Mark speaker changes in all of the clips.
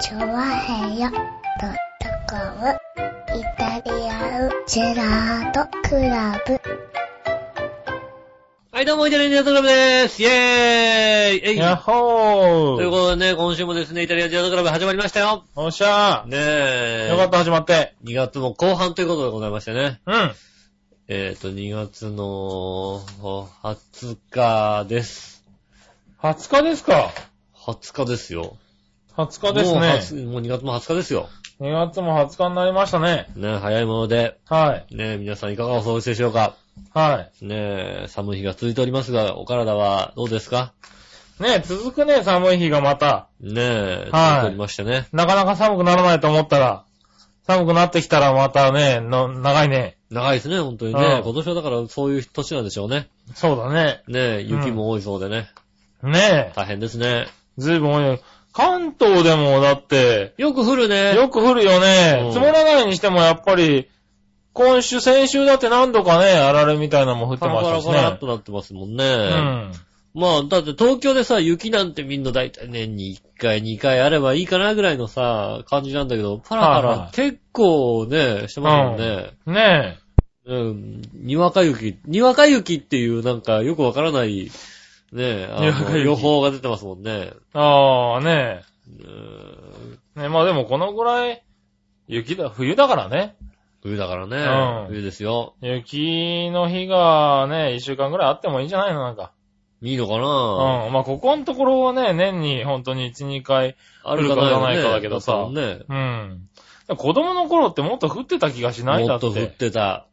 Speaker 1: チョワヘヨドットコムイタリアンジェラートクラブ。
Speaker 2: はい、どうも、イタリアンジェラートクラブでーすイェーイえい
Speaker 3: やっほ
Speaker 2: というこ
Speaker 3: ー
Speaker 2: とでね、今週もですね、イタリアンジェラートクラブ始まりましたよ
Speaker 3: おっしゃ
Speaker 2: ね
Speaker 3: ー
Speaker 2: え。
Speaker 3: よかった、始まって。
Speaker 2: 2月の後半ということでございましてね。
Speaker 3: うん。
Speaker 2: えっ、と、2月の20日です。
Speaker 3: 20日ですか。
Speaker 2: 20日ですよ。
Speaker 3: 20日ですね。
Speaker 2: もう20もう2月も20日ですよ。
Speaker 3: 2月も20日になりましたね。
Speaker 2: ね早いもので。
Speaker 3: はい。
Speaker 2: ね皆さんいかがお過ごしでしょうか
Speaker 3: は
Speaker 2: ね寒い日が続いておりますが、お体はどうですか
Speaker 3: い。ねえ、続くね、寒い日がまた。
Speaker 2: ねえ、
Speaker 3: はい
Speaker 2: 続いておりましてね。
Speaker 3: なかなか寒くならないと思ったら、寒くなってきたらまたね、の、長いね。
Speaker 2: 長いですね、本当に
Speaker 3: う
Speaker 2: ね
Speaker 3: ん。
Speaker 2: 今年はだからそういう年なんでしょうね。
Speaker 3: そうだね。
Speaker 2: ねえ、雪も多いそうでね。
Speaker 3: ねえ、
Speaker 2: 大変ですね。
Speaker 3: ずいぶん多いね。関東でもだって、
Speaker 2: よく降るね。
Speaker 3: よく降るよ
Speaker 2: うん
Speaker 3: ね。積もらないにしてもやっぱり、今週、先週だって何度かね、あられみたいなのも降って
Speaker 2: パラ
Speaker 3: まし
Speaker 2: パ
Speaker 3: た
Speaker 2: ラ
Speaker 3: し
Speaker 2: パラっ
Speaker 3: ね。
Speaker 2: となってますもんね。
Speaker 3: うん。
Speaker 2: まあ、だって東京でさ、雪なんてみんな大体年に1回、2回あればいいかなぐらいのさ、感じなんだけど、パラパ
Speaker 3: はいは
Speaker 2: ラ
Speaker 3: い
Speaker 2: 結構ね、してますもんね。
Speaker 3: ねえ。
Speaker 2: うん。にわか雪、にわか雪っていうなんかよくわからない、ね、あ
Speaker 3: にわか
Speaker 2: の
Speaker 3: 雪
Speaker 2: 予報が出てますもんね。
Speaker 3: ああ、ね
Speaker 2: うん
Speaker 3: え。ねえまあでもこのぐらい、雪だ、冬だからね。
Speaker 2: 冬だからね。
Speaker 3: うん
Speaker 2: 冬ですよ。
Speaker 3: 雪の日がね、一週間ぐらいあってもいいんじゃないのなんか。
Speaker 2: いいのか
Speaker 3: う。
Speaker 2: なん
Speaker 3: まあここのところはね、年に本当に1、2回。
Speaker 2: あるかない
Speaker 3: 降るか降らないか
Speaker 2: よね
Speaker 3: だけどさ
Speaker 2: だもんね。
Speaker 3: うん。子供の頃ってもっと降ってた気がしない
Speaker 2: も
Speaker 3: だ
Speaker 2: っ
Speaker 3: って
Speaker 2: と。降ってた。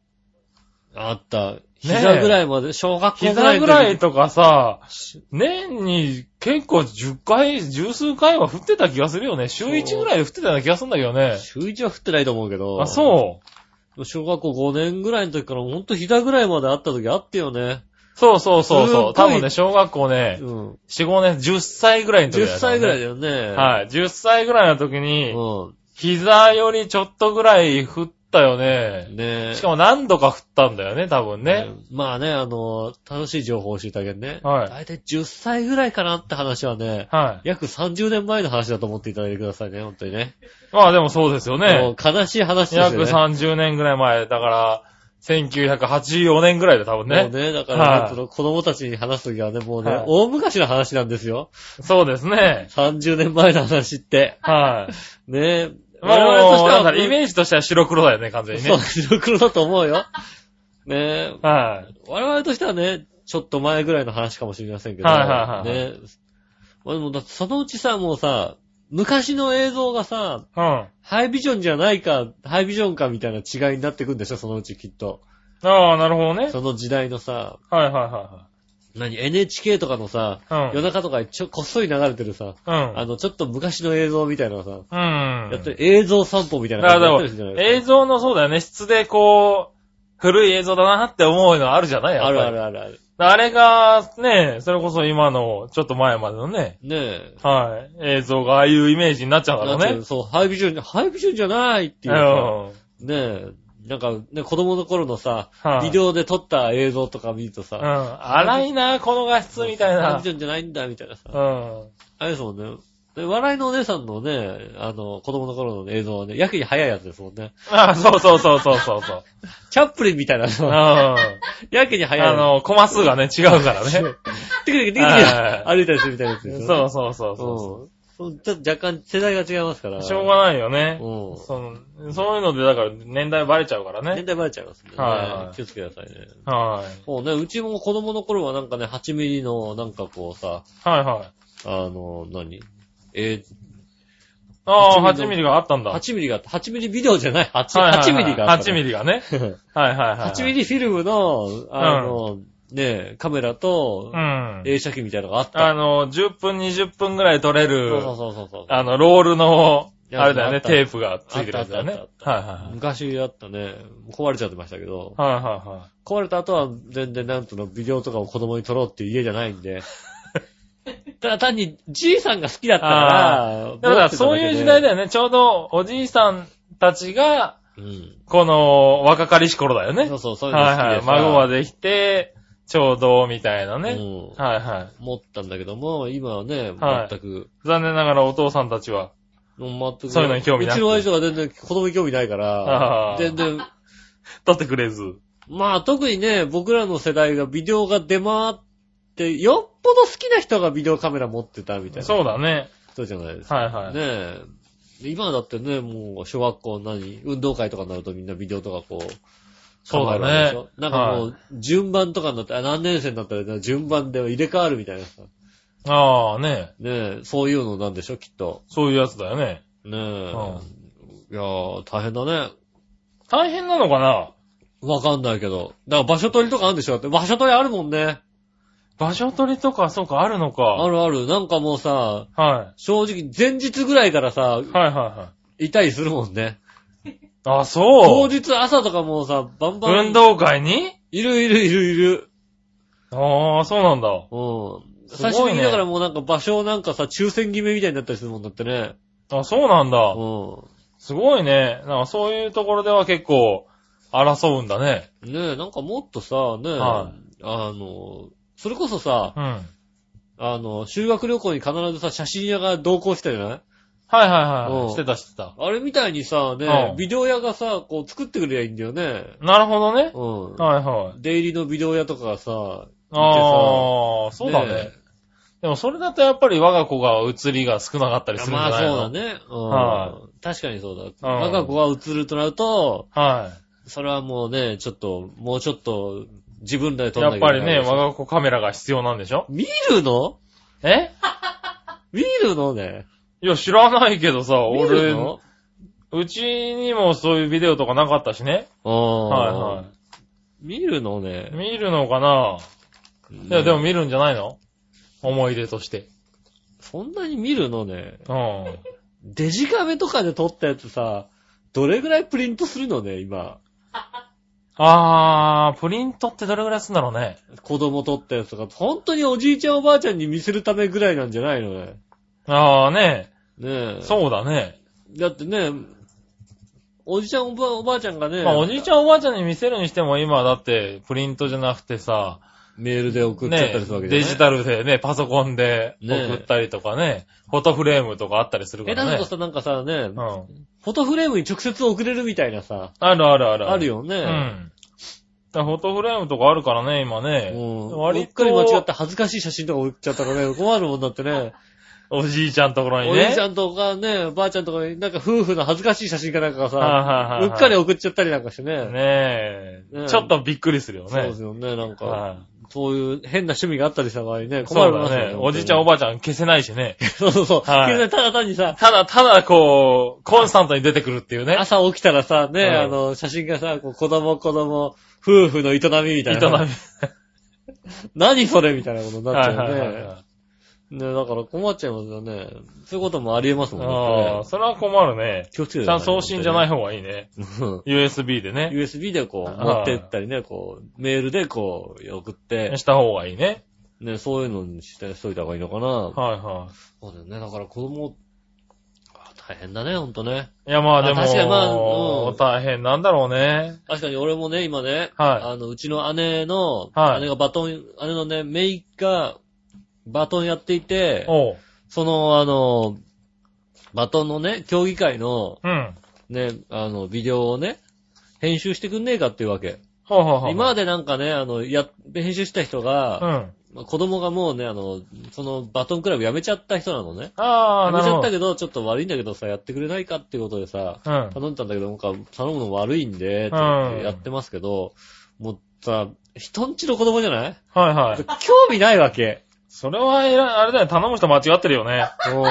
Speaker 2: あった。
Speaker 3: ねえ
Speaker 2: 膝ぐらいまで、小学校ぐら
Speaker 3: 膝
Speaker 2: いの
Speaker 3: ぐ
Speaker 2: 時
Speaker 3: らいとかさ、年に結構10回、十数回は降ってた気がするよね。週1ぐらいで降ってたような気がするんだけどね。
Speaker 2: 週一は降ってないと思うけど。
Speaker 3: あ、そう。
Speaker 2: う。小学校5年ぐらいの時から、ほんと膝ぐらいまであった時あったよね。
Speaker 3: そうそうそう
Speaker 2: すっ
Speaker 3: そ。
Speaker 2: ごいう
Speaker 3: 多分ね、小学校ね、
Speaker 2: うん。
Speaker 3: 4、5年、10歳ぐらいの
Speaker 2: 10
Speaker 3: 時だよね。
Speaker 2: 歳ぐらいだよね。
Speaker 3: はい。10歳ぐらいの時に、
Speaker 2: う
Speaker 3: 膝よりちょっとぐらい降ったよね。
Speaker 2: ん。ねえ。
Speaker 3: しかも何度か降ったんだよね、多分ね。
Speaker 2: うん。まあね、あの、楽しい情報を教えてあげるね。
Speaker 3: はい
Speaker 2: 大体10歳ぐらいかなって話はね、
Speaker 3: はい。
Speaker 2: 約30年前の話だと思っていただいてくださいね、本当にね。
Speaker 3: まあでもそうですよ
Speaker 2: も
Speaker 3: ね
Speaker 2: う。悲しい話ですよね。
Speaker 3: 約30年ぐらい前、だから、1984年ぐらいだ、多分
Speaker 2: もう
Speaker 3: ね。
Speaker 2: ね、だから、
Speaker 3: はい
Speaker 2: その子供たちに話すときはね、もうね、
Speaker 3: はい
Speaker 2: 大昔の話なんですよ。
Speaker 3: そうですね。
Speaker 2: 30年前の話って。
Speaker 3: はい。
Speaker 2: ねえ。
Speaker 3: ま あ
Speaker 2: 我々とし
Speaker 3: もう、
Speaker 2: て
Speaker 3: なんだ
Speaker 2: は
Speaker 3: ろうイメージとしては白黒だよね、完全にね
Speaker 2: そう、。白黒だと思うよ。ねえ。
Speaker 3: はい。
Speaker 2: 我々としてはね、ちょっと前ぐらいの話かもしれませんけど。
Speaker 3: はいはいはい
Speaker 2: ねえ。まあでも、だってそのうちさ、もうさ、昔の映像がさ、
Speaker 3: うん。
Speaker 2: ハイビジョンじゃないか、ハイビジョンかみたいな違いになってくんでしょ、そのうちきっと。
Speaker 3: ああ、なるほどね。
Speaker 2: その時代のさ、
Speaker 3: はいはいは
Speaker 2: 何、NHK とかのさ、
Speaker 3: いはい。
Speaker 2: 夜中とかにちょ、こっそり流れてるさ、
Speaker 3: うん。
Speaker 2: あの、ちょっと昔の映像みたいなのさ、
Speaker 3: うん。うん。
Speaker 2: やってる映像散歩みたい
Speaker 3: だ
Speaker 2: な
Speaker 3: から
Speaker 2: 感じやってる
Speaker 3: で
Speaker 2: じゃない
Speaker 3: も、
Speaker 2: です
Speaker 3: 映像のそうだよね、質でこう、古い映像だなって思うのあるじゃない
Speaker 2: か。あるあ。
Speaker 3: やっ
Speaker 2: るあるある。
Speaker 3: ぱりあれが、ね、それこそ今の、ちょっと前までのね、
Speaker 2: ねえ。
Speaker 3: はい、映像がああいうイメージになっちゃうか
Speaker 2: な
Speaker 3: ら
Speaker 2: んていう
Speaker 3: ね
Speaker 2: の。そう、ハイビジョン、ハイビジョンじゃないっていうさ、
Speaker 3: う
Speaker 2: ねえ、なんかね、子供の頃のさ、
Speaker 3: はい
Speaker 2: ビデオで撮った映像とか見ると
Speaker 3: ん。う
Speaker 2: さ、
Speaker 3: ん。荒いな、この画質みたい
Speaker 2: ハイ
Speaker 3: な
Speaker 2: ビジ。ョンじゃないんだみたいなさ、
Speaker 3: うん。
Speaker 2: あれですもんね。で笑いのお姉さんのね、あの、子供の頃の映像はね、やけに早いやつですもんね。
Speaker 3: ああ、そうそうそうそうそう そう。
Speaker 2: チャップリンみたいな
Speaker 3: うん。
Speaker 2: さ、
Speaker 3: あ
Speaker 2: やけに早い。
Speaker 3: の、コマ数がね、違う からね。
Speaker 2: テクテクテクテク
Speaker 3: は
Speaker 2: 歩いたりするみたいなやつでしょ
Speaker 3: そうそうそうそう
Speaker 2: うん。ちょっと若干世代が違いますか
Speaker 3: う
Speaker 2: ら。
Speaker 3: しょうがないよね。
Speaker 2: うん
Speaker 3: そのそういうので、だから年代バレちゃうからね
Speaker 2: 年。代バレちゃいますんでね。
Speaker 3: はいはい
Speaker 2: 気をつけてくださいね。
Speaker 3: はい。
Speaker 2: そうね、うちも子供の頃はなんかね、8ミリの、なんかこうさ、
Speaker 3: はいはい。
Speaker 2: あの、何え
Speaker 3: ああ、
Speaker 2: 8
Speaker 3: 8
Speaker 2: ミ
Speaker 3: ミ
Speaker 2: リ
Speaker 3: リがあったん
Speaker 2: ー、
Speaker 3: だ。
Speaker 2: 8ミリがあった。8ミリビデオじゃない 8,
Speaker 3: はいはいはい
Speaker 2: 8ミリがあった。
Speaker 3: 8ミ
Speaker 2: リ。
Speaker 3: リ がね。はいはいはい。
Speaker 2: 8ミリフィルムの、あの、ね、カメラと
Speaker 3: う、ん。
Speaker 2: 映写機みたいなのがあった。
Speaker 3: あの、10分、20分ぐらい撮れ
Speaker 2: そ
Speaker 3: る
Speaker 2: う、そうそうそう。
Speaker 3: あの、ロールの、
Speaker 2: や
Speaker 3: あれだよ
Speaker 2: あっ
Speaker 3: ね、
Speaker 2: た
Speaker 3: テープがついてるやつだよね。
Speaker 2: あ
Speaker 3: は
Speaker 2: っ
Speaker 3: い
Speaker 2: た
Speaker 3: はい
Speaker 2: 昔あったね。壊れちゃってましたけど。
Speaker 3: はい。はいはいは
Speaker 2: 壊れた後は全然なんとのビデオとかを子供に撮ろうっていう家じゃないん で。ただ単にじいさんが好きだったから、
Speaker 3: い。だからそういう時代だ
Speaker 2: よ。
Speaker 3: よね、ちょうどおじいさんたちが、
Speaker 2: うん。
Speaker 3: この、若かりし頃だよね。
Speaker 2: そうそう、そういうの好
Speaker 3: は
Speaker 2: き
Speaker 3: い
Speaker 2: で
Speaker 3: はい。孫が
Speaker 2: で
Speaker 3: できて、ちょうど、みたいなね。
Speaker 2: うん
Speaker 3: はいは
Speaker 2: 持ったんだけども、今はね、
Speaker 3: はい
Speaker 2: 全く、
Speaker 3: い。残念ながらお父さんたちは、
Speaker 2: もう全く。
Speaker 3: そういうのに興味なく
Speaker 2: うちの親父が全然子供に興味ないから
Speaker 3: あ、ー
Speaker 2: 全然、
Speaker 3: 撮ってくれず。
Speaker 2: まあ特にね、僕らの世代がビデオが出回って、よっぽど好きな人がビデオカメラ持ってたみたいな。
Speaker 3: そうだね。
Speaker 2: 人じゃないですか。
Speaker 3: はいは
Speaker 2: ね
Speaker 3: い。
Speaker 2: え。で今だってね、もう小学校何、運動会とかになるとみんなビデオとかこう、
Speaker 3: そうだね
Speaker 2: 構えるわけでしょなんかもう、順番とかになって、あ何年生になったら順番で入れ替わるみたいなさ。
Speaker 3: ああね。
Speaker 2: ねえ、そういうのなんでしょ、きっと。
Speaker 3: そういうやつだよね。
Speaker 2: ねえ。いやー、大変だね。
Speaker 3: 大変なのかな
Speaker 2: わかんないけど。だから場所取りとかあるんでしょだって場所取りあるもんね。
Speaker 3: 場所取りとか、そうか、あるの
Speaker 2: あ
Speaker 3: か。
Speaker 2: るある。なんかもうさ、
Speaker 3: は
Speaker 2: 正直前日ぐらいからさ
Speaker 3: い。、はいはいはい。
Speaker 2: いたりするもんね。
Speaker 3: あ、
Speaker 2: 当
Speaker 3: そう。
Speaker 2: 日朝とかもうさ、バンバン。
Speaker 3: 運動会に
Speaker 2: いるいるいるいる。
Speaker 3: ああ、そうなんだ。
Speaker 2: うん。
Speaker 3: すごい
Speaker 2: 最
Speaker 3: ね
Speaker 2: 終的にだからもうなんか場所をなんかさ、抽選決めみたいになったりするもんだってね。
Speaker 3: あ、そうなん
Speaker 2: う
Speaker 3: だ
Speaker 2: ん。。
Speaker 3: すごいね。なんかそういうところでは結構争うんだね。
Speaker 2: ねえ、なんかもっとさ、ねえ、
Speaker 3: は
Speaker 2: あの、それこそさ、
Speaker 3: うん。はい
Speaker 2: あの、修学旅行に必ずさ、写真屋が同行してたじゃない
Speaker 3: はいは
Speaker 2: うん
Speaker 3: い。してたしてた。
Speaker 2: あれみたいにさ、
Speaker 3: う
Speaker 2: ね
Speaker 3: ん、
Speaker 2: ビデオ屋がさ、こう作ってくれりゃいいんだよね。
Speaker 3: なるほどね。
Speaker 2: うん。
Speaker 3: はいはい。
Speaker 2: 出入りのビデオ屋とかがさ、
Speaker 3: ああ、そうだね
Speaker 2: ね。
Speaker 3: でもそれだとやっぱり我が子が映りが少なかったりするんじ
Speaker 2: ま
Speaker 3: ゃ
Speaker 2: あ
Speaker 3: ない
Speaker 2: そう
Speaker 3: の
Speaker 2: だ。ね。
Speaker 3: は
Speaker 2: うん。確かにそうだ。
Speaker 3: うん
Speaker 2: 我が子が映るとなると、
Speaker 3: は
Speaker 2: それはもうね、ちょっと、もうちょっと、自分らで
Speaker 3: い。
Speaker 2: 撮ん
Speaker 3: や
Speaker 2: なきゃ
Speaker 3: っ
Speaker 2: いけな
Speaker 3: ぱ
Speaker 2: い
Speaker 3: りね、我が子カメラが必要なんでしょ
Speaker 2: 見るの
Speaker 3: え
Speaker 2: 見るのね。
Speaker 3: いや、知らないけどさ、
Speaker 2: 見る
Speaker 3: 俺、
Speaker 2: の
Speaker 3: うちにもそういうビデオとかなかったしね。はい
Speaker 2: は。
Speaker 3: はい
Speaker 2: 見るの
Speaker 3: い。
Speaker 2: ね。
Speaker 3: 見るのかないいや、でも、見るんじゃないの思い出として。
Speaker 2: そんなに見るのね。
Speaker 3: うん。
Speaker 2: デジカメとかで撮ったやつさ、どれぐらいプリントするのね、今。
Speaker 3: あー、プリントってどれぐらいすんだろうね。
Speaker 2: 子供撮ったやつとか、本当におじいちゃんおばあちゃんに見せるためぐらいなんじゃないのね。
Speaker 3: あーね、
Speaker 2: ねえ。
Speaker 3: そうだね。
Speaker 2: だってね、おじちゃんおばおばあちゃんがね、
Speaker 3: まあ、おじいちゃんおばあちゃんに見せるにしても今だって、プリントじゃなくてさ、
Speaker 2: メールで送っちゃったりするわけ
Speaker 3: ね
Speaker 2: じゃ
Speaker 3: デ
Speaker 2: ない
Speaker 3: ジタルでね、パソコンで
Speaker 2: ね
Speaker 3: 送ったりとかね、フォトフレームとかあったりするか
Speaker 2: え、
Speaker 3: ら
Speaker 2: だけ
Speaker 3: ね。
Speaker 2: どさ、なんかさね、
Speaker 3: うん。
Speaker 2: フォトフレームに直接送れるみたいなさ、
Speaker 3: あるあるある。
Speaker 2: ある。よね。
Speaker 3: うん。だからフォトフレームとかあるからね、今ね。
Speaker 2: うん。う
Speaker 3: 割
Speaker 2: っかり間違っ
Speaker 3: と、
Speaker 2: て恥ずかしい写真とか送っちゃったからね、困るもんだ ってね。
Speaker 3: おじいちゃんところに
Speaker 2: お
Speaker 3: ね。
Speaker 2: じいちゃんとかね、ばあちゃんとかに、なんか夫婦の恥ずかしい写真かなんかがさ、
Speaker 3: は
Speaker 2: う
Speaker 3: いはいはいはい
Speaker 2: っかり送っちゃったりなんかしてね。
Speaker 3: ね
Speaker 2: ね
Speaker 3: え。ちょっとびっくりするよね。
Speaker 2: そうですよね、なんか、
Speaker 3: はい
Speaker 2: そういう変な趣味があったりした場合ね、困
Speaker 3: そ
Speaker 2: る
Speaker 3: う
Speaker 2: もん
Speaker 3: だね。おじいちゃんお
Speaker 2: ば
Speaker 3: ばあちゃん消せないしね。
Speaker 2: あ そうそうそう。
Speaker 3: はい
Speaker 2: けどねただ単にさ、
Speaker 3: ただ、ただ、こう、コンスタントに出てくるっていうね。
Speaker 2: 朝起きたらさ、ね、
Speaker 3: うん
Speaker 2: あの、写真がさ、こう子供子供、夫婦の営みみたい
Speaker 3: 営み。
Speaker 2: な。 何それみたいなことになっちゃうよ
Speaker 3: はい
Speaker 2: ね。
Speaker 3: はいはいはい
Speaker 2: ね、だから困っちゃいますよね。そういうこともありえますもん
Speaker 3: あ
Speaker 2: ね
Speaker 3: あ、。それは困るね。
Speaker 2: 気をつけ
Speaker 3: ち
Speaker 2: て
Speaker 3: ゃんと送信じゃない
Speaker 2: 方。
Speaker 3: 方がいいね。
Speaker 2: うん
Speaker 3: USB でね。
Speaker 2: USB でこう、
Speaker 3: ああ
Speaker 2: 持ってったりね、こう、メールでこう、送って、
Speaker 3: した方がいいね。
Speaker 2: ね、そういうのにして、しといた方がいいのかな。
Speaker 3: はいは
Speaker 2: そうだよね。だから子供、あ大変だね、ほんとね。
Speaker 3: い。いやまあで
Speaker 2: あ確かにまあう
Speaker 3: も
Speaker 2: ん、
Speaker 3: 大変なんだろうね。
Speaker 2: 確かに俺もね、今ね、
Speaker 3: は
Speaker 2: あの、うちの姉の、
Speaker 3: はい
Speaker 2: 姉がバトン、姉のね、メイが、バトンやってい
Speaker 3: い。
Speaker 2: て、
Speaker 3: おう。
Speaker 2: その、あの、バトンのね、競技会の、
Speaker 3: うん。
Speaker 2: ね、あの、ビデオをね、編集してくんねえかっていうわけ。
Speaker 3: ほうほうほう。
Speaker 2: 今までなんかね、あの、や、編集した人
Speaker 3: う
Speaker 2: が、
Speaker 3: ん。
Speaker 2: まあ子供がもうね、あの、そのバトンクラブやめちゃった人なのね。
Speaker 3: ああ、
Speaker 2: や
Speaker 3: な
Speaker 2: めち
Speaker 3: る
Speaker 2: ゃっ
Speaker 3: ほ
Speaker 2: た
Speaker 3: ど。
Speaker 2: けど、ちょっと悪いんだけどさ、やってくれないかっていうことでさ、
Speaker 3: うん。
Speaker 2: 頼んだんだけど、なんか頼むの悪いんで、って
Speaker 3: うん
Speaker 2: やってますけど、もうさ、人んちの子供じゃない
Speaker 3: はいはい。
Speaker 2: 興味ないわけ。
Speaker 3: それは、えらあれだよ、頼む人間違ってるよね。
Speaker 2: う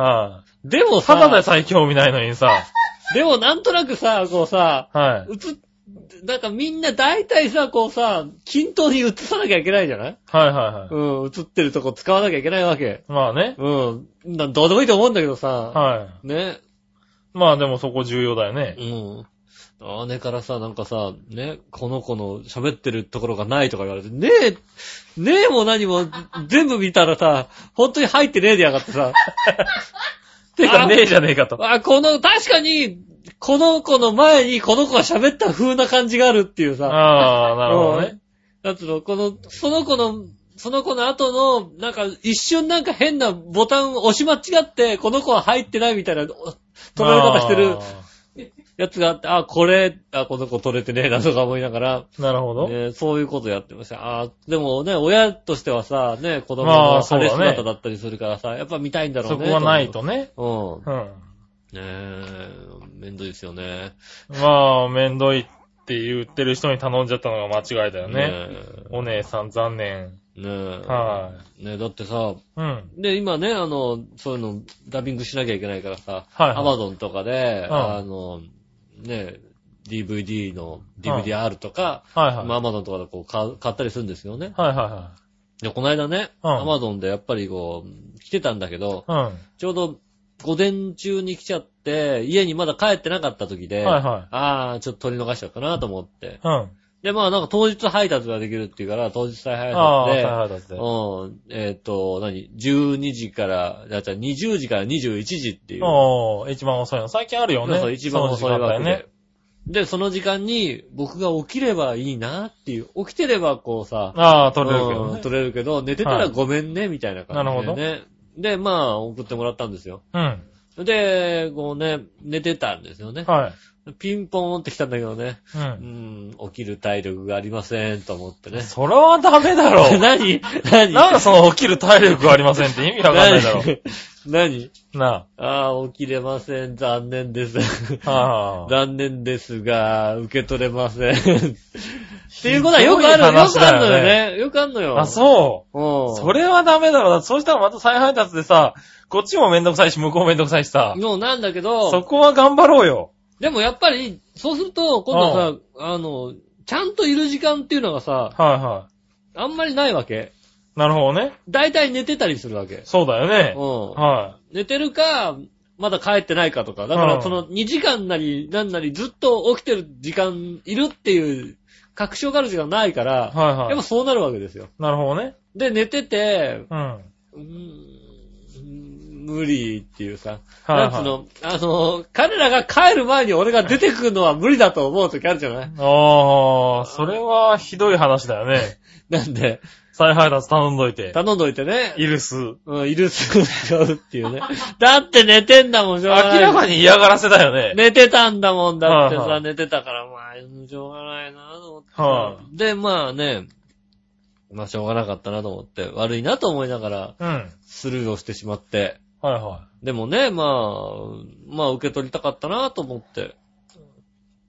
Speaker 3: は
Speaker 2: ん。でも
Speaker 3: い。た
Speaker 2: さ、
Speaker 3: だでさえ興味ないのにさ。
Speaker 2: でもなんとなくさ、こうさ、
Speaker 3: はい。
Speaker 2: 映っ、なんかみんな大体さ、こうさ、均等に映さなきゃいけないじゃない
Speaker 3: はいはいはい。
Speaker 2: うん、映ってるとこ使わなきゃいけないわけ。
Speaker 3: まあね。
Speaker 2: うん。などうでもいいと思うんだけどさ。
Speaker 3: は
Speaker 2: ね。
Speaker 3: い。まあでもそこ重要だよね
Speaker 2: う。ん。姉からさ、なんかさ、ね、この子の喋ってるところがないとか言われて、ねえ、ねえも何も、全部見たらさ、本当に入ってねえでやがってさ。
Speaker 3: てかねえじゃねえかと。
Speaker 2: あ、この、確かに、この子の前にこの子が喋った風な感じがあるっていうさ。
Speaker 3: ああ、なるほどね。
Speaker 2: うん。だっての、この、その子のその子の後の、なんか、一瞬なんか変なボタンを押し間違って、この子は入ってないみたいな、お捉え方してる
Speaker 3: あー
Speaker 2: やつがあって、あ、これ、あ、この子取れてねえなとか思いながら、
Speaker 3: なるほど。
Speaker 2: ね、そういうことやってました。あーでもね、親としてはさ、ね、子供
Speaker 3: ま
Speaker 2: の
Speaker 3: あそ
Speaker 2: 晴
Speaker 3: うだ
Speaker 2: れ
Speaker 3: ね
Speaker 2: 姿だったりするからさ、やっぱ見たいんだろう
Speaker 3: そ
Speaker 2: ね。
Speaker 3: こはないとね。
Speaker 2: 思う。うん。
Speaker 3: うん。
Speaker 2: ねえ、面倒ですよね。
Speaker 3: まあ、めんどいって言ってる人に頼んじゃったのが間違いだよね。
Speaker 2: ね
Speaker 3: お姉さん残念。
Speaker 2: え。ねえ。
Speaker 3: は
Speaker 2: ねえ、だってさ、
Speaker 3: い。うん。
Speaker 2: で、今ね、あの、そういうの、ダビングしなきゃいけないからさ、
Speaker 3: はいはい
Speaker 2: アマゾンとかで、
Speaker 3: うん
Speaker 2: あの、ね、DVD の、DVDR とか、
Speaker 3: はいはい。
Speaker 2: まあアマゾンとかでこう買う買ったりするんですよね。
Speaker 3: はいは
Speaker 2: で、この間ね、
Speaker 3: うん
Speaker 2: アマゾンでやっぱりこう、来てたんだけど
Speaker 3: い、はい。
Speaker 2: ちょうど午前中に来ちゃって、家にまだ帰ってなかった時で、
Speaker 3: はいはい
Speaker 2: ああ、ちょっと取り逃しちゃったなと思って。
Speaker 3: うん。うん。
Speaker 2: で、まあなんか当日配達ができるっていうから、当日再配
Speaker 3: ああ、
Speaker 2: 達
Speaker 3: はい
Speaker 2: で、
Speaker 3: はいだって。
Speaker 2: うん。えっ、と、何 ?12 時から、じゃあ20時から21時っていう。
Speaker 3: おー、一番遅いの。最近ある
Speaker 2: そ
Speaker 3: よ
Speaker 2: う
Speaker 3: ね。
Speaker 2: そう一番遅いわ
Speaker 3: その時間帯
Speaker 2: けで、
Speaker 3: ね。
Speaker 2: で、その時間に僕が起きればいいなっていう。起きてればこうさ、
Speaker 3: ああ、取れるけど
Speaker 2: うん
Speaker 3: ね。
Speaker 2: 取れるけど、寝てた
Speaker 3: は
Speaker 2: ら
Speaker 3: い
Speaker 2: ごめんね、みたいな感じでね。
Speaker 3: な
Speaker 2: で、まあ、送ってもらったんですよ。
Speaker 3: うん。
Speaker 2: で、こうね、寝てたんですよね。
Speaker 3: はい。
Speaker 2: ピンポーンって来たんだけどね。
Speaker 3: う。
Speaker 2: うんん、起きる体力がありません、と思ってね。
Speaker 3: それはダメだろ。
Speaker 2: 何何
Speaker 3: なんだその起きる体力がありませんって意味わかんないだろ。
Speaker 2: 何
Speaker 3: な
Speaker 2: ああ、起きれません。残念 です。
Speaker 3: あ。はあ。
Speaker 2: 残念ですが、受け取れま せん。っていうことはよくある、よ
Speaker 3: 話
Speaker 2: くあ
Speaker 3: だ
Speaker 2: る
Speaker 3: よ
Speaker 2: の
Speaker 3: ね
Speaker 2: よね。よくあるのよ。
Speaker 3: あ、そう。
Speaker 2: う。ん。
Speaker 3: それはダメだろ。だってそうしたらまた再配達でさ、こっちもめんどくさいし、向こうもめんどくさいしさ。
Speaker 2: のなんだけ
Speaker 3: そ
Speaker 2: ど、
Speaker 3: こは頑張ろうよ。
Speaker 2: でもやっぱり、そうすると、今度さ、あの、ちゃんといる時間っていうのがさ、
Speaker 3: はいは
Speaker 2: あんまりないわけ。
Speaker 3: い。なるほどね。
Speaker 2: だいたい寝てたりするわけ。
Speaker 3: そうだよね。
Speaker 2: う
Speaker 3: は
Speaker 2: ん。寝てるか、まだ帰ってないかとか。だか
Speaker 3: う
Speaker 2: ら
Speaker 3: ん
Speaker 2: その2時間なり、なんなりずっと起きてる時間いるっていう、確証がある時間ないから、
Speaker 3: い。はい
Speaker 2: やっ
Speaker 3: は
Speaker 2: ぱそうなるわけですよ。
Speaker 3: い。なるほどね。
Speaker 2: で、寝てて、
Speaker 3: うん。はいう
Speaker 2: ーん、無理っていうさ。
Speaker 3: はい。
Speaker 2: なんつうの、あの、彼らが帰る前に俺が出てくるのは無理だと思う時あるじゃない
Speaker 3: ああ、それはひどい話だよね。
Speaker 2: なんで、
Speaker 3: 再配達頼んどいて。
Speaker 2: 頼んどいてね。
Speaker 3: イルス。明
Speaker 2: うん、いるすぐしちゃうって いうね。だって寝てんだもん、しょうがない。
Speaker 3: らかに嫌がらせだよね。
Speaker 2: 寝てたんだもんだって
Speaker 3: はいは
Speaker 2: さ、
Speaker 3: い
Speaker 2: 寝てたから、まあ、しょうがないなと思って
Speaker 3: は
Speaker 2: さ。で、まあね、まあしょうがなかったなと思って、悪いなと思いながら
Speaker 3: うん。はい
Speaker 2: スルーをしてしまって。
Speaker 3: は
Speaker 2: でもね、まあ、まあ受け取りたかったなと思って。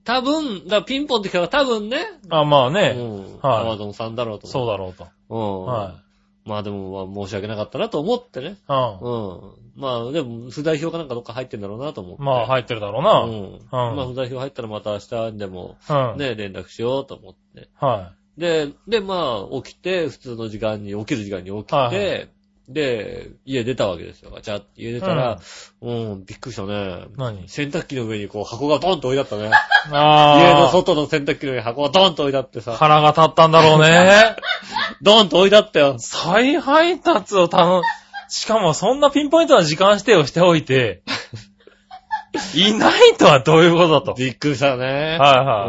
Speaker 2: 多分、だからピンポンって来たから多分ね、
Speaker 3: い。あまあ
Speaker 2: う
Speaker 3: ね。
Speaker 2: ん、
Speaker 3: はい
Speaker 2: アマゾンさんだろうと
Speaker 3: そう
Speaker 2: 思って。
Speaker 3: だろう
Speaker 2: う
Speaker 3: と。
Speaker 2: ん。
Speaker 3: は
Speaker 2: まあでも、まあ申し訳なかったなと思ってね。
Speaker 3: い。
Speaker 2: う
Speaker 3: う
Speaker 2: ん。まあでも、不代表かなんかどっか入ってんだろうなと思って。
Speaker 3: ん。まあ入ってるだろ
Speaker 2: う。
Speaker 3: うんうん
Speaker 2: まあ不代表入ったらまた明日でも、
Speaker 3: な。うん。
Speaker 2: ね、連絡しようと思って。
Speaker 3: は
Speaker 2: で、で、まあ起きて、普通の時間に、起きる時間に起きて、
Speaker 3: はいは
Speaker 2: で、家出たわけですよ。ガチャって家出たら、うん、びっくりしたね。
Speaker 3: い。何
Speaker 2: 洗濯機の上にこう箱がドンと置いてあったね。
Speaker 3: あ
Speaker 2: 家の
Speaker 3: あ。
Speaker 2: 外の洗濯機の上に箱がドンと置いてあってさ、
Speaker 3: 腹が立ったんだろうね。
Speaker 2: ドンと置いてあったよ。
Speaker 3: 再配達を頼む。しかもそんなピンポイントな時間指定をしておいて、いないとはどういうことだと。
Speaker 2: びっくりしたね。
Speaker 3: はいはい。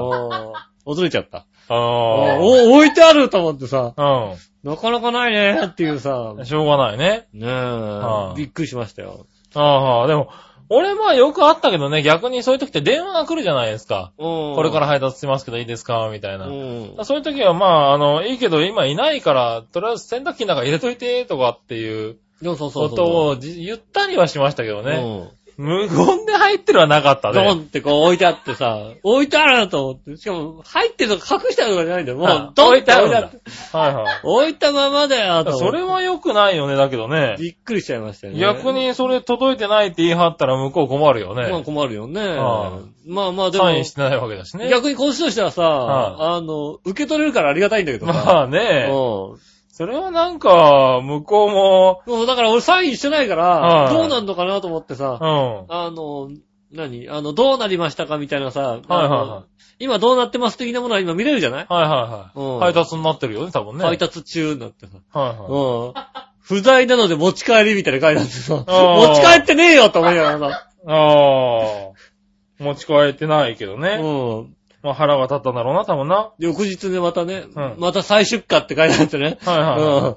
Speaker 2: はい。驚いちゃった。
Speaker 3: ああ。
Speaker 2: お、置いてあると思ってさ、
Speaker 3: う
Speaker 2: なかなかないねっていうさ、
Speaker 3: ん。しょうがないね。
Speaker 2: ね
Speaker 3: は
Speaker 2: え、
Speaker 3: い
Speaker 2: びっくりしましたよ。
Speaker 3: ああ、でも、俺まあよくあったけどね、逆にそういう時って電話が来るじゃないですか。
Speaker 2: こ
Speaker 3: これから配達しますけどいいですかみたいな。
Speaker 2: うん。
Speaker 3: そういう時はまあ、あの、いいけど今いないから、とりあえず洗濯機の中入れといて、とかっていう
Speaker 2: そうそうそ
Speaker 3: こ
Speaker 2: う
Speaker 3: と
Speaker 2: そ
Speaker 3: をじ言ったりはしましたけど
Speaker 2: う。
Speaker 3: ね。
Speaker 2: ね。
Speaker 3: 無言で入ってるはなかった
Speaker 2: ド
Speaker 3: ね。
Speaker 2: ンってこう置いてあってさ、置いてあるなと思って。しかも、入ってるとか隠してあるとかじゃないんだよ。も
Speaker 3: は
Speaker 2: う
Speaker 3: い、
Speaker 2: ド
Speaker 3: 置
Speaker 2: ンっ
Speaker 3: いて
Speaker 2: て
Speaker 3: あ
Speaker 2: 置
Speaker 3: る
Speaker 2: い
Speaker 3: ん
Speaker 2: て
Speaker 3: だ
Speaker 2: ある。
Speaker 3: はいはい。
Speaker 2: 置いたままだよ、と思っ
Speaker 3: そ
Speaker 2: て
Speaker 3: れは良くないよね、だけどね。
Speaker 2: びっくりしちゃいましたよね。
Speaker 3: 逆にそれ届いてないって言い張ったら向こう困るよ
Speaker 2: まあ
Speaker 3: ね。
Speaker 2: 困るよね。
Speaker 3: ああ
Speaker 2: まあまあでも
Speaker 3: サ、インしてないわけだしね。
Speaker 2: 逆にこっちとしてはさ、
Speaker 3: は
Speaker 2: あの、受け取れるからありがたいんだけどさ。
Speaker 3: まあね。
Speaker 2: うん
Speaker 3: それはなんか、向こうも、
Speaker 2: そうだから俺サインしてないか
Speaker 3: は
Speaker 2: ら、
Speaker 3: い
Speaker 2: どうなんのかなと思って
Speaker 3: うん。
Speaker 2: さ、
Speaker 3: は
Speaker 2: あの、何あの、どうなりましたかみたいなさ、
Speaker 3: いはい
Speaker 2: あ
Speaker 3: は
Speaker 2: の今どうなってます的なものは今見れるじゃない
Speaker 3: い。はいはい
Speaker 2: うん
Speaker 3: はい。配達になってるよね、多分ね。
Speaker 2: 配達中になってさ。
Speaker 3: はいはい。
Speaker 2: うん。不在なので持ち帰りみたいな書いてあってさ、
Speaker 3: ああ
Speaker 2: 持ち帰ってねえよと思いながらさ。
Speaker 3: ああ。持ち帰ってないけどね。
Speaker 2: うん。
Speaker 3: まあ腹が立ったんだろうな、多分な。
Speaker 2: 翌日でまたね、
Speaker 3: うん
Speaker 2: また再出荷って書いてあってね。
Speaker 3: はいはいは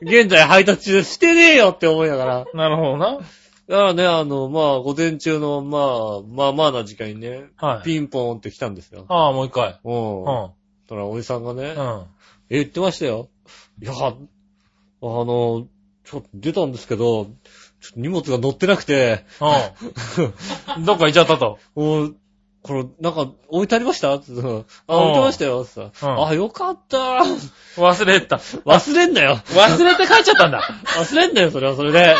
Speaker 2: うん。現在配達中です。してねえよって思いながら。
Speaker 3: い。なるほどな。
Speaker 2: だからね、あの、まあ、午前中の、まあ、まあまあな時間にね、
Speaker 3: はい。
Speaker 2: ピンポーンって来たんですよ。
Speaker 3: ああ、もう一回。
Speaker 2: うん。
Speaker 3: う
Speaker 2: だ
Speaker 3: ん。
Speaker 2: から、おじさんがね
Speaker 3: う、ん。
Speaker 2: え、言ってましたよ。いや、あの、ちょっと出たんですけど、ちょっと荷物が乗ってなくて、
Speaker 3: うん。どっか行っちゃったと。
Speaker 2: もう、これ、なんか、置いてありましたって言ったらあ、置いてましたよ。って言ったら
Speaker 3: うん
Speaker 2: あ、よかった。
Speaker 3: 忘れた。
Speaker 2: 忘れんなよ。
Speaker 3: 忘れて帰っちゃったんだ。
Speaker 2: 忘れんなよ、それはそれで。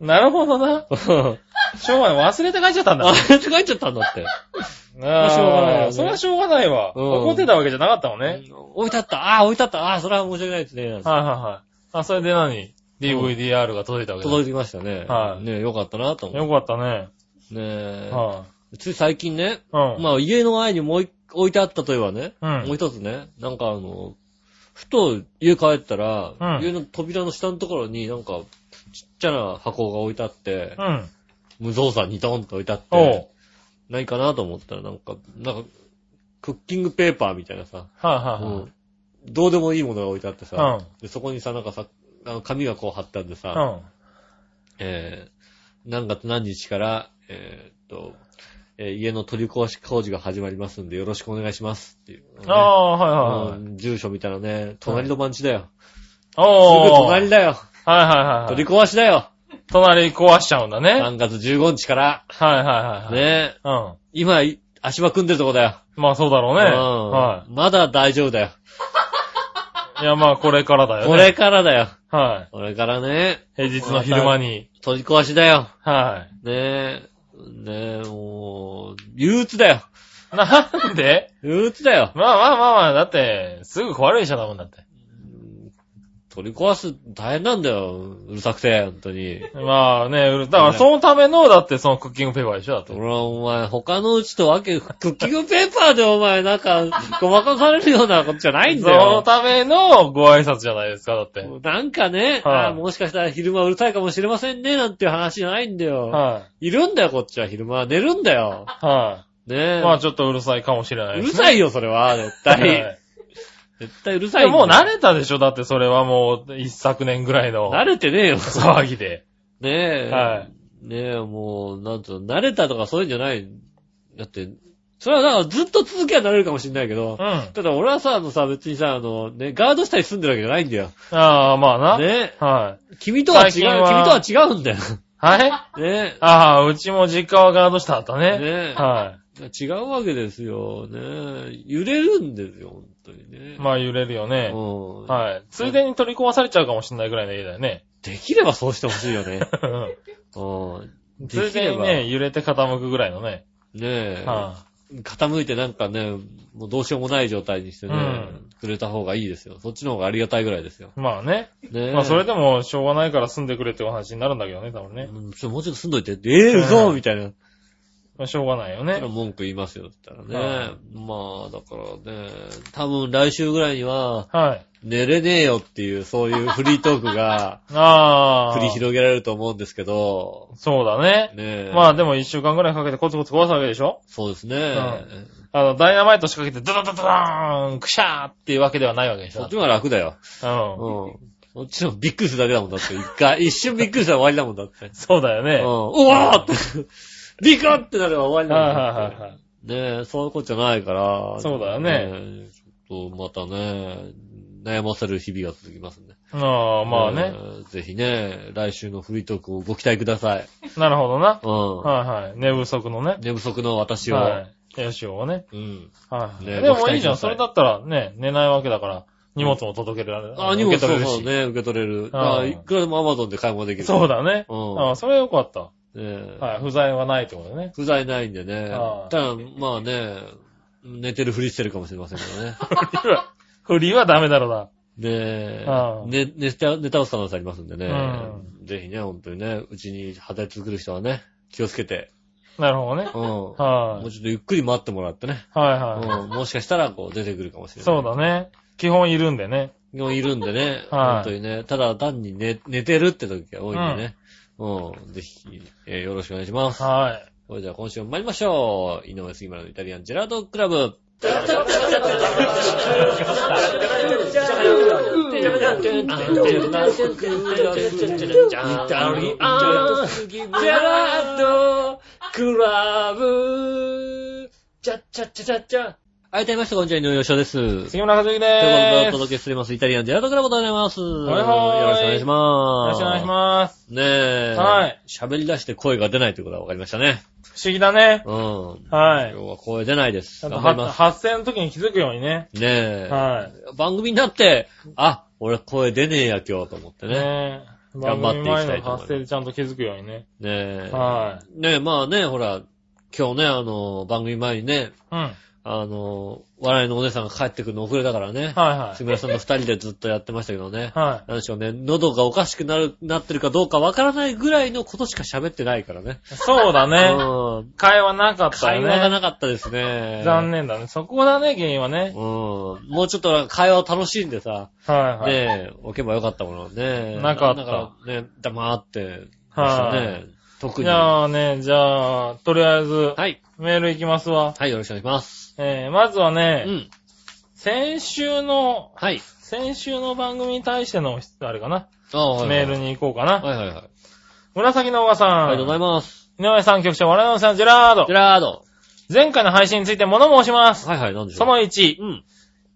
Speaker 3: なるほどな。
Speaker 2: うん
Speaker 3: しょうがない。忘れて帰っちゃったんだ。
Speaker 2: あれって書いちゃったんだって。
Speaker 3: あ
Speaker 2: しょうがないよね
Speaker 3: それはしょうがないわ。
Speaker 2: うん
Speaker 3: 怒ってたわけじゃなかったもんね。
Speaker 2: 置いてあった。ああ、置いてあった。ああ、それは申し訳ないですね。
Speaker 3: はいはいはい。あ、それで何 ?DVDR が届いたわけだ。
Speaker 2: 届いてきましたね。
Speaker 3: はい
Speaker 2: ねよかったなと思っ
Speaker 3: よかったね。
Speaker 2: て。ねえ。
Speaker 3: は
Speaker 2: つい最近ね、
Speaker 3: い。うん。
Speaker 2: まあ家の前にもう一置いてあったといえばね、
Speaker 3: うん
Speaker 2: もう一つね、なんかあの、ふと家帰ったら、
Speaker 3: うん
Speaker 2: 家の扉の下のところになんか、ちっちゃな箱が置いてあって、
Speaker 3: うん。
Speaker 2: 無造作にドンと置いてあっ
Speaker 3: おう
Speaker 2: て、。何かなと思ったらなんか、なんか、クッキングペーパーみたいなさ、
Speaker 3: は
Speaker 2: どうでもいいものが置いてあって
Speaker 3: いはいは
Speaker 2: さ、でそこにさ、なんかさ、あの紙がこう貼ってあってさ、
Speaker 3: い。うん。うん。
Speaker 2: えー何月何日から、えーっと、えー家の取り壊し工事が始まりますんでよろしくお願いしますっていう、ね。
Speaker 3: ああ、はいはいは
Speaker 2: う
Speaker 3: い。
Speaker 2: ん住所見たらね、隣の番地だよ。す
Speaker 3: お
Speaker 2: ぐ
Speaker 3: ー。
Speaker 2: 隣だよ。
Speaker 3: はいはいはいは
Speaker 2: 取
Speaker 3: い。
Speaker 2: り壊しだよ。
Speaker 3: 隣壊しちゃうんだね。はい
Speaker 2: 3月15日から。
Speaker 3: はいはいはい。。
Speaker 2: ね
Speaker 3: うん。
Speaker 2: 今、い足場組んでるとこだよ。
Speaker 3: まあそうだろうね。
Speaker 2: うん
Speaker 3: は
Speaker 2: まだ大丈夫だよ。
Speaker 3: い。いやまあこれからだよね。
Speaker 2: これ。からだよ。
Speaker 3: は
Speaker 2: これからね、
Speaker 3: い。平日の昼間に。
Speaker 2: 取り壊しだよ。
Speaker 3: は
Speaker 2: ねえ、ねえ、もう、憂鬱だよ。
Speaker 3: い。なんで
Speaker 2: 憂鬱だよ。
Speaker 3: まあまあまあまあ、だって、すぐ壊れる人だもんだって。
Speaker 2: 取り壊す、大変なんだよ。うるさくて、本当に。
Speaker 3: まあね、うるだからそのための、だってそのクッキングペーパーでしょ、だって。
Speaker 2: 俺はお前、他のうちとわけ、クッキングペーパーでお前、なんか、ごまかされるようなことじゃないん
Speaker 3: そ
Speaker 2: だ
Speaker 3: の
Speaker 2: よ。
Speaker 3: ためのご挨拶じゃないですか、だって。
Speaker 2: なんかね、
Speaker 3: はい
Speaker 2: あもしかしたら昼間うるさいかもしれませんね、なんていう話じゃないんだよ。
Speaker 3: はい
Speaker 2: るんだよ、こっちは昼間。寝るんだよ。
Speaker 3: い。は
Speaker 2: ね
Speaker 3: い。
Speaker 2: え。
Speaker 3: まあちょっとうるさいかもしれな
Speaker 2: う
Speaker 3: い
Speaker 2: る
Speaker 3: です
Speaker 2: さいよ、それは。絶
Speaker 3: は
Speaker 2: 対。
Speaker 3: い
Speaker 2: 絶対うるさい
Speaker 3: で
Speaker 2: よ。
Speaker 3: ももう慣れたでしょ、だってそれはもう一昨年ぐらいの
Speaker 2: 慣れてねえよ。
Speaker 3: 騒ぎで。
Speaker 2: ねえ。
Speaker 3: は
Speaker 2: ねえ、もう、なんと、慣れたとかそういうんじゃない。だって、それはだからずっと続けば慣れるかもしれないけど
Speaker 3: い。う、ん。あ
Speaker 2: ただ俺はさ、あのさ、別にさ、あの、ね、ガード下に住んでるわけじゃないんだよ。
Speaker 3: あ、まあな。
Speaker 2: ね
Speaker 3: はい。
Speaker 2: 君とは違う、
Speaker 3: 最
Speaker 2: 君
Speaker 3: 近
Speaker 2: と
Speaker 3: は
Speaker 2: は違うんだよ。
Speaker 3: はい
Speaker 2: ね
Speaker 3: ああ、うちも実家はガード下だったね。
Speaker 2: ね
Speaker 3: は
Speaker 2: 違うわけですよ。ね揺れるんですよ、本当にね
Speaker 3: い。。まあ揺れるよね。
Speaker 2: うん
Speaker 3: はい。ついでに取り壊されちゃうかもしれないぐらいの家だよね。
Speaker 2: できればそうしてほしいよね。うん
Speaker 3: つ
Speaker 2: で
Speaker 3: い
Speaker 2: き
Speaker 3: で
Speaker 2: れ
Speaker 3: に
Speaker 2: ば。
Speaker 3: ね、揺れて傾くぐらいのね。
Speaker 2: ねえ、
Speaker 3: はい。
Speaker 2: 傾いてなんかね、もうどうしようもない状態にしてね、
Speaker 3: うん
Speaker 2: くれた方がいいですよ。そっちの方がありがたいぐらいですよ。
Speaker 3: まあね。
Speaker 2: ねえ。
Speaker 3: まあそれでも、しょうがないから住んでくれってお話になるんだけどね、多分ね。
Speaker 2: うんちょもうちょっと住んどいてって、ええ嘘
Speaker 3: うん
Speaker 2: みたいな。
Speaker 3: まあしょうがないよ
Speaker 2: そした
Speaker 3: ね
Speaker 2: ら。文句言いますよって言ったら
Speaker 3: は
Speaker 2: ね。まあ、だからね、多分来週ぐらいには、
Speaker 3: はい。
Speaker 2: 寝れねえよっていう、そういうフリートークが
Speaker 3: ああ。
Speaker 2: 繰り広げられると思うんですけど、
Speaker 3: そうだね。
Speaker 2: ねえ。
Speaker 3: まあ
Speaker 2: も。
Speaker 3: でも一週間ぐらいかけてコツコツ壊すわけでしょ
Speaker 2: そうですね。
Speaker 3: んあの、ダイナマイト仕掛けてドドドドドーン、クシャーっていうわけではないわけでし
Speaker 2: そ
Speaker 3: ょ
Speaker 2: っち。の方が楽だよ。
Speaker 3: うん。
Speaker 2: うん。そっちのびっくりするだけだもんだって。一回、一瞬びっくりしたら終わりだもんだって。
Speaker 3: そうだよ
Speaker 2: う
Speaker 3: ね。
Speaker 2: ん。う
Speaker 3: は
Speaker 2: わーって、ビクってなれば終
Speaker 3: い
Speaker 2: わり
Speaker 3: は
Speaker 2: だ
Speaker 3: い
Speaker 2: もんだ
Speaker 3: は
Speaker 2: って
Speaker 3: い。はい。
Speaker 2: ねえ、そういうことじゃないから。
Speaker 3: そうだよね
Speaker 2: え。ちょっとまたね、悩ませる日々が続きますね。
Speaker 3: ああ、まあ
Speaker 2: え
Speaker 3: ね。
Speaker 2: ー。ぜひね、来週のフリートークをご期待ください。
Speaker 3: なるほどな。
Speaker 2: うん。
Speaker 3: はいはい。寝不足のね。
Speaker 2: 寝不足の私を。
Speaker 3: はい。よしをね。
Speaker 2: うん。
Speaker 3: はい。
Speaker 2: ね
Speaker 3: でもいいじゃ
Speaker 2: ご期待ください
Speaker 3: ん。それだったらね、寝ないわけだから、荷物も届けられる。
Speaker 2: あ、荷物
Speaker 3: 受け
Speaker 2: そ
Speaker 3: 取
Speaker 2: う
Speaker 3: れる
Speaker 2: そう
Speaker 3: し。
Speaker 2: ね、受け取れる。だからいくらでも Amazon で買い物できる。
Speaker 3: そう
Speaker 2: だ。
Speaker 3: だね。
Speaker 2: うん
Speaker 3: ああ、それはよかった。
Speaker 2: ね
Speaker 3: はい、不在はないってこ とね。
Speaker 2: 不在ないんでね
Speaker 3: は。い
Speaker 2: ただ、まあね、寝てるふりしてるかもしれませんけどね。
Speaker 3: 不利は、不利はダメだろうな。
Speaker 2: で
Speaker 3: は、い
Speaker 2: 寝、寝た、寝倒す可能性ありますんでね
Speaker 3: う。
Speaker 2: ぜひね、本当にね、うちに働き続ける人はね、気をつけて、
Speaker 3: なるほどね
Speaker 2: う。ん。も
Speaker 3: は
Speaker 2: う
Speaker 3: い。
Speaker 2: ちょっとゆっくり待ってもらってね。
Speaker 3: はいうは
Speaker 2: ん。もしかしたら、こう、出てくるかもし
Speaker 3: い。
Speaker 2: れない。
Speaker 3: そうだね。基本いるんでね。
Speaker 2: もいるんでね。本
Speaker 3: はい
Speaker 2: 当にね。ただ単に寝、寝てるって時が多いんでね。うん。ぜひ、えーよろしくお願いします。
Speaker 3: は
Speaker 2: それでは今週も参りましょう。井上杉村のイタリアンジェラートクラブ。はい、どうもみなさん、こんにちは、井上洋翔です。ということ
Speaker 3: 杉村和之で
Speaker 2: で、お
Speaker 3: ーす。
Speaker 2: 届けしております、イタリアンジェラートクラブでございます。
Speaker 3: いはい
Speaker 2: よろしくお願いし
Speaker 3: よ
Speaker 2: ま
Speaker 3: ろ
Speaker 2: す。
Speaker 3: しくお願いします。
Speaker 2: す。ねえ。
Speaker 3: はい。
Speaker 2: 喋り出して声が出ないということは分かりましたね。
Speaker 3: 不思議だね。
Speaker 2: うん。
Speaker 3: はい
Speaker 2: 今。日は声出ないです。
Speaker 3: ちゃんと
Speaker 2: 頑張り
Speaker 3: は
Speaker 2: ます。
Speaker 3: 発声の時に気づくようにね。
Speaker 2: ねえ。
Speaker 3: は
Speaker 2: 番組になって、あ、俺声出ねえや今日と思って
Speaker 3: い。
Speaker 2: ね。
Speaker 3: ねえ。
Speaker 2: 頑張っていきたいと思います
Speaker 3: 番組前の発声でちゃんと気づくようにね。
Speaker 2: ねえ。
Speaker 3: はい。
Speaker 2: ねえ、まあね、ほら、今日ね、あの、番組前にね、
Speaker 3: うん。はい
Speaker 2: あの、笑いのお姉さんが帰ってくるの遅れだからね。
Speaker 3: は
Speaker 2: 杉
Speaker 3: い。
Speaker 2: 村さんと二人でずっとやってましたけどね。
Speaker 3: は
Speaker 2: なんでしょうね、喉がおかしくなる、なってるかどうかわからないぐらいのことしか喋ってないからね。
Speaker 3: い。そうだね。
Speaker 2: うん。
Speaker 3: 会話なかった
Speaker 2: 会
Speaker 3: よ
Speaker 2: 話が
Speaker 3: ね。
Speaker 2: なかったですね。
Speaker 3: 残念だね。そこだね、原因は
Speaker 2: うん
Speaker 3: ね。。
Speaker 2: もうちょっと会話を楽しんでさ、
Speaker 3: はいはい。
Speaker 2: ねえ、置けばよかったものね。
Speaker 3: なかっ
Speaker 2: だ
Speaker 3: た
Speaker 2: からね、黙ってました
Speaker 3: はい、
Speaker 2: ね。特
Speaker 3: じ
Speaker 2: に。
Speaker 3: ゃあね、じゃあ、とりあえず、
Speaker 2: はい。
Speaker 3: メールいきますわ。
Speaker 2: はい、よろしくお願いします。
Speaker 3: えー、まずは
Speaker 2: う
Speaker 3: ね、
Speaker 2: ん。
Speaker 3: 先週の、
Speaker 2: はい。
Speaker 3: 先週の番組に対しての、あれかな、
Speaker 2: ああ、はい。
Speaker 3: メールに行こうかな。
Speaker 2: はいはいはい。
Speaker 3: 紫のおばさん。
Speaker 2: ありがとうございます。
Speaker 3: 井上さん、局長、我々のさん、ジェラード
Speaker 2: ジェ。ラード。
Speaker 3: 前回の配信について物申します。
Speaker 2: はいはい、なんでしょう。
Speaker 3: その1、
Speaker 2: うん。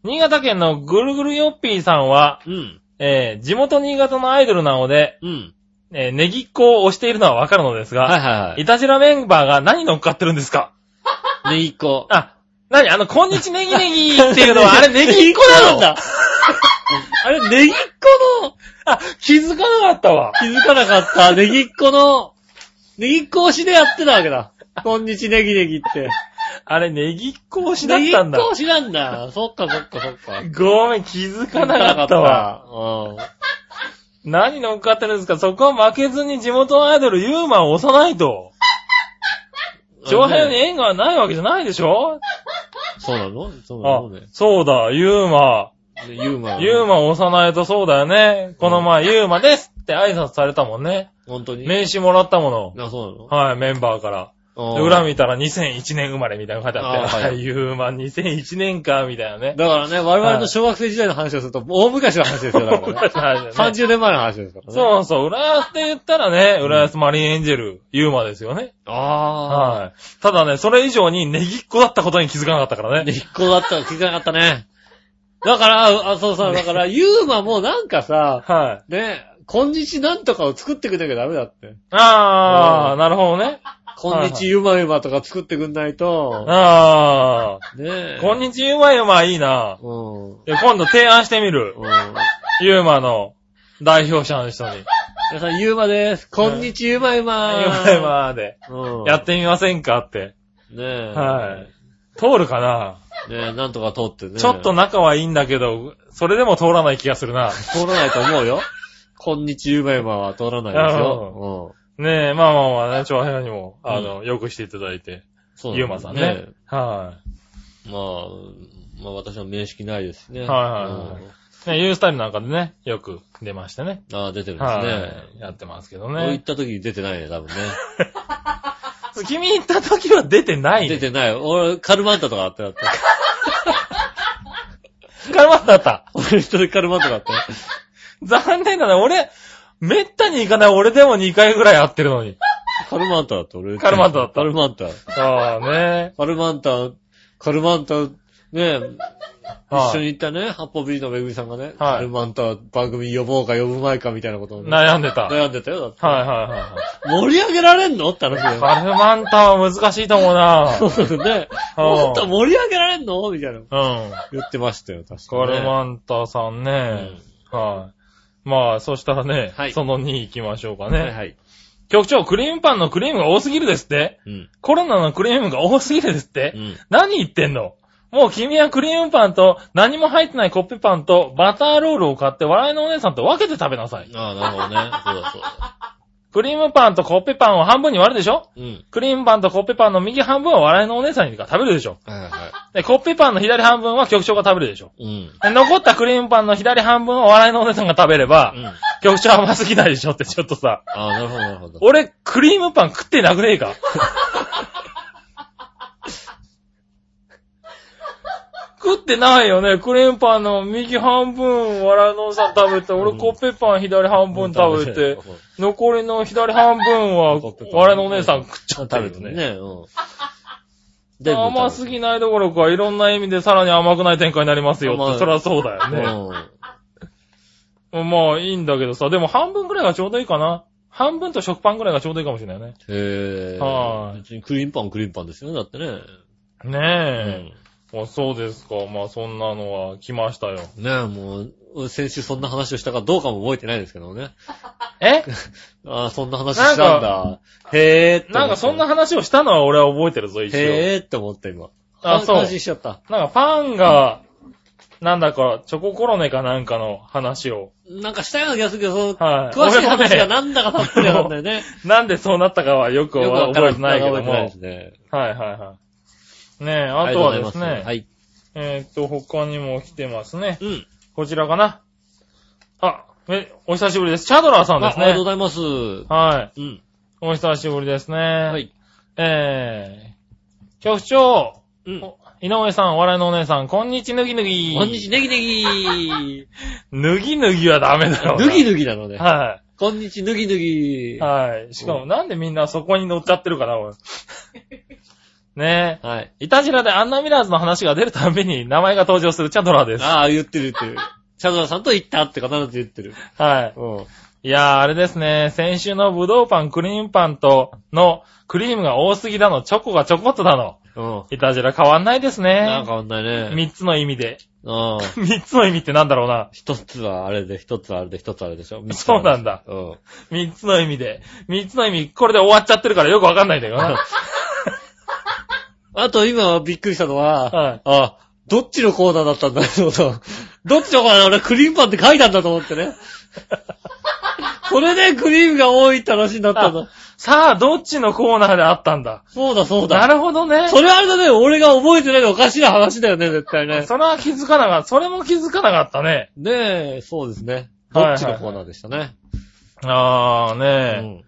Speaker 3: 新潟県のぐるぐるよっぴーさんは、
Speaker 2: うん。
Speaker 3: えー、地元新潟のアイドルなので、
Speaker 2: うん。
Speaker 3: えー、ネギっ子を推しているのはわかるのですが、
Speaker 2: はいはいはい
Speaker 3: い。たじらメンバーが何乗っかってるんですか
Speaker 2: ネギっ子。
Speaker 3: あ、なにあの、こんにちネギネギっていうのは、あれネギっ子な の
Speaker 2: あれ、ネギっ子の、
Speaker 3: あ、気づかなかったわ。
Speaker 2: 気づかなかった。ネギっ子の、ネギっ子推しでやってたわけだ。こんにちネギネギって。
Speaker 3: あれネギっ子推しだっ
Speaker 2: ネギった子
Speaker 3: んだ。
Speaker 2: 推しなんだ。そっかそっかそっか。
Speaker 3: ごめん、気づかなかったわ。
Speaker 2: うん。
Speaker 3: 何乗っかってるんですかそこは負けずに地元のアイドルユーマンを押さないと。長編に縁がないわけじゃないでしょ
Speaker 2: そうなのそうな
Speaker 3: あ
Speaker 2: のね。、
Speaker 3: そうだ、ユーマ。
Speaker 2: でユーマ。
Speaker 3: ユ
Speaker 2: マ。
Speaker 3: ーマを押さないとそうだよね。この前、ユーマですって挨拶されたもんね。
Speaker 2: 本当に。
Speaker 3: 名刺もらったもの。
Speaker 2: あ、そう
Speaker 3: はい、メンバーから。
Speaker 2: なの
Speaker 3: で裏
Speaker 2: み。
Speaker 3: 見たら2001年生まれみたいなの書いてあって、
Speaker 2: あー
Speaker 3: あ
Speaker 2: は
Speaker 3: あ
Speaker 2: い
Speaker 3: いう、まあ2001年か、みたい なね。
Speaker 2: だからね、我々の小学生時代の話をすると、大昔の話ですよ、 だからね。
Speaker 3: 30
Speaker 2: 30年前の話ですからね。う。
Speaker 3: そうそう、浦安って言ったらね、浦安マリンエンジェル、ユーマですよね。
Speaker 2: あ
Speaker 3: はい。ただね、それ以上にネギっ子だったことに気づかなかったから
Speaker 2: あ。で、
Speaker 3: ね。
Speaker 2: 一個だったら気づかなかったね。だから、あ、そうさ、だから、ユーマもなんかさ、
Speaker 3: はい。
Speaker 2: ね、こんにちなんとかを作ってくれなきゃダメだって。
Speaker 3: あ
Speaker 2: う
Speaker 3: ー、なるほどね。
Speaker 2: こんにちユーマユーマとか作ってくんないと、
Speaker 3: あ
Speaker 2: ね
Speaker 3: ー、こんにちユーマユーマいいな。
Speaker 2: うん。
Speaker 3: で今度提案してみる。
Speaker 2: うん。
Speaker 3: ユーマの代表者の人に。
Speaker 2: 皆さん、ゆうまです。こんにちは、ゆうまゆ
Speaker 3: ユ
Speaker 2: ま
Speaker 3: ーマユーマで、
Speaker 2: うん。
Speaker 3: やってみませんかって。
Speaker 2: ねえ。
Speaker 3: はい。通るかな
Speaker 2: ねえ、なんとか通ってね。
Speaker 3: ちょっと仲はいいんだけど、それでも通らない気がするな。
Speaker 2: 通らないと思うよ。こんにちは、ゆうまゆまは通らないですよ。うん。
Speaker 3: ねえ、まあまあまあね、長編にも、あの、よくしていただいて。
Speaker 2: そう
Speaker 3: ゆうまさんね。は
Speaker 2: まあ、まあ私は面識ないですしね。
Speaker 3: はいはいはい
Speaker 2: うん
Speaker 3: い。ね、ユースタイルなんかでね、よく出ましてね。
Speaker 2: ああ、出てるんですね
Speaker 3: はい。。やってますけど
Speaker 2: こういっ
Speaker 3: ね。
Speaker 2: た時に出てないね、多分ね。
Speaker 3: 君行った時は出てない、
Speaker 2: 出
Speaker 3: ね。
Speaker 2: てない。俺、カルマンタとかあったよ。
Speaker 3: カルマンだった。
Speaker 2: 俺一人でカルマンタとかあったよ。
Speaker 3: 残念だね。俺、めったに行かない俺でも2回ぐらい会ってるのに。
Speaker 2: カルマンタだった、俺。
Speaker 3: カルマンタだった
Speaker 2: カルマンタ。
Speaker 3: そうね。
Speaker 2: カルマンタ、カルマンタ、ねえ、
Speaker 3: はい
Speaker 2: 一緒に行ったね、八方ビリのめぐみさんがね、
Speaker 3: はい
Speaker 2: カルマンタ番組呼ぼうか呼ぶ前かみたいなことをね、
Speaker 3: 悩んでた。はい
Speaker 2: 悩んでたよ。だって
Speaker 3: はいはい。
Speaker 2: 盛り上げられんのって話だよ。
Speaker 3: カルマンタは難しいと思うな。
Speaker 2: そうですね。
Speaker 3: はい
Speaker 2: もっと盛り上げられんのみたいな。
Speaker 3: うん。
Speaker 2: 言ってましたよ、確か
Speaker 3: カ
Speaker 2: に、ね。
Speaker 3: ルマンタさんね。はい。まあ、そしたらね、
Speaker 2: はい
Speaker 3: その2行きましょうか
Speaker 2: うん。
Speaker 3: ね。
Speaker 2: はいはい。
Speaker 3: 局長、クリームパンのクリームが多すぎるですって
Speaker 2: うん。
Speaker 3: コロナのクリームが多すぎるですって、
Speaker 2: うん。
Speaker 3: 何言ってんのもう君はクリームパンと何も入ってないコッペパンとバターロールを買って笑いのお姉さんと分けて食べなさい。
Speaker 2: ああ、なるほどね。そうだそうだ。
Speaker 3: クリームパンとコッペパンを半分に割るでしょ
Speaker 2: うん。
Speaker 3: クリームパンとコッペパンの右半分は笑いのお姉さんが食べるでしょ
Speaker 2: はいはいは
Speaker 3: で、コッペパンの左半分は局長が食べるでしょ
Speaker 2: い。うん。
Speaker 3: で残ったクリームパンの左半分を笑いのお姉さんが食べれば、
Speaker 2: うん。
Speaker 3: 局長甘すぎないでしょってちょっとさ。
Speaker 2: ああ、なるほど、なるほど。
Speaker 3: 俺、クリームパン食ってなくねえか食ってないよね。クレーンパンの右半分、わらのさん食べて、俺コッペパン左半分食べ て、残りの左半分は、わらのお姉さん食っちゃ
Speaker 2: 食
Speaker 3: って
Speaker 2: べ
Speaker 3: る
Speaker 2: て
Speaker 3: ね。
Speaker 2: ね。 ねうん。全部食べて
Speaker 3: 甘すぎないどころか、いろんな意味でさらに甘くない展開になりますよ
Speaker 2: 甘
Speaker 3: っ
Speaker 2: い
Speaker 3: て、そりゃそうだよね。まあ、いいんだけどさ、でも半分くらいがちょうどいいかな。半分と食パンくらいがちょうどいいかもしれないね。
Speaker 2: うん。へえ。
Speaker 3: はい
Speaker 2: 別にクリーンパンクリーンパンですよね、だってね。
Speaker 3: ねえ。あそうですか。まあ、そんなのは来ましたよ。
Speaker 2: うんねえ、もう、先週そんな話をしたかどうかも覚えてないですけどね。
Speaker 3: え
Speaker 2: ああ、そんな話したんだ。へえって思った。
Speaker 3: なんかそんな話をしたのは俺は覚えてるぞ、一応。
Speaker 2: へえって思った今。
Speaker 3: あそう
Speaker 2: 安心しちゃった。
Speaker 3: なんかパンが、なんだか、チョココロネかなんかの話を。
Speaker 2: なんかしたような気がするけど、その
Speaker 3: はい。
Speaker 2: 詳しい話
Speaker 3: 俺
Speaker 2: が
Speaker 3: はね、
Speaker 2: なんだかたっぷりなんだよね。
Speaker 3: なんでそうなったかはよく
Speaker 2: よくわ
Speaker 3: は
Speaker 2: から
Speaker 3: 覚
Speaker 2: な
Speaker 3: えてないけども。
Speaker 2: 覚えてなで
Speaker 3: はいい
Speaker 2: すね。
Speaker 3: はいはい。ねえ、あとは
Speaker 2: りがう
Speaker 3: で
Speaker 2: ご
Speaker 3: す
Speaker 2: ざいま
Speaker 3: ね、
Speaker 2: はい。
Speaker 3: えーっと、他にも来てますね。
Speaker 2: うん。
Speaker 3: こちらかな。あ、え、お久しぶりです。チャドラーさん
Speaker 2: あ
Speaker 3: で
Speaker 2: あ
Speaker 3: す
Speaker 2: りがとうござい
Speaker 3: ね。
Speaker 2: ます。う
Speaker 3: はい。
Speaker 2: ん。
Speaker 3: お久しぶりですね。
Speaker 2: は。
Speaker 3: はいえー、局長、
Speaker 2: うん。
Speaker 3: お井上さん、お笑いのお姉さん、こんにちぬぎぬぎ。
Speaker 2: こんにちネギネギ
Speaker 3: ぬぎぬぎはダメだろうな。
Speaker 2: ぬぎぬぎなのね。
Speaker 3: は
Speaker 2: こんにちぬぎぬぎ。
Speaker 3: い。はい。しかも、なんでみんなそこに乗っちゃってるかな、俺。 ね
Speaker 2: はい。
Speaker 3: え。いたじらでアンナミラーズの話が出るたびに名前が登場するチャドラーです。
Speaker 2: ああ、言ってる言ってる。チャドラさんと言ったって必ず言ってる。
Speaker 3: は
Speaker 2: うん。
Speaker 3: い。いやー、あれですね。先週のブドウパン、クリームパンとの、クリームが多すぎだの、チョコがちょこっとだの。
Speaker 2: うん。
Speaker 3: いたじら変わんないです
Speaker 2: なん
Speaker 3: ね。
Speaker 2: かわかんないね。
Speaker 3: 三つの意味で。
Speaker 2: うん。
Speaker 3: 三つの意味ってなんだろうな。
Speaker 2: 一つはあれで、一つはあれで、一つはあれでしょ三つ
Speaker 3: そうなんだ
Speaker 2: うん。
Speaker 3: 三つの意味で。三つの意味、これで終わっちゃってるからよくわかんないんだけ どな。
Speaker 2: あと今びっくりしたのは、
Speaker 3: はい
Speaker 2: あ、どっちのコーナーだったんだろうと。どっちのコーナー俺クリームパンって書いたんだと思って ね。それでクリームが多いって話になったんだ
Speaker 3: あ。さあ、どっちのコーナーであったんだ。
Speaker 2: そうだそうだ。
Speaker 3: なるほど ね。
Speaker 2: それはあれだね、俺が覚えてないのおかしな話だよね、絶対ね。
Speaker 3: それは気づかなかった。それも気づかなかったね。
Speaker 2: ねえ、そうですね。ど
Speaker 3: はいはい
Speaker 2: っちのコーナーでしたね。
Speaker 3: ああ、
Speaker 2: う
Speaker 3: ねえ、
Speaker 2: ん。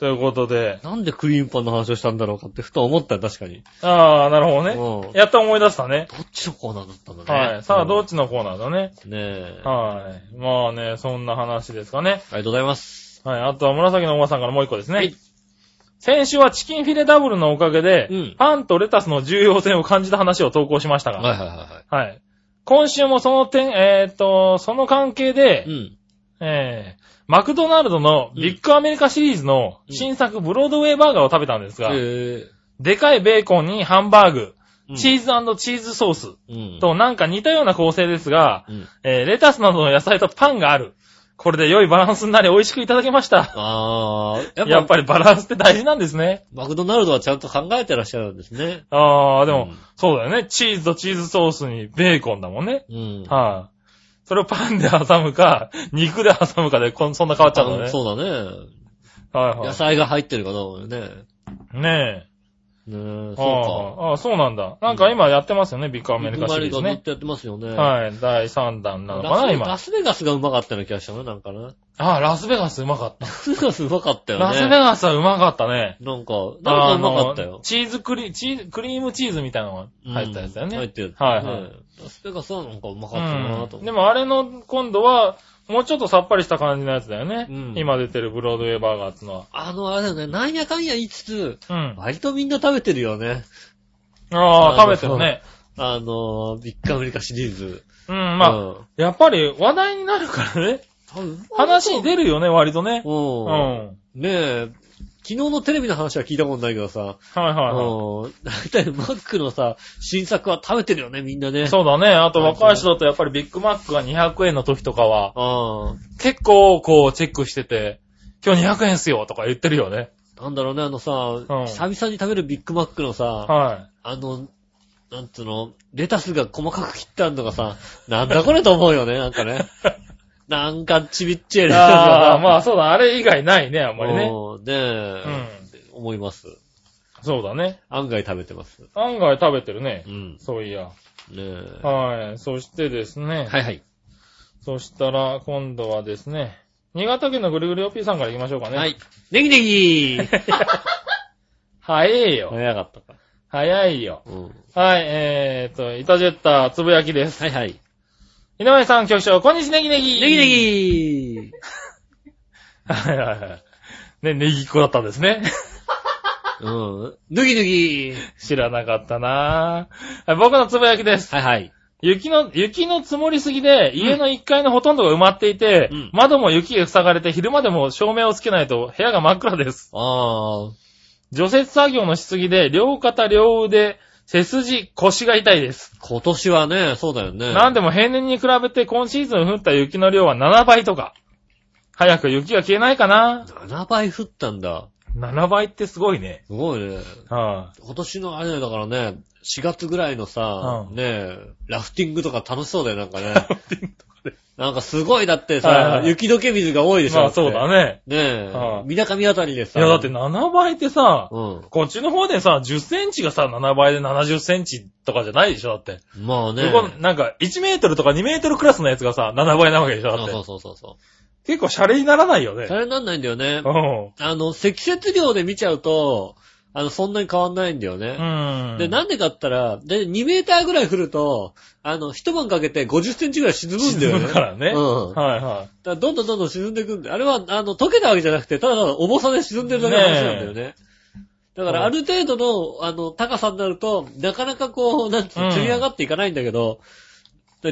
Speaker 3: ということで。
Speaker 2: なんでクリームパンの話をしたんだろうかってふと思ったよ、確かに。
Speaker 3: ああ、なるほ
Speaker 2: う
Speaker 3: ど
Speaker 2: ん。
Speaker 3: ね。
Speaker 2: どっ
Speaker 3: やっと思い出したね。
Speaker 2: ちのコーナーだったんだね。
Speaker 3: はい。さあ、ど
Speaker 2: っ
Speaker 3: っちのコーナーだね。
Speaker 2: ちねえ。あ
Speaker 3: はい。まあね、そんな話ですかね。
Speaker 2: りがとうございます。
Speaker 3: はい。あとは紫のおばさんからもう一個ですね。
Speaker 2: はい
Speaker 3: 先週はチキンフィレダブルのおかげで、
Speaker 2: うん
Speaker 3: パンとレタスの重要性を感じた話を投稿しましたが、
Speaker 2: はいはいは
Speaker 3: はい。今週もその点、えーっと、その関係で、
Speaker 2: いはい。うん。
Speaker 3: えー、マクドナルドのビッグアメリカシリーズの新作ブロードウェイバーガーを食べたんですが、
Speaker 2: え
Speaker 3: でかいベーコンにハンバーグ、
Speaker 2: え。
Speaker 3: チ
Speaker 2: ー
Speaker 3: ーズチーズソース
Speaker 2: ズ、
Speaker 3: となんか似たような構成ですが、
Speaker 2: うん。
Speaker 3: えー、レタスなどの野菜とパンがある。これで良いバランスになり美味しくいただきました。
Speaker 2: ああ、やっぱ
Speaker 3: やっぱりバランスって大事なんですね。
Speaker 2: マクドナルドはちゃんと考えてらっしゃるんですね。
Speaker 3: あー、でも、
Speaker 2: うん
Speaker 3: そうだよね。チーズとチーズソースにベーコンだもんね。
Speaker 2: うん。
Speaker 3: はい、それをパンで挟むか、肉で挟むかで、こんそんな変わっちゃうの
Speaker 2: あ
Speaker 3: ね。
Speaker 2: そうだね。
Speaker 3: はいは
Speaker 2: 野菜が入ってるかどうかね。
Speaker 3: い。ねえ。
Speaker 2: ねえ、
Speaker 3: あ
Speaker 2: そ
Speaker 3: あああ、そうなんだ。なんか今やってますよね、ビッグア
Speaker 2: うか。
Speaker 3: メリカシリーズ
Speaker 2: ずっ
Speaker 3: ね。
Speaker 2: とやってますよね。
Speaker 3: はい、第3弾なのかな、
Speaker 2: ラスラ
Speaker 3: 今。
Speaker 2: スベガスがうまかったような気がしたのね、なんかね。
Speaker 3: ああ、ラスベガスうまかった。
Speaker 2: ラスベガ スうまかったよね。
Speaker 3: ラスベガスはうまかったね。
Speaker 2: なんか、なんかうまかった
Speaker 3: あの
Speaker 2: よ。
Speaker 3: チーズクリ、チーズ、クリームチーズみたいなのが入ったやつだよ
Speaker 2: うん入
Speaker 3: ね
Speaker 2: っ。てる。
Speaker 3: はいはい
Speaker 2: ねえラスベガスはなんかうまか
Speaker 3: う
Speaker 2: ったなんと。思って
Speaker 3: でもあれの今度は、もうちょっとさっぱりした感じのやつだよね
Speaker 2: うん。
Speaker 3: 今出てるブロードウェイバーガーってのは。
Speaker 2: あの、あれだよね、なんやかんや言いつつ、
Speaker 3: うん。
Speaker 2: 割とみんな食べてるよね。
Speaker 3: ああ、食べてるね。
Speaker 2: あの、ビッグアメリカシリーズ。
Speaker 3: うん、まあ、
Speaker 2: あ、
Speaker 3: やっぱり話題になるからね。
Speaker 2: 多分
Speaker 3: 話に出るよね、割とね。
Speaker 2: う
Speaker 3: うんん。。はい
Speaker 2: ねえ、昨日のテレビの話は聞いたことないけどさ、
Speaker 3: はい
Speaker 2: うん
Speaker 3: はい。
Speaker 2: 大体マックのさ、新作は食べてるよね、みんなね。う。
Speaker 3: そうだね。あと若い人だとやっぱりビッグマックが200円の時とかは、
Speaker 2: あ
Speaker 3: 結構こうチェックしてて、今日200円っすよとか言ってるよね。
Speaker 2: あ、なんだろうね、あのさ、久々に食べるビッグマックのさ、
Speaker 3: は
Speaker 2: あの、なんつうの、レタスが細かく切ってあるのがさ、なんだこれと思うよね、なんか ね。なんかちびっちゃい
Speaker 3: い。
Speaker 2: レタスが
Speaker 3: ああ、
Speaker 2: さ。
Speaker 3: まあそうだ、あれ以外ないね、あんまりね。
Speaker 2: うんね
Speaker 3: う
Speaker 2: え、
Speaker 3: ん。
Speaker 2: 思います。
Speaker 3: そうだね。
Speaker 2: 案外食べてます。
Speaker 3: 案外食べてるね
Speaker 2: う。ん。
Speaker 3: そういや。
Speaker 2: ねえ。
Speaker 3: はい。そしてですね。
Speaker 2: はいはい。
Speaker 3: そしたら、今度はですね、新潟県のぐるぐるよっぴーさんから行きましょうかね。
Speaker 2: は。い。ネギネギ
Speaker 3: 早えよ。
Speaker 2: 早かったか。
Speaker 3: 早いよ。
Speaker 2: うん。
Speaker 3: はい、えーと、イタジェッター、つぶやきです。
Speaker 2: はいはい。
Speaker 3: 井上さん、局長、こんにちネギネギ。
Speaker 2: ネギネギ
Speaker 3: はいはいはい。ね、ネギっ子だったんで すね。
Speaker 2: うん。ぬぎぬぎ
Speaker 3: 知らなかったなぁ。はい僕のつぶやきです。
Speaker 2: はいはい。
Speaker 3: 雪の、雪の積もりすぎで、家の1階のほとんどが埋まっていて、
Speaker 2: うん
Speaker 3: 窓も雪が塞がれて、昼間でも照明をつけないと部屋が真っ暗です。
Speaker 2: あー。
Speaker 3: 除雪作業のしすぎで、両肩両腕、背筋、腰が痛いです。
Speaker 2: 今年はね、そうだよね。
Speaker 3: なんでも平年に比べて今シーズン降った雪の量は7倍とか。早く雪が消えないかな
Speaker 2: ?7 倍降ったんだ。
Speaker 3: ?7 倍ってすごいね。
Speaker 2: すごいね。
Speaker 3: は
Speaker 2: 今年のあれだよだからね、4月ぐらいのさ、
Speaker 3: う
Speaker 2: ね
Speaker 3: ん
Speaker 2: え、ラフティングとか楽しそうだよ、なんか ね。なんかすごい、だってさ、
Speaker 3: はいはい
Speaker 2: 雪解け水が多い
Speaker 3: い
Speaker 2: でしょ。
Speaker 3: まあそうだ
Speaker 2: ね。
Speaker 3: ね。
Speaker 2: ねえ、
Speaker 3: うん
Speaker 2: みなかみあたりで
Speaker 3: い
Speaker 2: さ。
Speaker 3: やだって7倍ってさ、
Speaker 2: うん。
Speaker 3: こっちの方でさ、10センチがさ、7倍で70センチとかじゃないでしょだって。
Speaker 2: まあね。
Speaker 3: そこ、なんか、1メートルとか2メートルクラスのやつがさ、7倍なわけでしょだっ
Speaker 2: そう
Speaker 3: て。
Speaker 2: そうそうそ
Speaker 3: 結構シャレにならないよね
Speaker 2: う。。それなんないんだよね
Speaker 3: う。ん。
Speaker 2: あの、積雪量で見ちゃうと、あの、そんなに変わんないんだよね。
Speaker 3: うん。
Speaker 2: で、なんでかって言ったら、で、2メーターぐらい降ると、あの、一晩かけて50センチぐらい沈むんだよね。
Speaker 3: 沈むからね
Speaker 2: うん。
Speaker 3: はいは
Speaker 2: だからどんどんどんどん沈んでいくんで、あれは、あの、溶けたわけじゃなくて、ただただ重さで沈んでるだけの話なんだよね。だから、ある程度の、あの、高さになると、なかなかこう、なんつう
Speaker 3: うん
Speaker 2: の、釣り上がっていかないんだけど、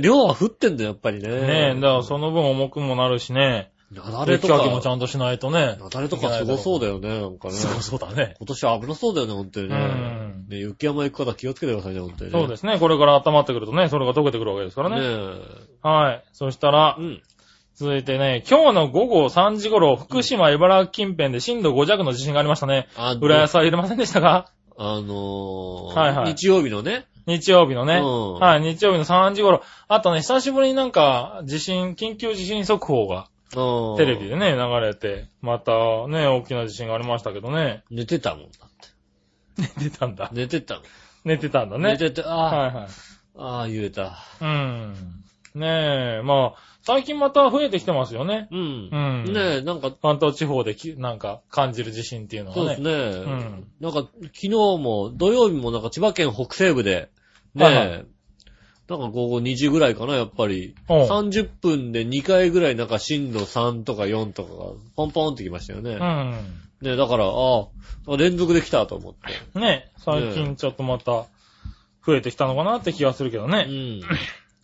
Speaker 2: 量は降ってんだよ、やっぱりね。
Speaker 3: い。ねえ、だからその分重くもなるしね。
Speaker 2: なだれ
Speaker 3: 雪
Speaker 2: と
Speaker 3: かきも
Speaker 2: か
Speaker 3: ち、ゃんとしないとね。
Speaker 2: なだれとかすごそうだよね、なんかね。
Speaker 3: そうそうだね。
Speaker 2: 今年は危なそうだよね、本当にね。
Speaker 3: うん
Speaker 2: ね雪山行く方気をつけてくださいね、本当にね。
Speaker 3: そうですね。これから温まってくるとね、それが溶けてくるわけですからね。
Speaker 2: ね
Speaker 3: はい。そしたら
Speaker 2: え。う、ん。
Speaker 3: 続いてね、今日の午後3時頃、福島、茨城近辺で震度5弱の地震がありましたね。
Speaker 2: あ
Speaker 3: 浦安は入れませんでしたか
Speaker 2: あのー
Speaker 3: はいはい
Speaker 2: 日曜日のね。
Speaker 3: 日曜日のね。
Speaker 2: うん
Speaker 3: はい、日曜日の3時頃。あとね、久しぶりになんか、地震、緊急地震速報が、
Speaker 2: テ
Speaker 3: テレビでね、流れて、またね、大きな地震がありましたけどね。
Speaker 2: 寝てたもんだって。
Speaker 3: 寝てたんだ。
Speaker 2: 寝てたもん。
Speaker 3: 寝てたんだ
Speaker 2: 寝
Speaker 3: ね。
Speaker 2: てて、あ
Speaker 3: はいはい。
Speaker 2: あ、ああ、言えた。
Speaker 3: うん。ねえ、まあ、最近また増えてきてますよね。
Speaker 2: うん。
Speaker 3: うん
Speaker 2: ねえ、なんか、
Speaker 3: 関東地方でき、なんか、感じる地震っていうの
Speaker 2: そうで
Speaker 3: は
Speaker 2: す
Speaker 3: ね。
Speaker 2: ね。
Speaker 3: ん
Speaker 2: なんか、昨日も、土曜日もなんか千葉県北西部で、ねえ、
Speaker 3: はいはい
Speaker 2: なんか午後2時ぐらいかな、やっぱり。
Speaker 3: うん
Speaker 2: 30分で2回ぐらいなんか震度3とか4とかが、ポンポンってきましたよね。
Speaker 3: う
Speaker 2: ねえ、だから、ああ、連続できたと思って。
Speaker 3: ん。ねえ、最近ちょっとまた、増えてきたのかなって気がするけどね。
Speaker 2: うん。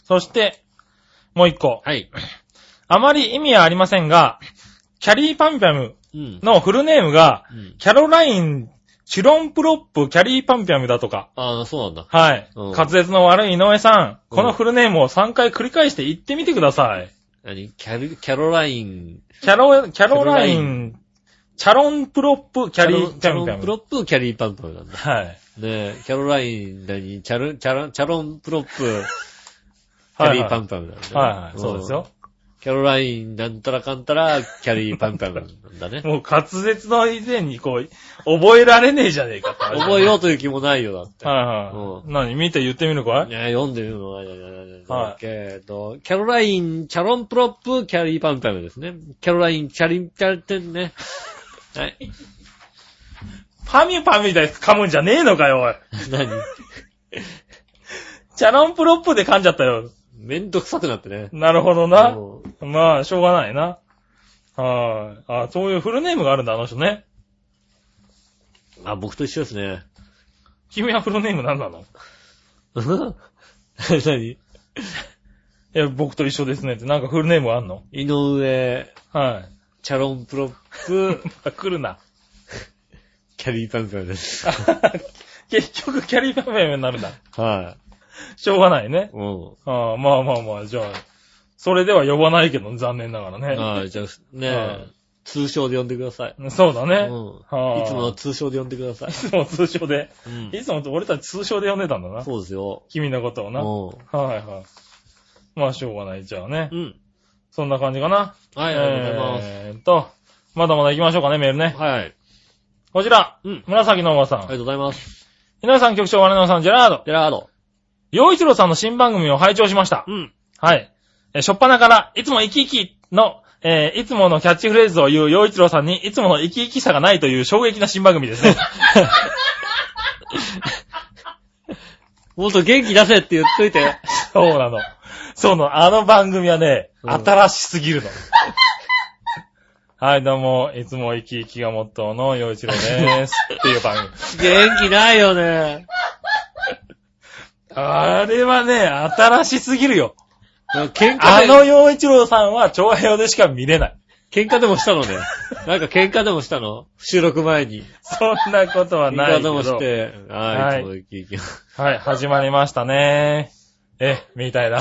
Speaker 3: そして、もう一個。
Speaker 2: はい。
Speaker 3: あまり意味はありませんが、キャリーパンピャム
Speaker 2: うん。
Speaker 3: のフルネームが、
Speaker 2: うん、
Speaker 3: キャロライン、チュロンプロップ、キャリーパンピャムだとか。
Speaker 2: ああ、そうなんだ。
Speaker 3: はい。
Speaker 2: うん
Speaker 3: 滑舌の悪い井上さん、
Speaker 2: うん
Speaker 3: このフルネームを3回繰り返して言ってみてください。
Speaker 2: 何キャル、キャロライン、
Speaker 3: キャロ、キャ
Speaker 2: キャ
Speaker 3: ロライ
Speaker 2: ロライ
Speaker 3: ン、チャロンプロップ、キャリー
Speaker 2: キ
Speaker 3: パ
Speaker 2: ャ
Speaker 3: ン
Speaker 2: ロ
Speaker 3: ピ
Speaker 2: キャロ
Speaker 3: ャ
Speaker 2: ンプロ
Speaker 3: ム。
Speaker 2: ップ、キャリーパンパムなんだ。
Speaker 3: はい。
Speaker 2: ねえ、キャロライン、何チャル、チャラ、チャロンプロップ、キ
Speaker 3: はい
Speaker 2: ャ
Speaker 3: はい
Speaker 2: リーパンパムなんだ、ね。
Speaker 3: はいはい、
Speaker 2: ん
Speaker 3: そうですよ。。
Speaker 2: キャロライン、なんたらかんたら、キャリーパンパムなんだね。
Speaker 3: もう滑舌の以前にこう、覚えられねえじゃねえかって話
Speaker 2: 覚えようという気もないよ、だって。
Speaker 3: はいはい。何見て言ってみるかい
Speaker 2: ねえ、読んでみるのは、いやいやいやいや
Speaker 3: はい
Speaker 2: えっと、キャロライン、チャロンプロップ、キャリーパンパムですね。キャロライン、チャリン、チャリンってね。 はい。
Speaker 3: パミュパミュみたいに噛むんじゃねえのかよ、おい。
Speaker 2: 何
Speaker 3: チャロンプロップで噛んじゃったよ。
Speaker 2: めんどくさくなってね。
Speaker 3: なるほどな。
Speaker 2: もう
Speaker 3: まあ、しょうがないな。はーい。あ、そういうフルネームがあるんだ、あの人ね。
Speaker 2: あ、僕と一緒ですね。
Speaker 3: 君はフルネーム何なのい
Speaker 2: 何
Speaker 3: や、僕と一緒ですねって、なんかフルネームあんの
Speaker 2: 井上、
Speaker 3: は
Speaker 2: チャロンプロッ
Speaker 3: い
Speaker 2: プ、。
Speaker 3: 来るな。
Speaker 2: キャリーパンパンです。
Speaker 3: 結局、キャリーパミュパミュになるんだ。
Speaker 2: は
Speaker 3: しょうがないね
Speaker 2: い。。うん。
Speaker 3: あーまあまあまあ、じゃあ、それでは呼ばないけど、残念ながらね。
Speaker 2: はい、じゃあ、ね
Speaker 3: は
Speaker 2: え、通称で呼んでください。
Speaker 3: そうだ
Speaker 2: うん。
Speaker 3: ね。はい
Speaker 2: いつもの通称で呼んでください
Speaker 3: い。つも通称で。
Speaker 2: うん
Speaker 3: いつも俺たち通称で呼んでたんだな。
Speaker 2: そうですよ。
Speaker 3: 君のことをな。
Speaker 2: う
Speaker 3: はいはい。まあ、しょうがない。じゃあね。
Speaker 2: ん。うん。
Speaker 3: そんな感じかな。
Speaker 2: はい、ありがとうございます。
Speaker 3: えーっと、まだまだ行きましょうかね、メールね。
Speaker 2: はい。
Speaker 3: こちら。
Speaker 2: うん。
Speaker 3: 紫のおばさ
Speaker 2: あり
Speaker 3: ん。
Speaker 2: がとうございます。
Speaker 3: 井上さん、局長、我々さん、ジェラード。
Speaker 2: ジェラード。
Speaker 3: 洋一郎さんの新番組を拝聴しました
Speaker 2: う。ん。
Speaker 3: はい。えー、しょっぱなから、いつも生き生きの、えーいつものキャッチフレーズを言う洋一郎さん に、いつもの生き生きさがないという衝撃な新番組ですね。
Speaker 2: もっと元気出せって言っとい て。
Speaker 3: そうなの。そうなの。あの番組はね、
Speaker 2: うん
Speaker 3: 新しすぎるの。はい、どうも、いつも生き生きがモットーの洋一郎です。っていう番組。
Speaker 2: 元気ないよね。
Speaker 3: あれはね、新しすぎるよ。
Speaker 2: 喧
Speaker 3: あ
Speaker 2: 嘩
Speaker 3: の
Speaker 2: で、
Speaker 3: 洋一郎さんは長平でしか見れない。
Speaker 2: 喧嘩でもしたのね。なんか喧嘩でもしたの収録前に。
Speaker 3: そんなことは
Speaker 2: 喧
Speaker 3: ない
Speaker 2: 嘩
Speaker 3: け
Speaker 2: で
Speaker 3: ど。
Speaker 2: もして。
Speaker 3: は
Speaker 2: はいい、いつも生き生き。
Speaker 3: はい、始まりましたね。え、みたいな。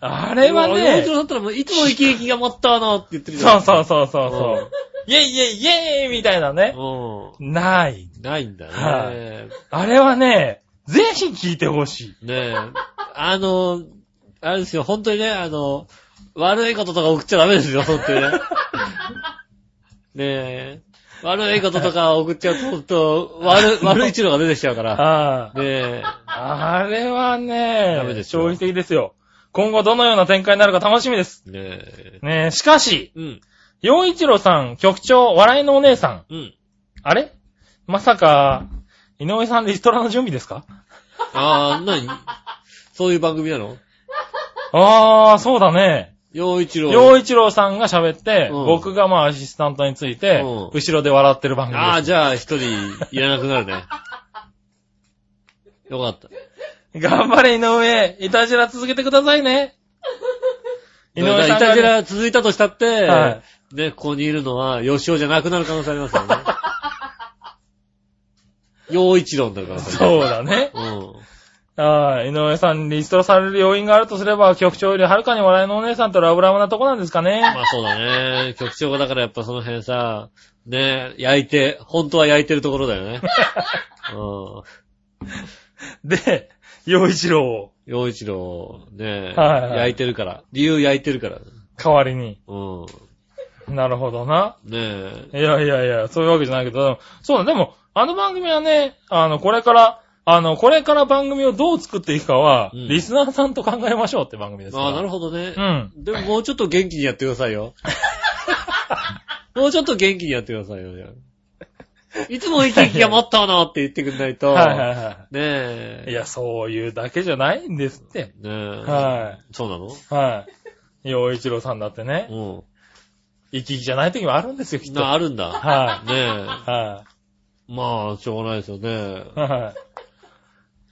Speaker 3: あれは
Speaker 2: もう洋
Speaker 3: ね
Speaker 2: 一、郎だったらもういつも生き生きがもったのって言ってるじゃ。
Speaker 3: そうんそううそうそうそう。イェイイェイイェイみたいなね。
Speaker 2: そう。
Speaker 3: ない。
Speaker 2: うん。ないんだ
Speaker 3: は
Speaker 2: ね。
Speaker 3: あれはね、ぜひ聞いてほしい。
Speaker 2: ねえ。あの、あれですよ、本当にね、あの、悪いこととか送っちゃダメですよ、本当にね。ねえ。悪いこととか送っちゃうと、ほんと、悪、 悪い一路が出てきちゃうから。
Speaker 3: あ
Speaker 2: ねえ。
Speaker 3: あ。あれはね、
Speaker 2: ダメですよ
Speaker 3: 衝撃的ですよ。今後どのような展開になるか楽しみです。
Speaker 2: ねえ。
Speaker 3: ねえ、しかし、
Speaker 2: うん、
Speaker 3: 洋一郎さん、局長、笑いのお姉さん、
Speaker 2: うん。
Speaker 3: あれまさか、井上さんリストラの準備です か
Speaker 2: ああ、なにそういう番組なの
Speaker 3: ああ、そうだね。
Speaker 2: 洋一郎。
Speaker 3: 洋一郎さんが喋って、
Speaker 2: うん
Speaker 3: 僕がまあアシスタントについて、
Speaker 2: うん
Speaker 3: 後ろで笑ってる番組です。
Speaker 2: ああ、じゃあ一人いらなくなるね。よかった。
Speaker 3: 頑張れ、井上。いたじら続けてくださいね。 井上さんが、
Speaker 2: いたじら続いたとしたって、
Speaker 3: は
Speaker 2: ね、ここにいるのは、吉尾じゃなくなる可能性ありますよ ね。陽一郎になる可能性ある。
Speaker 3: そうだね。ああ、井上さんにリストラされる要因があるとすれば、局長よりはるかに笑いのお姉さんとラブラブなとこなんですか
Speaker 2: うん。ま
Speaker 3: ね。
Speaker 2: あそうだね。局長がだからやっぱその辺さ、ね、焼いて、本当は焼いてるところだよ ね。う
Speaker 3: で、洋一郎を
Speaker 2: ん。陽一郎、ね、
Speaker 3: はいはい
Speaker 2: 焼いてるから。理由焼いてるから。
Speaker 3: 代わりに。
Speaker 2: うん。
Speaker 3: なるほどな。
Speaker 2: ねえ。
Speaker 3: いやいやいや、そういうわけじゃないけど、でもそうだ、でも、あの番組はね、あの、これから、あの、これから番組をどう作っていくかは、
Speaker 2: うん
Speaker 3: リスナーさんと考えましょうって番組ですから。
Speaker 2: ああ、なる
Speaker 3: ほ
Speaker 2: ほどね。
Speaker 3: うん。
Speaker 2: でももうちょっと元気にやってくださいよ。もうちょっと元気にやってくださいよ、じゃあいつも生き生きがもっとのって言ってくんないと。
Speaker 3: はいはいは
Speaker 2: ねえ。
Speaker 3: い。いや、そういうだけじゃないんですって。
Speaker 2: ねえ。
Speaker 3: は
Speaker 2: そうなの
Speaker 3: い。はい。洋一郎さんだってね、生き生きじゃない時もあるんですよ、
Speaker 2: う
Speaker 3: き
Speaker 2: ん。
Speaker 3: っと。は
Speaker 2: な、あるんだ。
Speaker 3: い。
Speaker 2: ねえ。
Speaker 3: は
Speaker 2: まあ、しょうがないですよね。
Speaker 3: い。は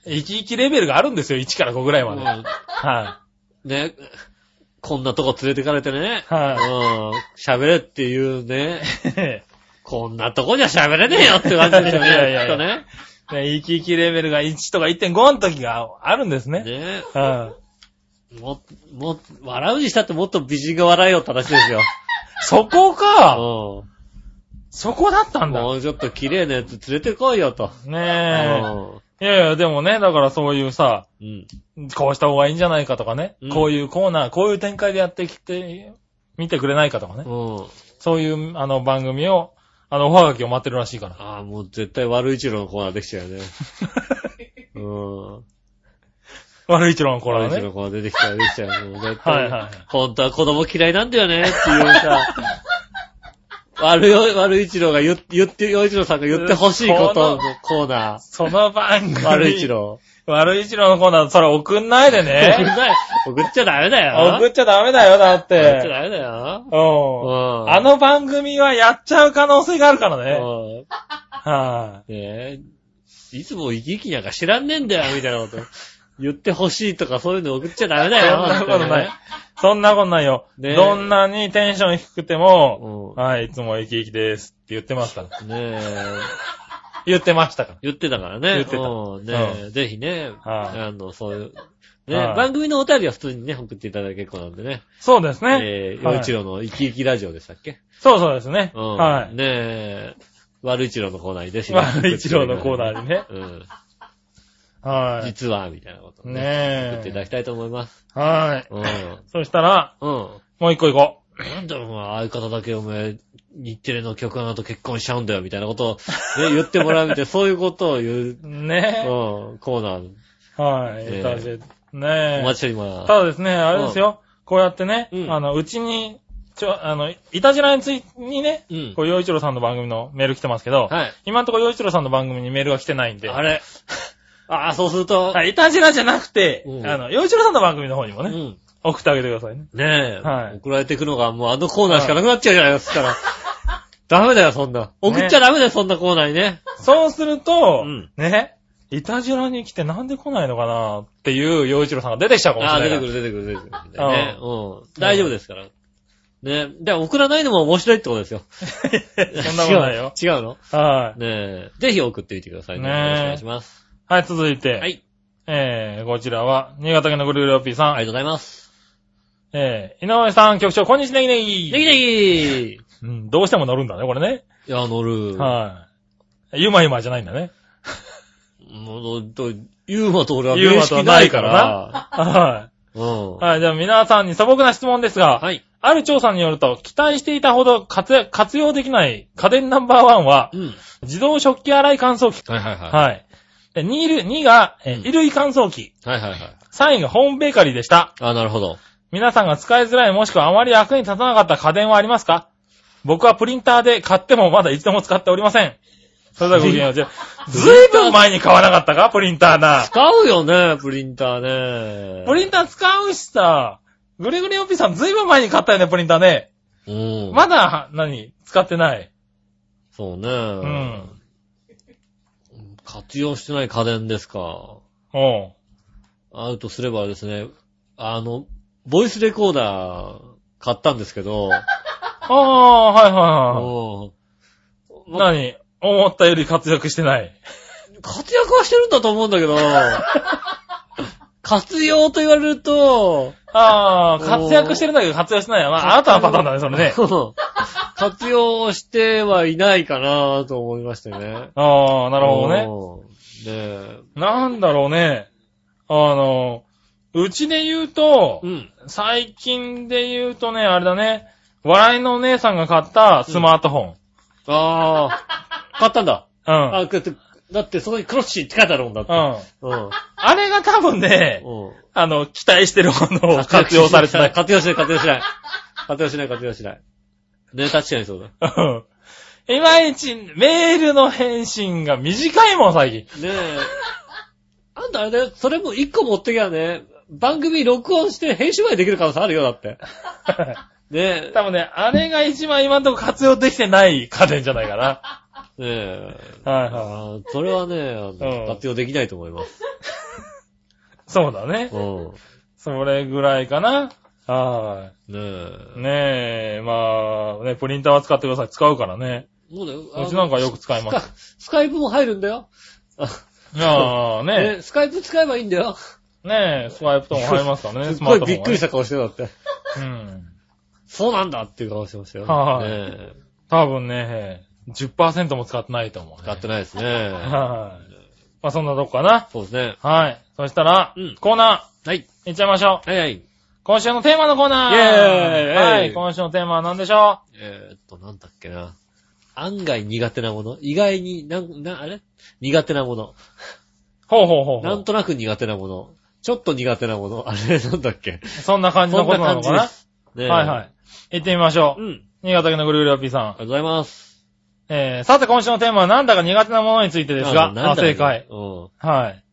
Speaker 3: い。生き生きレベルがあるんですよ、1から5ぐらいまで。はい。
Speaker 2: うんねこんなとこ連れてかれてね。
Speaker 3: は
Speaker 2: うん。喋れっていうね。
Speaker 3: い。ね
Speaker 2: こんなとこじゃ喋れねえよって感じですよね。
Speaker 3: いやいやいや
Speaker 2: きっとね。
Speaker 3: 生き生きレベルが1とか1.5の時があるんです
Speaker 2: ね
Speaker 3: ね。
Speaker 2: え。
Speaker 3: はい。
Speaker 2: も、も、笑うにしたってもっと美人が笑えよって話 ですよ。
Speaker 3: そこ
Speaker 2: うん。
Speaker 3: かそこだったんだ。
Speaker 2: もうちょっと綺麗なやつ連れてこいよと。
Speaker 3: ねえ。いやいや、でもね、だからそういうさ、
Speaker 2: うん。うん。
Speaker 3: こうした方がいいんじゃないかとかね、
Speaker 2: うん
Speaker 3: こういうコーナー、こういう展開でやってきて、見てくれないかとかね、
Speaker 2: うん。
Speaker 3: そういう、あの、番組を、あの、おはがきを待ってるらしいから。
Speaker 2: ああ、もう絶対悪い一郎のコーナーできちゃうよね。うん。
Speaker 3: 悪い一郎のコーナ
Speaker 2: 悪い一郎の
Speaker 3: ーね。
Speaker 2: コーナー出てきちゃう、できちゃう。もう絶対。
Speaker 3: はいはいはい
Speaker 2: 本当は子供嫌いなんだよねっていう さ。悪い、悪い一郎が言って、言って、洋一郎さんが言ってほしいことのコーナ
Speaker 3: その番組。
Speaker 2: ー。 悪い一。郎。
Speaker 3: 悪い一郎のコーナー、それ送んないで
Speaker 2: 送ん
Speaker 3: ね。
Speaker 2: ない送っちゃダメだよ。
Speaker 3: 送っちゃダメだよ、だっ
Speaker 2: 送っちゃ
Speaker 3: て。
Speaker 2: ダメだよ。う
Speaker 3: うん。
Speaker 2: ん。
Speaker 3: あの番組はやっちゃう可能性があるからね。
Speaker 2: ね。
Speaker 3: は
Speaker 2: ねえ、いつも生き生きなんか知らんねえんだよ、みたいなこと。言ってほしいとかそういうの送っちゃダメ
Speaker 3: い。
Speaker 2: だ
Speaker 3: そ
Speaker 2: よ。
Speaker 3: んなこ
Speaker 2: み
Speaker 3: と
Speaker 2: た
Speaker 3: ない。そんなことないよ。
Speaker 2: ねえ
Speaker 3: どんなにテンション低くて
Speaker 2: う
Speaker 3: も、
Speaker 2: ん。
Speaker 3: はい、いつも生き生きですって言ってますから。
Speaker 2: ねえ、
Speaker 3: 言ってましたか
Speaker 2: 言ってたからね。
Speaker 3: 言ってた
Speaker 2: うんねえ、ぜひね、
Speaker 3: はい
Speaker 2: あの、そういう、ね、
Speaker 3: はい
Speaker 2: 番組のお便りは普通にね、送っていただける子なんでね。
Speaker 3: そうですね。
Speaker 2: えー、
Speaker 3: はい
Speaker 2: 洋一郎の生き生きラジオでしたっけ
Speaker 3: そうそうですね。
Speaker 2: うん。
Speaker 3: は
Speaker 2: ね
Speaker 3: い。
Speaker 2: え、悪一郎のコーナーにぜひね
Speaker 3: 悪い一郎のコーナーにね。
Speaker 2: うん。
Speaker 3: はい。
Speaker 2: 実は、みたいなことを
Speaker 3: ねえ
Speaker 2: 送っていただきたいと思います。
Speaker 3: はい。
Speaker 2: うん。
Speaker 3: そしたら、
Speaker 2: うん。
Speaker 3: もう一個行こ
Speaker 2: なんだろうな、相方だけお前、日テレの曲アナと結婚しちゃうんだよ、みたいなことを、ね、 言ってもらうみたいな、そういうことを言う、
Speaker 3: う。
Speaker 2: う
Speaker 3: ね
Speaker 2: ん、コーナー、
Speaker 3: はい。
Speaker 2: ええ
Speaker 3: いただいて
Speaker 2: お
Speaker 3: ね
Speaker 2: 待ちしております。
Speaker 3: ただですね、あれですよ。こうやってね
Speaker 2: う、ん
Speaker 3: あの、うちに、ちょ、あの、いたじらについ、にね、
Speaker 2: うん
Speaker 3: こ。う、洋一郎さんの番組のメール来てますけど、
Speaker 2: はい。
Speaker 3: 今んとこ洋一郎さんの番組にメールが来てないんで、
Speaker 2: あれ ああ、そうすると、
Speaker 3: はい、いたじらじゃなくて、
Speaker 2: うん
Speaker 3: あの、洋一郎さんの番組の方にも
Speaker 2: う
Speaker 3: ね、
Speaker 2: ん。
Speaker 3: 送ってあげてくださいね。
Speaker 2: ねえ、
Speaker 3: はい
Speaker 2: 送られてくのがもうあのコーナーしかなくなっちゃうじゃないですか。 ダメだよ、そんな。送っちゃダメだよ、そんなコーナーにね。
Speaker 3: そうすると、
Speaker 2: うん
Speaker 3: ね、いたじらに来てなんで来ないのかなっていう洋一郎さんが出てきちゃうかもし
Speaker 2: ああ、
Speaker 3: れ
Speaker 2: 出
Speaker 3: な
Speaker 2: てく
Speaker 3: いか
Speaker 2: る、
Speaker 3: ら。
Speaker 2: 出てくる、出てくる。
Speaker 3: うん
Speaker 2: ね、うん。大丈夫ですから。ねで、送らないのも面白いってことですよ。
Speaker 3: そんなことないよ
Speaker 2: 。違う違うの
Speaker 3: はい。
Speaker 2: ねえ。ぜひ送ってみてくださいね。
Speaker 3: ねえ
Speaker 2: よろしくお願いします。
Speaker 3: はい、続いて。
Speaker 2: はい。
Speaker 3: えー、こちらは、新潟県のグループ P さん。
Speaker 2: ありがとうございます。
Speaker 3: えー、井上さん、局長、こんにちは、ネギネギ
Speaker 2: ネギネギい
Speaker 3: うん、どうしても乗るんだね、これね。
Speaker 2: や、乗る。
Speaker 3: はい。ゆまゆまじゃないんだね。
Speaker 2: もう、と、ユーマと俺は
Speaker 3: ユー
Speaker 2: 面
Speaker 3: マとは
Speaker 2: 識
Speaker 3: な
Speaker 2: ないい
Speaker 3: か
Speaker 2: からら。
Speaker 3: は
Speaker 2: うん
Speaker 3: い。。はい、じゃあ皆さんに素朴な質問ですが、
Speaker 2: はい。
Speaker 3: ある調査によると、期待していたほど活躍活用できない家電ナンバーワンは、
Speaker 2: うん。
Speaker 3: 自動食器洗い乾燥機。
Speaker 2: はいはいは
Speaker 3: はい。で2いる、2が、えー
Speaker 2: うん
Speaker 3: 衣類乾燥機。
Speaker 2: い。はいはいはい。
Speaker 3: 3位がホームベーカリーでした。
Speaker 2: あ、なるほど。
Speaker 3: 皆さんが使いづらいもしくはあまり役に立たなかった家電はありますか僕はプリンターで買ってもまだ一度も使っておりません。それではごきげんよう。じゃあ ずいぶん前に買わなかったかプリンターな。
Speaker 2: 使うよね、プリンターね。
Speaker 3: プリンター使うしさ、ぐれぐれおっぴーさんずいぶん前に買ったよね、プリンターね。
Speaker 2: うん。
Speaker 3: まだ、は何使ってない。
Speaker 2: そうね。
Speaker 3: うん。
Speaker 2: 活用してない家電ですか。
Speaker 3: おう
Speaker 2: あるとすればですね、あの、ボイスレコーダー買ったんですけど、
Speaker 3: ああ、はいはいはい。
Speaker 2: う
Speaker 3: 何思ったより活躍してない。
Speaker 2: ん活躍はしてるんだと思うんだ けど、活用と言われる と、
Speaker 3: ああ、活躍してるんだけど活用してないよな。あなたのパターンだね、そ れね。
Speaker 2: うん活用してはいないかなと思いましたよね。
Speaker 3: ああ、な
Speaker 2: な
Speaker 3: るほどね。
Speaker 2: ね。で、
Speaker 3: なんだろうね。あの、うちで言うと
Speaker 2: う、ん。
Speaker 3: 最近で言うとね、あれだね。笑いのお姉さんが買ったスマートフォン。
Speaker 2: ああ、買ったんだ。
Speaker 3: うん。
Speaker 2: あ、だって、だってそこにクロッシーって書いてあるもんだって。
Speaker 3: うん。
Speaker 2: うん。
Speaker 3: あれが多分ね、
Speaker 2: うん。
Speaker 3: あの、期待してるも のを活用されてない。
Speaker 2: 活用しない、活用しない。活用しない、活用しない。ね、確かにそうだ。
Speaker 3: うんいまいち、メールの返信が短いもん、最近。
Speaker 2: ねえ。あんたあれだよ、それも一個持ってきゃね、番組録音して編集までできる可能性あるよ、だって。ねえ。
Speaker 3: 多分ね、あれが一番今んとこ活用できてない家電じゃないかな。
Speaker 2: ねえ。
Speaker 3: はいは
Speaker 2: あ
Speaker 3: い。
Speaker 2: ーそれはね、あ
Speaker 3: うん
Speaker 2: の活用できないと思います。
Speaker 3: そうだね
Speaker 2: う。ん。
Speaker 3: それぐらいかな。は
Speaker 2: ね
Speaker 3: い。
Speaker 2: え。
Speaker 3: ねえ、まあ、ね、プリンターは使ってください。使うからね。
Speaker 2: そうだよ。あの
Speaker 3: うちなんかよく使います。
Speaker 2: スカスカイプも入るんだよ。あ
Speaker 3: ああ、ね
Speaker 2: ねスカイプ使えばいいんだよ。
Speaker 3: え、ねえ、スワイプとも入りますからね、
Speaker 2: す
Speaker 3: ス
Speaker 2: っ
Speaker 3: マー
Speaker 2: ごい
Speaker 3: トフォン、
Speaker 2: びっくりした顔してただって。
Speaker 3: た。うん。
Speaker 2: そうなんだっていう顔してましたよ。
Speaker 3: はい
Speaker 2: ねえ。
Speaker 3: 多分ね、10%も使ってないと思う、ね。
Speaker 2: 使ってないですね。
Speaker 3: はい。まあそんなとこかな。
Speaker 2: そうですね。
Speaker 3: はい。そしたら、
Speaker 2: うん
Speaker 3: コーナ
Speaker 2: はい。
Speaker 3: ー、いっちゃいましょう。
Speaker 2: はいはい。
Speaker 3: 今週のテーマのコーナー
Speaker 2: イェーイ
Speaker 3: はい、今週のテーマは何でしょ
Speaker 2: えーっと、なんだっけな。案外苦手なもの意外に、なん、な、あれ苦手なもの。
Speaker 3: うほうほうほうほ
Speaker 2: なん
Speaker 3: う。
Speaker 2: となく苦手なもの。ちょっと苦手なもの。 あれなんだっけ
Speaker 3: そんな感じのことなのかな
Speaker 2: す。ねえ
Speaker 3: はいはい。行ってみましょ
Speaker 2: う
Speaker 3: う。
Speaker 2: ん。
Speaker 3: 新潟県のぐるぐるおっぴーさ
Speaker 2: あり
Speaker 3: ん。
Speaker 2: がとうございます。
Speaker 3: えー、さて今週のテーマはなんだか苦手なものについてです
Speaker 2: あ
Speaker 3: が、
Speaker 2: なんだろ
Speaker 3: あ
Speaker 2: うね
Speaker 3: 正解。
Speaker 2: うん。
Speaker 3: はい。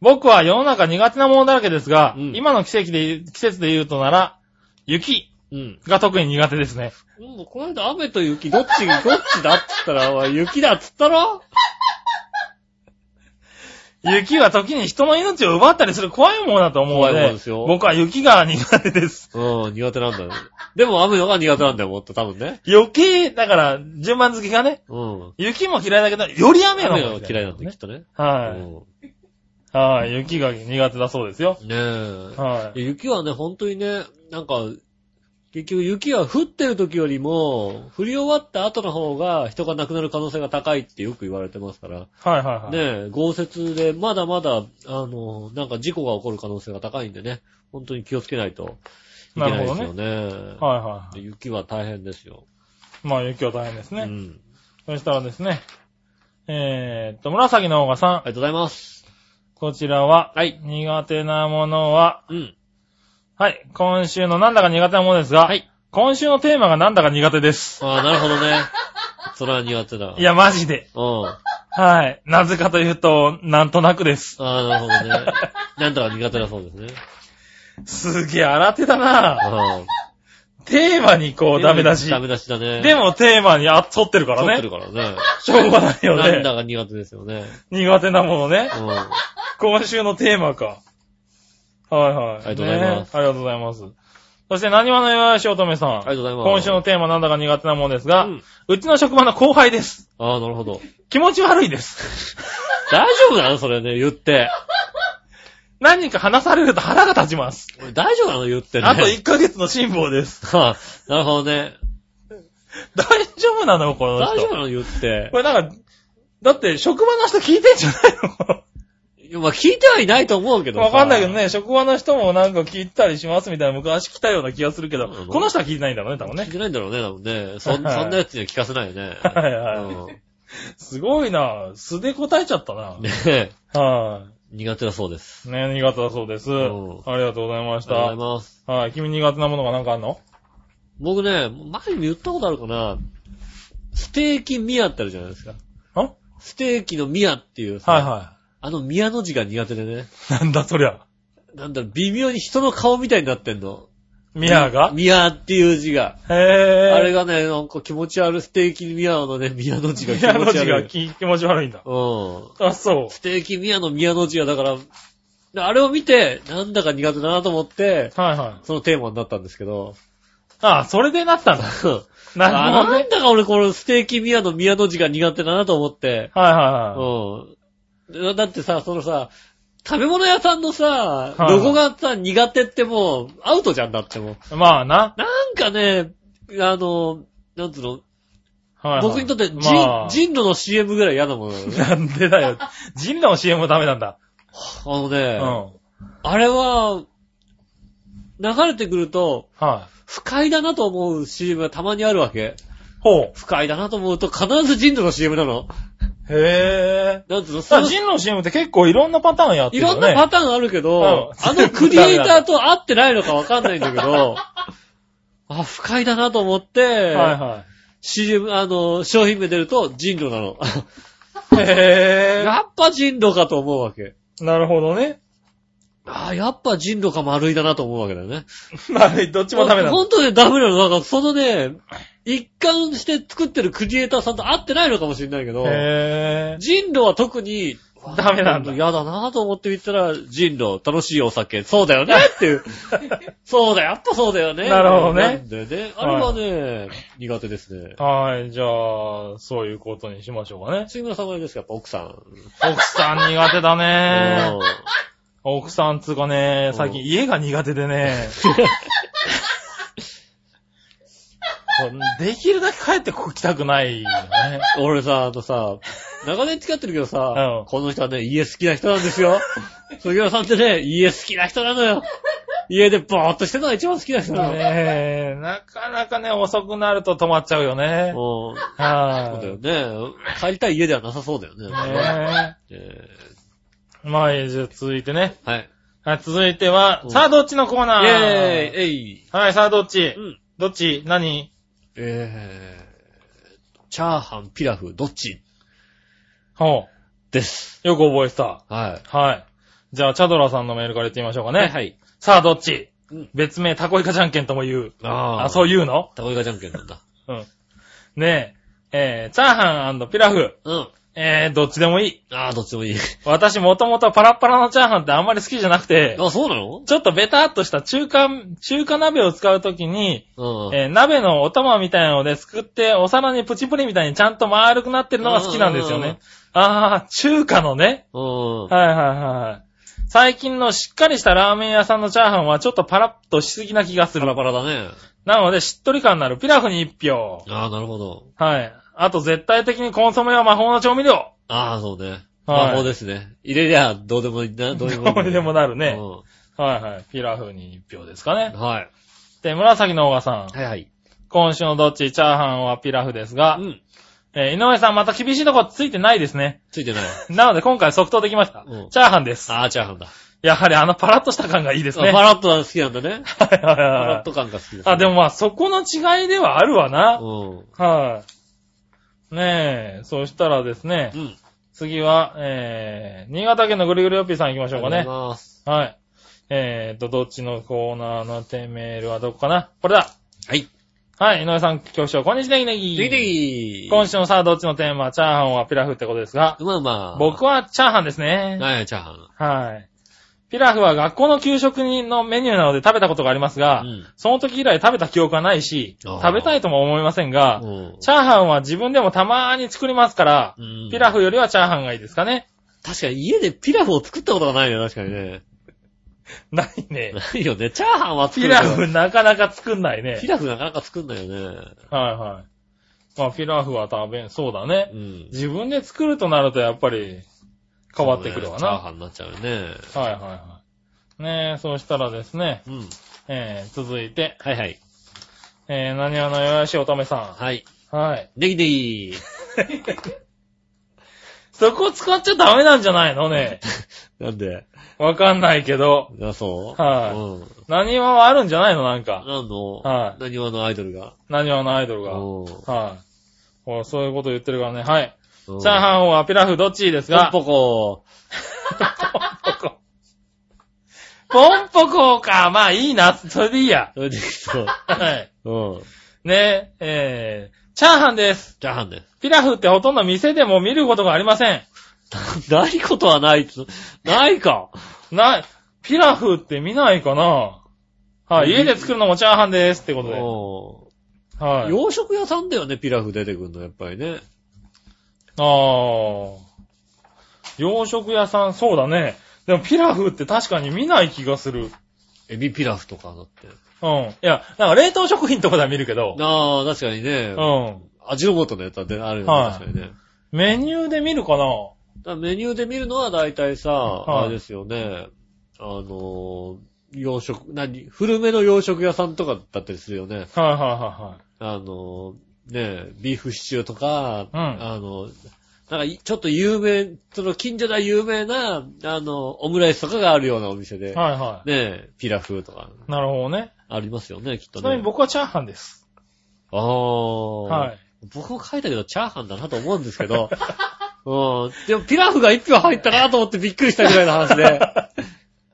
Speaker 3: 僕は世の中苦手なものだらけですが、
Speaker 2: うん
Speaker 3: 今の季節で、季節で言うとなら、雪
Speaker 2: うん。
Speaker 3: が特に苦手ですね。
Speaker 2: うん、この間雨と雪、どっち、どっちだっつったら、お前雪だっつったろ
Speaker 3: 雪は時に人の命を奪ったりする怖いものだと思うの
Speaker 2: 怖いも
Speaker 3: で
Speaker 2: のですよ
Speaker 3: 僕は雪が苦手です。
Speaker 2: うん、苦手なんだよ。でも雨のが苦手なんだよ、もっと多分ね。
Speaker 3: 余計、だから、順番付きがね、
Speaker 2: うん。
Speaker 3: 雪も嫌いだけど、より雨の
Speaker 2: 雨
Speaker 3: 方
Speaker 2: が
Speaker 3: が
Speaker 2: 嫌いなんだよ、きっとね。
Speaker 3: はい。はい、雪が苦手だそうですよ。
Speaker 2: うん。ねえ。
Speaker 3: はい。
Speaker 2: いや雪はね、本当にね、なんか、結局雪は降ってる時よりも、降り終わった後の方が人が亡くなる可能性が高いってよく言われてますから、
Speaker 3: はいはいはい。
Speaker 2: ねえ、豪雪でまだまだ、あの、なんか事故が起こる可能性が高いんでね、本当に気をつけないといけないですよね。
Speaker 3: はいはいは
Speaker 2: で雪は大変ですよ。
Speaker 3: い。まあ雪は大変です
Speaker 2: う
Speaker 3: ね。
Speaker 2: ん。
Speaker 3: そしたらですね、えーっと、紫のオーガさん
Speaker 2: あ。りがとうございます。
Speaker 3: こちらは、
Speaker 2: はい。
Speaker 3: 苦手なものは、
Speaker 2: うん。
Speaker 3: はい、今週のなんだか苦手なものですが、
Speaker 2: はい
Speaker 3: 今週のテーマがなんだか苦手で す。
Speaker 2: ああ、なるほどね。それは苦手だ。
Speaker 3: い。や、マジで。
Speaker 2: うん。
Speaker 3: はい。なぜかというと、なんとなくです。
Speaker 2: ああ、なるほどね。なんとか苦手だそうですね。
Speaker 3: すげえ新手だな
Speaker 2: あ
Speaker 3: テーマにこ
Speaker 2: あ
Speaker 3: うダメ出し。
Speaker 2: ダメ出しだね。
Speaker 3: でもテーマにあっ、沿ってるから
Speaker 2: 取ってる
Speaker 3: ね。
Speaker 2: からね。
Speaker 3: しょうがないよ
Speaker 2: なん
Speaker 3: ね。
Speaker 2: だか苦手ですよね。
Speaker 3: 苦手なものね
Speaker 2: う。ん。あ
Speaker 3: 今週のテーマか。はいはい。
Speaker 2: ありがとうございます
Speaker 3: ねありがとうございます。そして、何話のよやしおとめさん。
Speaker 2: りがとうございます。
Speaker 3: 今週のテーマなんだか苦手なものですが、
Speaker 2: うん
Speaker 3: うちの職場の後輩です。
Speaker 2: ああ、なるほど。
Speaker 3: 気持ち悪いです。
Speaker 2: 大丈夫なのそれね、言って。
Speaker 3: 何人か話されると腹が立ちます。
Speaker 2: 俺大丈夫なの言ってね。
Speaker 3: あと1ヶ月の辛抱です。
Speaker 2: は あ、なるほどね。
Speaker 3: 大丈夫なのこの人。
Speaker 2: 大丈夫なの言って
Speaker 3: こ。れなんか、だって職場の人聞いてんじゃない
Speaker 2: いやまあ聞いてはいないと思うけど
Speaker 3: の
Speaker 2: さ
Speaker 3: わかんないけど。ね、職場の人もなんか聞いたりしますみたいな昔来たような気がするけど
Speaker 2: うん、
Speaker 3: この人は聞いてないんだろうね、多分
Speaker 2: 聞い
Speaker 3: ね。
Speaker 2: てないんだろうね、多分ね。そんそんなやつには聞かせないよね。
Speaker 3: はいはい
Speaker 2: うん
Speaker 3: すごいな素で答えちゃったな。
Speaker 2: ねえ
Speaker 3: は
Speaker 2: 苦手だそうです。
Speaker 3: い。ね、苦手だそうです。
Speaker 2: うん
Speaker 3: ありがとうございまし
Speaker 2: ありがとう
Speaker 3: た
Speaker 2: ご。ざいます。
Speaker 3: はい。君苦手なものがなんかあんの
Speaker 2: 僕ね、前に言ったことあるかな。ステーキ宮ってあるじゃないですか。
Speaker 3: あ
Speaker 2: ステーキの宮っていうさ
Speaker 3: はいは
Speaker 2: あの宮の字が苦手でね。
Speaker 3: い。なんだそりゃ。
Speaker 2: なんだろう、微妙に人の顔みたいになってんの。
Speaker 3: ミアが
Speaker 2: 宮っていう字が。
Speaker 3: へぇー。
Speaker 2: あれがね、なんか気持ち悪い、ステーキ宮のね、宮の字が気
Speaker 3: 宮
Speaker 2: 持
Speaker 3: の
Speaker 2: ち
Speaker 3: 字が
Speaker 2: 悪い。
Speaker 3: 気気持ち悪いんだ。
Speaker 2: うん。
Speaker 3: あ、そ
Speaker 2: ステーキ宮の宮の字が、だから、あれを見て、なんだか苦手だなと思って、
Speaker 3: う。はいはい。
Speaker 2: そのテーマになったんですけど。
Speaker 3: あ、それでなったんだ。
Speaker 2: あ
Speaker 3: なるほど
Speaker 2: な
Speaker 3: ね。
Speaker 2: んだか俺このステーキ宮の宮の字が苦手だなと思って。
Speaker 3: はいはいはい。
Speaker 2: うんで。だってさ、そのさ、食べ物屋さんのさ、
Speaker 3: いはい
Speaker 2: ロゴがさ、苦手ってもう、アウトじゃんだってもう。
Speaker 3: まあな。
Speaker 2: なんかね、あの、なんつうの、
Speaker 3: はいはい
Speaker 2: 僕にとってジン、
Speaker 3: まあ
Speaker 2: 人路の CM ぐらい嫌な ものだよね。
Speaker 3: なんでだよ。 ジンラの CM もダメなんだ。
Speaker 2: あの
Speaker 3: う
Speaker 2: ね、
Speaker 3: ん。
Speaker 2: あれは、流れてくると、
Speaker 3: はい。
Speaker 2: 不快だなと思う CM がたまにあるわけ。
Speaker 3: ほ
Speaker 2: 不快だなと思うと必ず人路の CM なの。
Speaker 3: う。へ
Speaker 2: なんつうの、
Speaker 3: ぇ
Speaker 2: そ
Speaker 3: ー。
Speaker 2: の
Speaker 3: ジンラの CM って結構いろんなパターンやって
Speaker 2: い
Speaker 3: るよ
Speaker 2: ろ
Speaker 3: ね。
Speaker 2: んなパターンあるけど、
Speaker 3: うん
Speaker 2: あのクリエイターと合ってないのかわかんないんだけど、 あ、不快だなと思って、
Speaker 3: は
Speaker 2: CM、あの、商品名出ると人路なの。
Speaker 3: いはい。へ
Speaker 2: やっぱ人路かと思うわけ。
Speaker 3: ぇー。なるほどね。
Speaker 2: ああ、やっぱ人路か丸いだなと思うわけだよね。
Speaker 3: まあ、どっちもダメなんだ。
Speaker 2: 本当ね、ダメなの。なんか、そのね、一貫して作ってるクリエイターさんと合ってないのかもしれないけど、
Speaker 3: へぇー。
Speaker 2: 人路は特に、
Speaker 3: ダメなんだ
Speaker 2: 嫌だなと思って言ったら、人狼、楽しいお酒、そうだよ ねっていう。そうだ、やっぱそうだよね。
Speaker 3: なるほどね
Speaker 2: なんでね。あれはね、苦手ですね。
Speaker 3: はい、じゃあ、そういうことにしましょうかね。
Speaker 2: 杉村さんはあれですか、やっぱ奥さん。
Speaker 3: 奥さん苦手だね
Speaker 2: う。
Speaker 3: 奥さんつうかね、最近家が苦手でね。こう できるだけ帰ってここ来たくないよね。
Speaker 2: ん俺さ、あのさ、長年付き合ってるけど
Speaker 3: う
Speaker 2: さ
Speaker 3: ん、
Speaker 2: この人はね、家好きな人なんです よ。杉村さんってね、家好きな人なのよ。家でぼーっとしてるのが一番好きな人なの。
Speaker 3: ねえ、なかなかね、遅くなると止まっちゃうよ
Speaker 2: う
Speaker 3: ね。
Speaker 2: んそう
Speaker 3: は
Speaker 2: だよ
Speaker 3: い。
Speaker 2: ね。帰りたい家ではなさそうだよね。
Speaker 3: ね
Speaker 2: え
Speaker 3: え。まあ、えじゃあ続いてね。
Speaker 2: ーはい。
Speaker 3: はい、続いては
Speaker 2: う、ん
Speaker 3: さあどっちのコーナー
Speaker 2: イェーイえい
Speaker 3: はい、さあどっち
Speaker 2: うん。
Speaker 3: どっち何
Speaker 2: えー、チャーハン、ピラフ、どっち
Speaker 3: ほ
Speaker 2: です。
Speaker 3: う。よく覚えてた。
Speaker 2: は
Speaker 3: はい。じゃあ、チャドラさんのメールから言ってみましょうか
Speaker 2: い。
Speaker 3: ね。
Speaker 2: はいはい。
Speaker 3: さあどっち
Speaker 2: うん
Speaker 3: 別名タコイカじゃんけんとも言う。
Speaker 2: あ
Speaker 3: あ、そう
Speaker 2: いう。
Speaker 3: 言うの
Speaker 2: たこいかじゃんけんなんだ。
Speaker 3: うん。ねえ、えー、チャーハンピラフ。
Speaker 2: うん。
Speaker 3: えー、どっちでもいい。
Speaker 2: ああ、どっちもいい。
Speaker 3: 私もともとパラッパラのチャーハンってあんまり好きじゃなくて、
Speaker 2: あ、そうなの
Speaker 3: ちょっとベターっとした中華、中華鍋を使うときに、
Speaker 2: うん。
Speaker 3: えー鍋のお玉みたいなのですくって、お皿にプチプリみたいにちゃんと丸くなってるのが好きなんですよね。あー、中華のね。
Speaker 2: うん。
Speaker 3: はいはいはい。最近のしっかりしたラーメン屋さんのチャーハンはちょっとパラッとしすぎな気がす
Speaker 2: パ
Speaker 3: る
Speaker 2: ラ。パラだね。
Speaker 3: なので、しっとり感のあるピラフに一票。
Speaker 2: ああ、なるほど。
Speaker 3: はい。あと、絶対的にコンソメは魔法の調味料。
Speaker 2: ああ、そうね。
Speaker 3: はい
Speaker 2: 魔法ですね。入れりゃ、どうでもいい な、どうでもいい。
Speaker 3: どうにでもなるね
Speaker 2: う
Speaker 3: はいはい。ピラフに一票ですか
Speaker 2: ん
Speaker 3: ね。
Speaker 2: はい。
Speaker 3: で、紫のオガさん。
Speaker 2: はいはい。
Speaker 3: 今週のどっちチャーハンはピラフですが、
Speaker 2: うん。
Speaker 3: えー井上さんまた厳しいとこついてないですね。
Speaker 2: ついてない。
Speaker 3: なので、今回即答できました。
Speaker 2: うん
Speaker 3: チャーハンです。
Speaker 2: ああ、チャーハンだ。
Speaker 3: やはりあのパラッとした感がいいですね。
Speaker 2: あパラッとは好きなんだね。
Speaker 3: はいはい
Speaker 2: パ
Speaker 3: はい
Speaker 2: ラ
Speaker 3: は
Speaker 2: ッ
Speaker 3: い
Speaker 2: と感が好きです。
Speaker 3: あ、でもまあ、そこの違いではあるわな。
Speaker 2: も。
Speaker 3: はい、ねえ、そしたらですね
Speaker 2: う、ん。うん。
Speaker 3: 次は、えー、新潟県のぐるぐるよっぴーさん行きましょうか
Speaker 2: ありが
Speaker 3: ね
Speaker 2: と。うございます。
Speaker 3: はい。えーと、どっちのコーナーのテメールはどこかなこれだ
Speaker 2: はい。
Speaker 3: はい、井上さん、局長、こんにちは、ネギネギ。
Speaker 2: できでき
Speaker 3: 今週のさあ、どっちのテーマは、チャーハンはピラフってことですが、
Speaker 2: まあまあ。
Speaker 3: 僕はチャーハンですね。
Speaker 2: はい、チャーハン。
Speaker 3: はい。ピラフは学校の給食のメニューなので食べたことがありますが、
Speaker 2: うん
Speaker 3: その時以来食べた記憶はないし、
Speaker 2: あー
Speaker 3: 食べたいとも思いませんが、
Speaker 2: うん
Speaker 3: チャーハンは自分でもたまーに作りますから、
Speaker 2: うん
Speaker 3: ピラフよりはチャーハンがいいですかね。
Speaker 2: 確かに家でピラフを作ったことがないね、確かにね。
Speaker 3: ないね。
Speaker 2: ないよね。チャーハンは作
Speaker 3: ピ
Speaker 2: るけど
Speaker 3: ラフなかなか作んないね
Speaker 2: ピ。ラフなかなか作んないよね。
Speaker 3: はいはい。まあ、ピラフは食べん、そうだね
Speaker 2: う。ん。
Speaker 3: 自分で作るとなるとやっぱり変わってくるわ
Speaker 2: チャー
Speaker 3: な。
Speaker 2: ハンになっちゃうよね。
Speaker 3: はいはいはい。ねえ、そうしたらですね、
Speaker 2: うん。
Speaker 3: えー、続いて、
Speaker 2: はいはい。
Speaker 3: えー、何話のよやしおためさ
Speaker 2: はい。
Speaker 3: ん。はい。
Speaker 2: できでき
Speaker 3: そこ使っちゃダメなんじゃないのね。
Speaker 2: なんで
Speaker 3: わかんないけど。
Speaker 2: あ、そう
Speaker 3: はい
Speaker 2: うん。
Speaker 3: 何話はあるんじゃないのなんか。
Speaker 2: 何の
Speaker 3: はい
Speaker 2: 何話のアイドルが
Speaker 3: 何話のアイドル
Speaker 2: チ
Speaker 3: が。はい。ほら、そういうこと言ってるからね。はい。
Speaker 2: ャ
Speaker 3: チャーハ
Speaker 2: ン
Speaker 3: ンはピラフどっちです
Speaker 2: が。
Speaker 3: が
Speaker 2: ポンポコ。
Speaker 3: ポンポコ。ポンポコか。まあいいな。それでいいや。
Speaker 2: それでいくと、
Speaker 3: はい。
Speaker 2: うん。
Speaker 3: ねえ、えー、チャーハンです。
Speaker 2: チャーハ ンで
Speaker 3: ピラフってほとんど店でも見ることがありません。
Speaker 2: す。ないことはないつ。ないか。
Speaker 3: な、ピラフって見ないかなはい。家で作るのもチャーハンですってこと
Speaker 2: う
Speaker 3: で。は
Speaker 2: ん。
Speaker 3: い。
Speaker 2: 洋食屋さんだよね、ピラフ出てくるの、やっぱりね。
Speaker 3: あー。洋食屋さん、そうだね。でもピラフって確かに見ない気がする。
Speaker 2: エビピラフとかだって。
Speaker 3: うん。いや、なんか冷凍食品とかでは見るけど。
Speaker 2: ああ、確かにね。
Speaker 3: う
Speaker 2: 味の素のやつはであるよね、
Speaker 3: はい
Speaker 2: 確かにね。
Speaker 3: ん。メニューで見るか
Speaker 2: だ
Speaker 3: な
Speaker 2: からメニューで見るのは大体さ、
Speaker 3: い
Speaker 2: あれですよね。あのー、洋食、何古めの洋食屋さんとかだったりするよね。
Speaker 3: はいは
Speaker 2: あのー、ね、ビーフシチューとか、
Speaker 3: うん
Speaker 2: あの、なんかい、ちょっと有名、その近所では有名な、あの、オムライスとかがあるようなお店で、
Speaker 3: いはい。はいは
Speaker 2: ね、ピラフとか、
Speaker 3: い。なるほどね。
Speaker 2: ありますよね、きっと
Speaker 3: ちなみ
Speaker 2: ね
Speaker 3: に。僕はチャーハンです。
Speaker 2: ああ、
Speaker 3: はい。
Speaker 2: 僕も書いたけど、チャーハンだなと思うんですけど、 うん。でも、ピラフが1票入ったなと思ってびっくりしたぐらいの話で、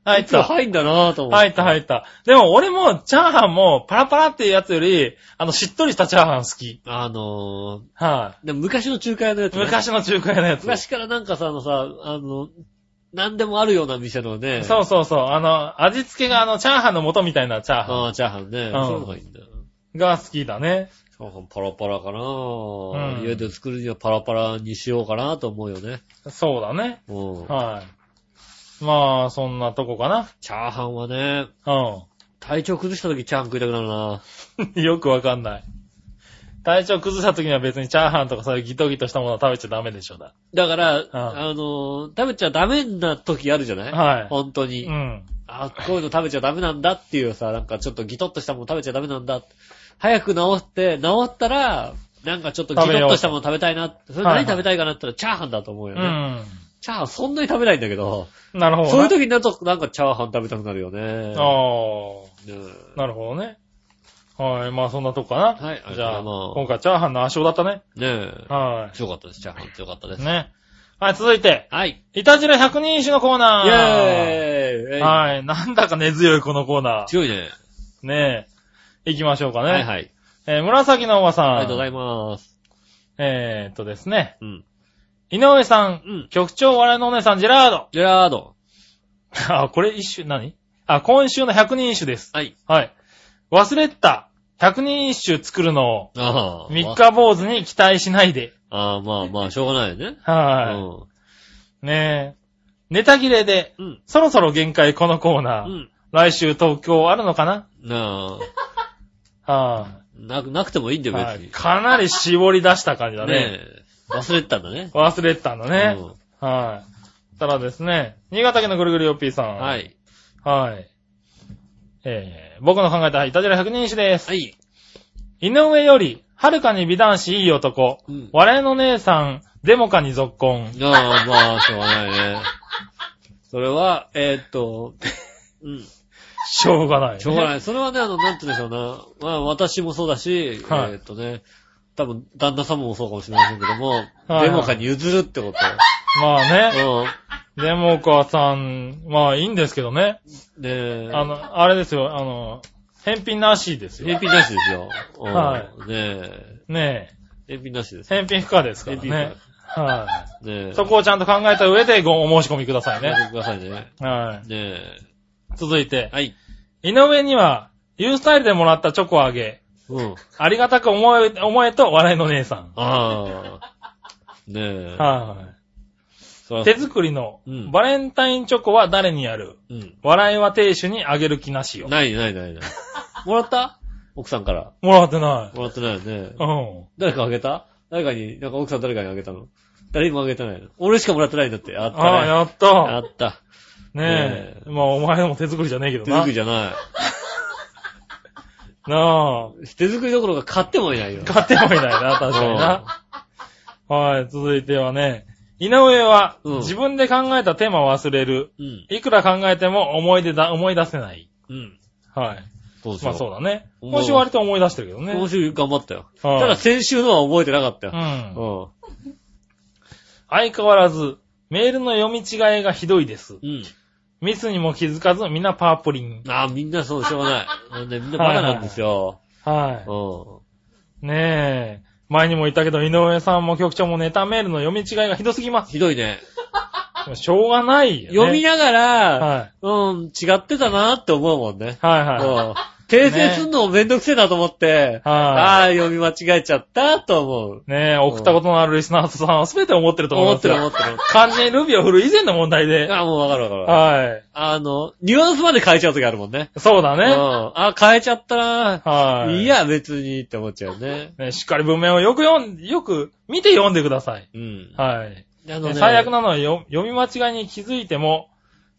Speaker 3: 入っ
Speaker 2: 1票
Speaker 3: た。
Speaker 2: 入んだなと思って。
Speaker 3: 入った入った。でも俺もチャーハンもパラパラっていうやつより、あの、しっとりしたチャーハン好き。
Speaker 2: あの
Speaker 3: は
Speaker 2: ー、でも昔の中華屋のやつ
Speaker 3: い。
Speaker 2: ね、
Speaker 3: 昔の中華屋のやつ。
Speaker 2: 昔からなんかさ、あのさ、あの、何でもあるような店のね、
Speaker 3: そうそうそう。あの、味付けがあの、チャーハンの素みたいなチャーハ
Speaker 2: ああ、チャーハンね。
Speaker 3: ん
Speaker 2: そういうのがいいんだよ。
Speaker 3: ンが好きだね。
Speaker 2: チャーハンパラパラかな、
Speaker 3: うん
Speaker 2: 家で作るにはパラパラにしようかなと思うよね。
Speaker 3: そうだね。
Speaker 2: うん。
Speaker 3: はい。まあ、そんなとこかな。
Speaker 2: チャーハンはね、
Speaker 3: う
Speaker 2: 体調崩した時チャーハン食いたくなるな。
Speaker 3: ん。 よくわかんない。体調崩した時には別にチャーハンとかそういうギトギトしたものは食べちゃダメでしょだ。
Speaker 2: だから、あのー、食べちゃダメな時あるじゃない
Speaker 3: はい
Speaker 2: 本当
Speaker 3: う
Speaker 2: に。
Speaker 3: ん。
Speaker 2: あ、こういうの食べちゃダメなんだっていうさ、なんかちょっとギトッとしたもの食べちゃダメなんだ。早く治って、治ったら、なんかちょっとギトッとしたもの食べたいな。それ
Speaker 3: はいは
Speaker 2: 何
Speaker 3: い
Speaker 2: 食べたいかなって言ったらチャーハンだと思うよ
Speaker 3: う
Speaker 2: ね。
Speaker 3: ん。
Speaker 2: チャーハンそんなに食べないんだけど。
Speaker 3: なるほどな。
Speaker 2: そういう時になると、なんかチャーハン食べたくなるよね。
Speaker 3: ああ。
Speaker 2: うん
Speaker 3: なるほどね。はい、まあそんなとこかな。
Speaker 2: はいあり
Speaker 3: じ
Speaker 2: がとうござ
Speaker 3: ゃあ、
Speaker 2: います
Speaker 3: 今回チャーハンの圧勝だったね。
Speaker 2: ねえ。
Speaker 3: は
Speaker 2: 強かったです。チャーハン強かったで
Speaker 3: い。
Speaker 2: す。
Speaker 3: ね。はい、続いて、
Speaker 2: はい。
Speaker 3: イタジラ百人一首のコー
Speaker 2: イェ
Speaker 3: ナ
Speaker 2: ーイ
Speaker 3: ー。
Speaker 2: えい
Speaker 3: はい、なんだか根強いこのコーナ
Speaker 2: 強いね。
Speaker 3: ー。ねえ。行きましょうかね。
Speaker 2: はいはい。
Speaker 3: えー紫のおばさん。
Speaker 2: ありがとうございます。
Speaker 3: えーっとですね。
Speaker 2: うん。
Speaker 3: 井上さん、
Speaker 2: うん
Speaker 3: 局長笑いのお姉さん、ジェラード。
Speaker 2: ジェラード。
Speaker 3: あ、これ一首、何あ、今週の百人一首です。
Speaker 2: はい。
Speaker 3: はい。忘れてた、百人一首作るのを、
Speaker 2: ああ。
Speaker 3: 三。日坊主に期待しないで。
Speaker 2: ああ、まあまあ、しょうがないよね。
Speaker 3: はい。ねえ。ネタ切れで、
Speaker 2: うん。うん。
Speaker 3: そろそろ限界このコーナー。
Speaker 2: うん。
Speaker 3: 来週東京あるのかな
Speaker 2: なあ、
Speaker 3: は
Speaker 2: なく、なくてもいいんだ
Speaker 3: い、
Speaker 2: よ、別
Speaker 3: はい
Speaker 2: に。
Speaker 3: かなり絞り出した感じだね。
Speaker 2: ねえ。忘れてたんだね。
Speaker 3: 忘れてたんだね。
Speaker 2: うん
Speaker 3: はい。ただですね、新潟県のぐるぐるよっぴーさん。。
Speaker 2: はいい。
Speaker 3: はい。えー、僕の考えたいたじら100人一首です。
Speaker 2: はい。
Speaker 3: 井上より、はるかに美男子いい男。
Speaker 2: うん。
Speaker 3: 我の姉さん、デモカに続婚。
Speaker 2: ああ、まあ、しょうがないね。それは、えーっと、うん。
Speaker 3: しょうがない。。
Speaker 2: しょうがないい。それはね、あの、なんて言うんでしょうな。まあ、私もそうだし、
Speaker 3: はい
Speaker 2: えーっとね、多分、旦那様もそうかもしれませんけども、
Speaker 3: はい
Speaker 2: デモカに譲るってこと。
Speaker 3: まあね。
Speaker 2: う
Speaker 3: デモカさん、まあいいんですけどね。
Speaker 2: ん。ねえ。
Speaker 3: あの、あれですよ、あの、返品なしですよ。
Speaker 2: 返品なしですよ。うん
Speaker 3: はい
Speaker 2: ねえ。
Speaker 3: ね
Speaker 2: 返品なしです。
Speaker 3: え。返品不可ですから
Speaker 2: 返品不可
Speaker 3: ね。は
Speaker 2: ねえ。
Speaker 3: い。そこをちゃんと考えた上でごお申し込みください
Speaker 2: や
Speaker 3: ね。
Speaker 2: ってくださいね。
Speaker 3: は
Speaker 2: ね
Speaker 3: い。続いて
Speaker 2: え。、はい。
Speaker 3: 井上には、ユースタイルでもらったチョコをあげ、
Speaker 2: うん。
Speaker 3: ありがたく思え、思えと笑いの姉さん。
Speaker 2: ああ。ねえ。
Speaker 3: は
Speaker 2: そら
Speaker 3: い。手作りの
Speaker 2: うん、
Speaker 3: バレンタインチョコは誰にやる
Speaker 2: うん。
Speaker 3: 笑いは亭主にあげる気なしよ。
Speaker 2: ないないないない。もらった奥さんから。
Speaker 3: もらってな
Speaker 2: もらってないよね
Speaker 3: い。。うん。
Speaker 2: 誰かあげた誰かに、なんか奥さん誰かにあげたの誰にもあげてないの。俺しかもらってないんだって。あったね。
Speaker 3: ああ、やっ
Speaker 2: あ
Speaker 3: た。
Speaker 2: った。
Speaker 3: ね
Speaker 2: ね
Speaker 3: え。まあ、お前のも手作りじゃねえけど
Speaker 2: 手
Speaker 3: な
Speaker 2: 作り。じゃな
Speaker 3: なあ。
Speaker 2: い。手作りどころか買ってもいないよ。
Speaker 3: 勝手もいないな、確かにな。はい、続いてはね、井上は、
Speaker 2: うん
Speaker 3: 自分で考えたテーマを忘れる。
Speaker 2: うん。
Speaker 3: いくら考えても思い出だ、思い出せない。
Speaker 2: うん。
Speaker 3: はい。
Speaker 2: そうです
Speaker 3: ま
Speaker 2: よ。
Speaker 3: あそう
Speaker 2: う
Speaker 3: だね。
Speaker 2: 思う
Speaker 3: 今週割と思い出してるけどね。
Speaker 2: 今週頑張ったよ。
Speaker 3: はい
Speaker 2: ただ先週のは覚えてなかった
Speaker 3: う
Speaker 2: よ。
Speaker 3: ん。
Speaker 2: う
Speaker 3: 相変わらず、メールの読み違いがひどいです。
Speaker 2: ん。うん。
Speaker 3: ミスにも気づかず、みんなパープリン。
Speaker 2: ああ、みんなそう、しょうが ない。なんでみんなバカなんですよ。
Speaker 3: は
Speaker 2: うん。
Speaker 3: い。ねえ。前にも言ったけど、井上さんも局長もネタメールの読み違いがひどすぎます。
Speaker 2: ひどいね。
Speaker 3: しょうがないよ、ね。
Speaker 2: 読みながら、
Speaker 3: はい。
Speaker 2: うん、違ってたなって思うもんね。
Speaker 3: はいは
Speaker 2: うん。訂正すんのもめんどくせえなと思って、
Speaker 3: い。
Speaker 2: あ
Speaker 3: は
Speaker 2: あ、読み間違えちゃったと思う。
Speaker 3: い。ねえ、送ったことのあるリスナーさんは全て思ってると思い
Speaker 2: 思
Speaker 3: ま
Speaker 2: っ
Speaker 3: す
Speaker 2: て
Speaker 3: よ。
Speaker 2: る思ってる。
Speaker 3: 完全にルビを振る以前の問題 で。
Speaker 2: ああ、もうわかるわかるわかる。
Speaker 3: は
Speaker 2: あの、ニュアンスまで変えちゃうときあるもんね。
Speaker 3: い。そうだ
Speaker 2: うん。
Speaker 3: ね。
Speaker 2: ああ、変えちゃったな。
Speaker 3: はい。
Speaker 2: いや、別にって思っちゃうね。
Speaker 3: ね。しっかり文面をよく読ん、よく見て読んでください。
Speaker 2: うん。
Speaker 3: はい。
Speaker 2: あ
Speaker 3: ね
Speaker 2: ね
Speaker 3: 最悪なのはよ読み間違いに気づいても、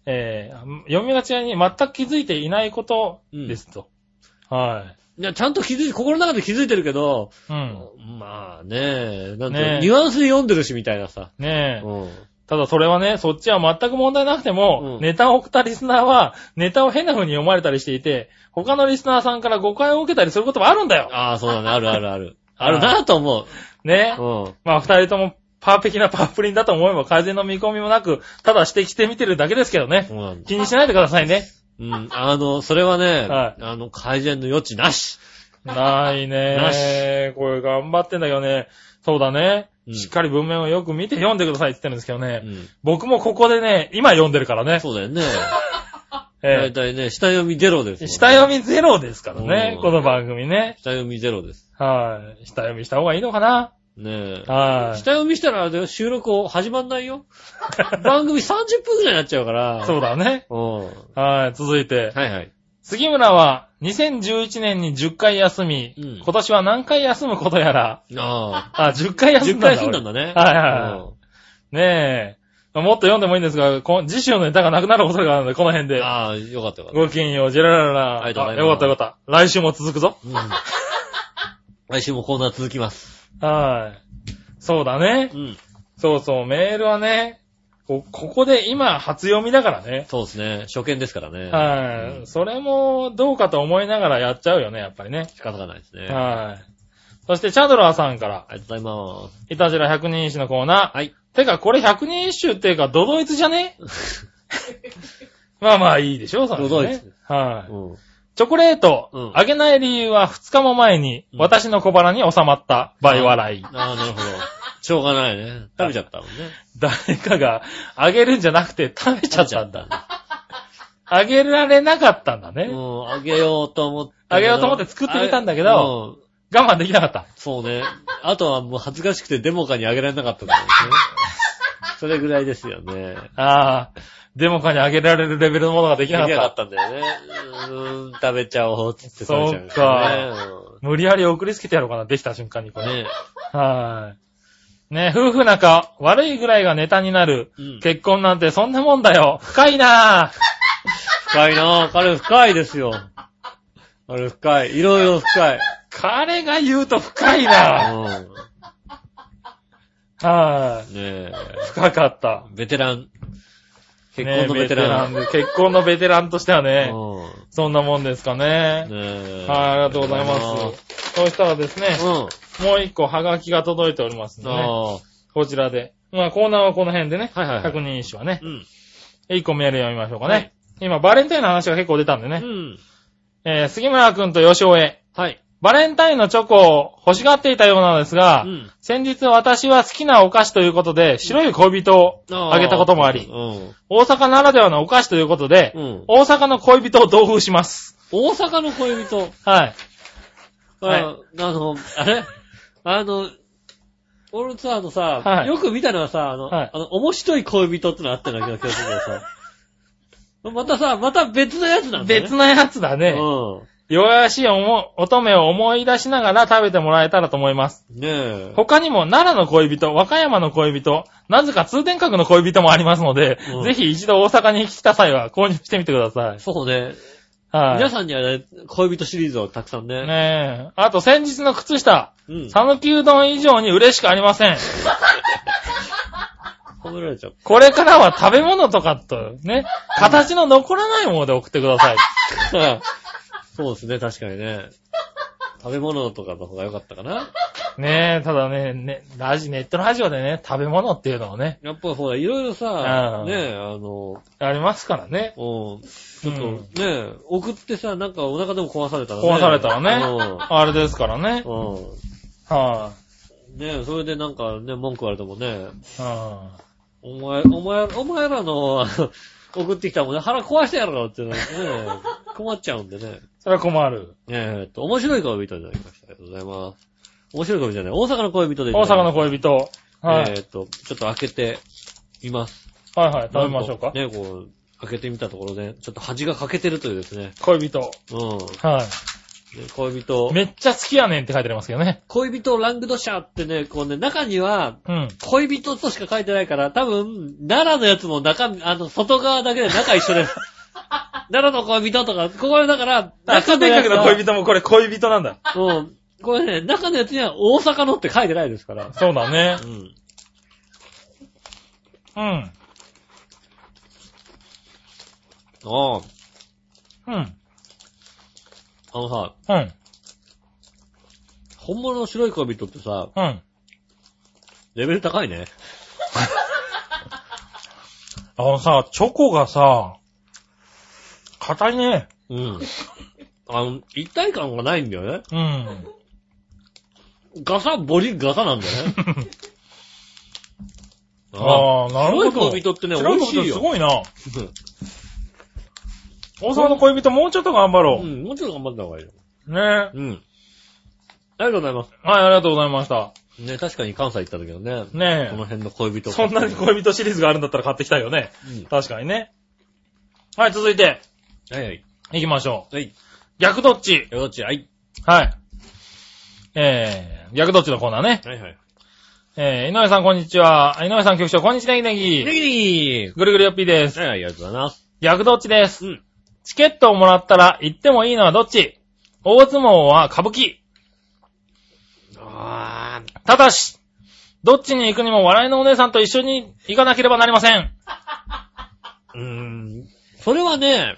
Speaker 3: えー読み間違いに全く気づいていないことですと。はい
Speaker 2: や、ちゃんと気づいて、心の中で気づいてるけど、
Speaker 3: い。うん。
Speaker 2: まあね、なんて、
Speaker 3: ねえ
Speaker 2: ニュアンスで読んでるしみたいなさ。
Speaker 3: ねえ。
Speaker 2: うん。
Speaker 3: ただそれはね、そっちは全く問題なくて
Speaker 2: う
Speaker 3: も、
Speaker 2: ん
Speaker 3: ネタを送ったリスナーは、ネタを変な風に読まれたりしていて、他のリスナーさんから誤解を受けたりすることもあるんだよ。
Speaker 2: ああ、そうだね、あるあるあ る。あるなと思う。
Speaker 3: ね。
Speaker 2: うん。
Speaker 3: まあ二人ともパーペキなパープリンだと思えば改善の見込みもなく、ただ指摘してみてるだけですけどね
Speaker 2: そ。うなんだ。
Speaker 3: 気にしないでくださいね。
Speaker 2: うん。あの、それはね、
Speaker 3: はい
Speaker 2: あの、改善の余地なし。
Speaker 3: ない
Speaker 2: な
Speaker 3: ね。これ頑張ってんだけどね。そうだね。
Speaker 2: うん
Speaker 3: しっかり文面をよく見て読んでくださいって言ってるんですけどね。
Speaker 2: うん。
Speaker 3: 僕もここでね、今読んでるからね。
Speaker 2: そうだよね。だ
Speaker 3: え
Speaker 2: いたいね、下読みゼロです、
Speaker 3: ー下読
Speaker 2: み
Speaker 3: みゼロですからね
Speaker 2: う。ん
Speaker 3: この番組ね。
Speaker 2: 下読みゼロです。
Speaker 3: はい。下読みした方がいいのかな
Speaker 2: ねえ。
Speaker 3: は
Speaker 2: 下
Speaker 3: い。
Speaker 2: 読みしたらあれだよ、収録を始まんないよ。 番組30分くらいになっちゃうから。
Speaker 3: そうだね。
Speaker 2: うん。
Speaker 3: はい。続いて。
Speaker 2: はいはい。
Speaker 3: 杉村は2011年に10回休み、
Speaker 2: うん
Speaker 3: 今年は何回休むことやら、
Speaker 2: あ
Speaker 3: あ、10回
Speaker 2: あ。
Speaker 3: 休
Speaker 2: 10
Speaker 3: んだんだ。
Speaker 2: 回済んだんだね。
Speaker 3: 俺はいはいはい。ねえ。まあもっと読んでもいいんですが、こ次週のネタがなくなる恐れがあるので、この辺
Speaker 2: うん
Speaker 3: で。
Speaker 2: ああ、よかったよかった。
Speaker 3: ごきげんよう、ジェラララ。
Speaker 2: ありがとうございます
Speaker 3: よかったよかった。来週も続くぞ。
Speaker 2: うん来週もコーナー続きます。
Speaker 3: はい。そうだね
Speaker 2: う。ん。
Speaker 3: そうそう、メールはね、こここで今初読みだからね。
Speaker 2: そうですね。初見ですからね。
Speaker 3: は
Speaker 2: う
Speaker 3: い。
Speaker 2: ん
Speaker 3: それもどうかと思いながらやっちゃうよね、やっぱりね。
Speaker 2: 仕方がないですね。あ
Speaker 3: はい。そして、チャドラーさんから、
Speaker 2: りがとうございます。
Speaker 3: いたじら100人一首のコーナー。
Speaker 2: はい。
Speaker 3: てか、これ100人一首っていうか、ドドイツじ ゃねまあまあいいでしょ、それね
Speaker 2: ドドイツ。
Speaker 3: は
Speaker 2: う
Speaker 3: い。
Speaker 2: ん。
Speaker 3: チョコレート
Speaker 2: うん、
Speaker 3: あげない理由は2日も前に、
Speaker 2: うん
Speaker 3: 私の小腹に収まった場合笑い。
Speaker 2: ああ、なるほど。しょうがないね。食べちゃったもんね。
Speaker 3: 誰かが、あげるんじゃなくて食べちゃったんだ。
Speaker 2: だ。
Speaker 3: あげられなかったんだ
Speaker 2: う
Speaker 3: ね。
Speaker 2: ん、あげようと思って。
Speaker 3: あげようと思って作ってみたんだけど
Speaker 2: あ。うん
Speaker 3: 我慢できなかった。
Speaker 2: そうね。あとはもう恥ずかしくてデモカにあげられなかったんだよね。それぐらいですよね。
Speaker 3: ああ、デモカにあげられるレベルのものがで
Speaker 2: で
Speaker 3: き
Speaker 2: き
Speaker 3: なか
Speaker 2: な
Speaker 3: った
Speaker 2: か。ったんだよね。うーん、食べちゃおうってって食べちゃうんですよ
Speaker 3: 無理やり送りつけてやろうかな、できた瞬間にこれ。
Speaker 2: ね。ね
Speaker 3: はい。ね夫婦仲、悪いぐらいがネタになる。
Speaker 2: うん
Speaker 3: 結婚なんてそんなもんだよ。深いなぁ。
Speaker 2: 深いなぁ。彼深いですよ。あれ深い。いろいろ深い。
Speaker 3: 彼が言うと深いな
Speaker 2: う
Speaker 3: ぁ。はい。
Speaker 2: ん。ねえ。
Speaker 3: 深かった。
Speaker 2: ベテラン。結婚のベテラン。
Speaker 3: ねベテランで結婚のベテランとしてはね、
Speaker 2: うん
Speaker 3: そんなもんですかね。
Speaker 2: ねえ。
Speaker 3: はい、ありがとうございます。そうしたらですね、
Speaker 2: うん。
Speaker 3: もう一個ハガキが届いておりますので、
Speaker 2: ああ。
Speaker 3: こちらで。まあ、コーナーはこの辺でね。
Speaker 2: はいはいはい
Speaker 3: 確認書はね。
Speaker 2: うん。
Speaker 3: 1個メール読みましょうかね。
Speaker 2: はい
Speaker 3: 今、バレンタインの話が結構出たんで
Speaker 2: う
Speaker 3: ね。
Speaker 2: ん。
Speaker 3: えー、杉村くんと吉尾へ。
Speaker 2: はい。
Speaker 3: バレンタインのチョコを欲しがっていたようなのですが、
Speaker 2: うん
Speaker 3: 先日私は好きなお菓子ということで、白い恋人をあげたこともあり、
Speaker 2: うん。
Speaker 3: 大阪ならではのお菓子ということで、
Speaker 2: うん。
Speaker 3: 大阪の恋人を同封します。
Speaker 2: 大阪の恋人。
Speaker 3: はい。はい
Speaker 2: ああの、あれあの、オールツアーのさ、
Speaker 3: はい
Speaker 2: よく見たのはさ、あの、
Speaker 3: はい
Speaker 2: あの面白い恋人ってのあったような気がするけどさ。 またさ、また別のやつなんだね。
Speaker 3: 別なやつだね。
Speaker 2: う
Speaker 3: 弱々しい思う乙女を思い出しながら食べてもらえたらと思います。
Speaker 2: ん。ねえ。
Speaker 3: 他にも奈良の恋人、和歌山の恋人、なぜか通天閣の恋人もありますので、
Speaker 2: うん
Speaker 3: ぜひ一度大阪に来た際は購入してみてください。
Speaker 2: そうね。
Speaker 3: はい。
Speaker 2: 皆さんにはね、恋人シリーズをたくさんね。
Speaker 3: ねえ。あと先日の靴下、
Speaker 2: うん。
Speaker 3: 讃岐うどん以上に嬉しくありません。
Speaker 2: 褒められちゃう。
Speaker 3: これからは食べ物とかと、ね、形の残らないもので送ってください。
Speaker 2: そう ですね、確かにね。食べ物とかの方が良かったかな。
Speaker 3: ねえ、ただね、ね、ラジ、ネットラジオでね、食べ物っていうのをね、
Speaker 2: やっぱりほら、いろいろ
Speaker 3: あ
Speaker 2: さ、
Speaker 3: あ
Speaker 2: ねえ、あの、
Speaker 3: ありますからね。
Speaker 2: うん。ちょっと、
Speaker 3: うん
Speaker 2: ねえ、送ってさ、なんかお腹でも壊されたらね。
Speaker 3: 壊されたらね、あれですからね。
Speaker 2: うん。うん。
Speaker 3: は
Speaker 2: ねえ、それでなんかね、文句言われてもね、
Speaker 3: い、は
Speaker 2: お前、お前、お前らの、あの送ってきたもんね、腹壊してやろうってね、ねえ困っちゃうんでね。
Speaker 3: い。それは困る。
Speaker 2: ねえ、えっと、面白い恋人いただきました。ありがとうございます。面白い恋人じゃない。大阪の恋人でいた
Speaker 3: 大
Speaker 2: だきました。
Speaker 3: 阪の恋人。はい。
Speaker 2: えっと、ちょっと開けてみます。
Speaker 3: はいはい、食べましょうか。
Speaker 2: なんね、こう、開けてみたところで、ちょっと端が欠けてるというですね。
Speaker 3: 恋人。
Speaker 2: うん。
Speaker 3: は
Speaker 2: ね恋人
Speaker 3: い。。めっちゃ好きやねんって書いてありますけどね。
Speaker 2: 恋人ラングドシャーってね、こうね、中には、
Speaker 3: うん。
Speaker 2: 恋人としか書いてないから、多分、奈良のやつも中、あの、外側だけで中一緒です。奈良の恋人とか、ここだから、中
Speaker 3: 中
Speaker 2: の
Speaker 3: で
Speaker 2: や
Speaker 3: か
Speaker 2: つ
Speaker 3: け
Speaker 2: は
Speaker 3: の恋人もこれ恋人なんだ。
Speaker 2: うん。これね、中のやつには大阪のって書いてないですから。
Speaker 3: そうだね
Speaker 2: う。ん。
Speaker 3: うん。
Speaker 2: ああ、
Speaker 3: うん。
Speaker 2: あのさ、
Speaker 3: うん。
Speaker 2: 本物の白い恋人ってさ、
Speaker 3: うん。
Speaker 2: レベル高いね。
Speaker 3: あのさ、チョコがさ、硬いね。
Speaker 2: うん。あの、一体感がないんだよね。
Speaker 3: うん。
Speaker 2: ガサ、ボリガサなんだ よね。
Speaker 3: ああ、なるほど。
Speaker 2: 白い恋人ってね、美
Speaker 3: 白い
Speaker 2: 味
Speaker 3: 恋
Speaker 2: し
Speaker 3: 人
Speaker 2: い
Speaker 3: す
Speaker 2: よ。
Speaker 3: ごいな。大阪の恋人もうちょっと頑張
Speaker 2: う
Speaker 3: ろ
Speaker 2: ん、もうちょっと頑張った方がいいよ。
Speaker 3: う。ねえ。はい、
Speaker 2: うん。ありがとうございます。
Speaker 3: ありがとうございました。
Speaker 2: ね、確かに関西行った時のね、
Speaker 3: ね
Speaker 2: この辺の恋
Speaker 3: え。
Speaker 2: 人。
Speaker 3: そんなに恋人シリーズがあるんだったら買ってきたいよね。
Speaker 2: うん。
Speaker 3: 確かにね。はい、続いて、
Speaker 2: はいはい。
Speaker 3: 行きましょう。
Speaker 2: はい。
Speaker 3: 逆どっち
Speaker 2: よどっちはい。
Speaker 3: はい。えー、逆どっちのコーナーね。
Speaker 2: はいはい。
Speaker 3: えー、井上さんこんにちは。井上さん局長こんにちは、ネギネ
Speaker 2: ネ
Speaker 3: ギ。
Speaker 2: ギネギ
Speaker 3: ぐるぐるよっぴーです。
Speaker 2: はいはい、ありがとうございます。
Speaker 3: 逆どっちです。
Speaker 2: うん。
Speaker 3: チケットをもらったら行ってもいいのはどっち大相撲は歌舞伎。
Speaker 2: あ
Speaker 3: ただし、どっちに行くにも笑いのお姉さんと一緒に行かなければなりません。
Speaker 2: ー、うーん。それはね、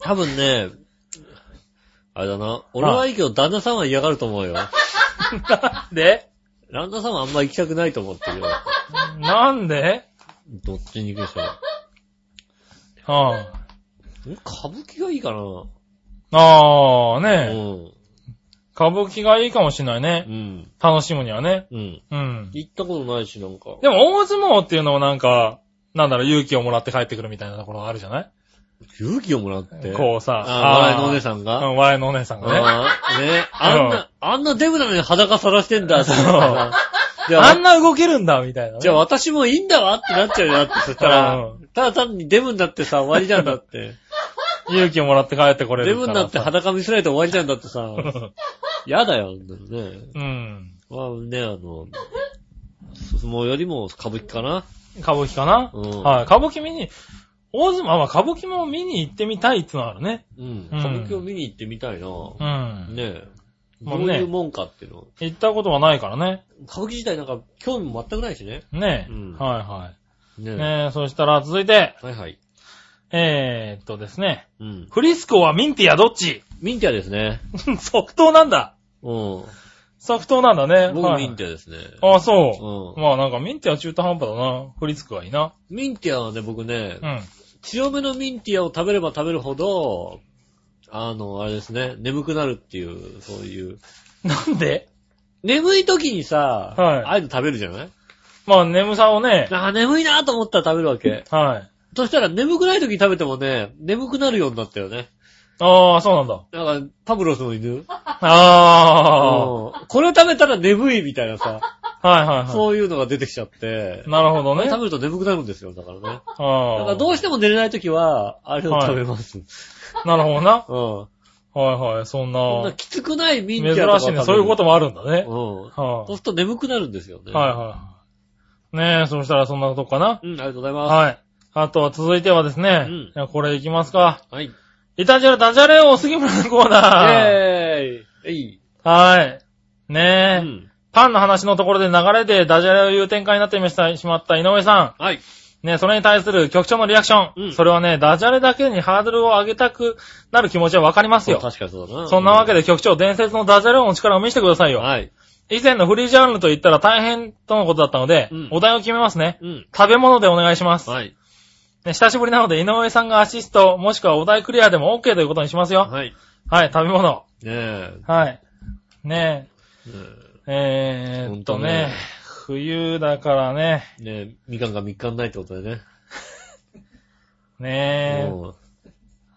Speaker 2: 多分ね、あれだな。俺はいいけど、旦那さんは嫌がると思うよ。
Speaker 3: で
Speaker 2: 旦那さんはあんま行きたくないと思ってるよ。
Speaker 3: なんで
Speaker 2: どっちに行くでしょ
Speaker 3: うん。
Speaker 2: う。ん歌舞伎がいいかな。
Speaker 3: ああ、
Speaker 2: う
Speaker 3: ねえ。
Speaker 2: ん。
Speaker 3: 歌舞伎がいいかもしれないうね。
Speaker 2: ん。
Speaker 3: 楽しむにはね。
Speaker 2: うん。
Speaker 3: うん。
Speaker 2: 行ったことないし、なんか。
Speaker 3: でも大相撲っていうのもなんか、なんだろう、勇気をもらって帰ってくるみたいなところがあるじゃない
Speaker 2: 勇気をもらって。
Speaker 3: こうさ、
Speaker 2: あ笑いのお姉
Speaker 3: ん
Speaker 2: さん
Speaker 3: う
Speaker 2: が。
Speaker 3: ん、笑いのお姉さんがね。
Speaker 2: ああね。あんな、あんなデブなのに裸さらしてんだ、そう。じゃ
Speaker 3: あ
Speaker 2: あ
Speaker 3: ん、な動けるんだ、みたいなね。
Speaker 2: じゃあ私もいいんだわってなっちゃうよなって、そしたら
Speaker 3: う、
Speaker 2: ただ単にデブになってさ、終わりじゃんだ って。
Speaker 3: 勇気をもらって帰ってこれ
Speaker 2: デ
Speaker 3: る
Speaker 2: ブ
Speaker 3: か
Speaker 2: にな
Speaker 3: ら
Speaker 2: って
Speaker 3: さ。
Speaker 2: 裸見せられて終わりじゃんだってさ、 やだよ、でもね。
Speaker 3: うん。
Speaker 2: まあね、あの、相撲よりも歌舞伎かな。
Speaker 3: 歌舞伎かな、
Speaker 2: うん
Speaker 3: はい。歌舞伎見に、大相撲、まあ、歌舞伎も見に行ってみたいってのはあるね。
Speaker 2: うん。歌舞伎を見に行ってみたいな。
Speaker 3: うん。
Speaker 2: ねえ。
Speaker 3: ま
Speaker 2: ど
Speaker 3: あ
Speaker 2: う
Speaker 3: ね
Speaker 2: いうもんかっていうの。
Speaker 3: 行ったことはないからね。
Speaker 2: 歌舞伎自体なんか興味も全くないしね。
Speaker 3: ねえ。
Speaker 2: うん
Speaker 3: はいは
Speaker 2: ね
Speaker 3: い。
Speaker 2: え。
Speaker 3: ねえ、そしたら続いて、
Speaker 2: はいはい。
Speaker 3: えー、っとですね。
Speaker 2: うん。
Speaker 3: フリスコはミンティアどっち
Speaker 2: ミンティアですね。
Speaker 3: 即答なんだ。
Speaker 2: うん。
Speaker 3: 作刀なんだね。
Speaker 2: 僕ミンテ
Speaker 3: テ
Speaker 2: ィアですね。
Speaker 3: ああ、そ
Speaker 2: う
Speaker 3: う。まあなんかミンティア中途半端だな。振り付くはいいな。
Speaker 2: ミンティアはね、僕ね
Speaker 3: う、ん。
Speaker 2: 強めのミンティアを食べれば食べるほど、あの、あれですね、眠くなるっていう、そういう。
Speaker 3: なんで
Speaker 2: 眠い時にさ、
Speaker 3: はい
Speaker 2: ああいうの食べるじゃない
Speaker 3: まあ眠さをね。
Speaker 2: あー眠いなと思ったら食べるわけ。
Speaker 3: はい。
Speaker 2: そしたら眠くない時に食べてもね、眠くなるようになったよね。
Speaker 3: ああ、そうなんだ。
Speaker 2: なんか、パブロスの犬
Speaker 3: あ
Speaker 2: うんこれを食べたら眠いみたいなさ、
Speaker 3: あ。はいはいは
Speaker 2: そういうのが出てきちゃって
Speaker 3: い。、なるほどね。
Speaker 2: 食べると眠くなるんですよ、だからね。だか
Speaker 3: あ
Speaker 2: らどうしても寝れない時は、あれを食べます。
Speaker 3: あ。なるほどな。
Speaker 2: うん。
Speaker 3: はいはい。そん
Speaker 2: そんな
Speaker 3: な。
Speaker 2: きつくないミンティ
Speaker 3: 珍
Speaker 2: アとか
Speaker 3: しいね。そういうこともあるんだね。
Speaker 2: と。うん。そ
Speaker 3: は
Speaker 2: うすると眠くなるんですよね。
Speaker 3: い。はいはい。ねえ、そしたらそんなことかな。
Speaker 2: い。うん、ありがとうございま
Speaker 3: はい。あとは続いてはですね。
Speaker 2: うん
Speaker 3: じゃあこれいきますか。
Speaker 2: す。はい。
Speaker 3: イタジェラダジャレを杉村のコーナー。
Speaker 2: イェーイ。えい。
Speaker 3: はい。
Speaker 2: う
Speaker 3: ねえ、
Speaker 2: ん。
Speaker 3: パンの話のところで流れでダジャレを言う展開になってしまった井上さ
Speaker 2: はい。
Speaker 3: ん。ねえそれに対する局長のリアクション。
Speaker 2: うん
Speaker 3: それはね、ダジャレだけにハードルを上げたくなる気持ちはわかりますよ。
Speaker 2: 確かにそうだな。
Speaker 3: そんなわけ
Speaker 2: で。
Speaker 3: で局長、伝説のダジャレ王の力を見せてくださいよ。
Speaker 2: はい。
Speaker 3: 以前のフリージャンルと言ったら大変とのことだったので、
Speaker 2: うん
Speaker 3: お題を決めますね。
Speaker 2: うん。
Speaker 3: 食べ物でお願いします、
Speaker 2: はい。
Speaker 3: ね久しぶりなので井上さんがアシスト、もしくはお題クリアでも OK ということにしますよ。
Speaker 2: はい。
Speaker 3: はい、食べ物。
Speaker 2: ねえ。
Speaker 3: はい。ね
Speaker 2: ね
Speaker 3: え、えー、っと
Speaker 2: ほんと
Speaker 3: ね
Speaker 2: ね
Speaker 3: 冬だからね、
Speaker 2: えねえ、みかんがみかんないってことでね。
Speaker 3: ねえ、
Speaker 2: うん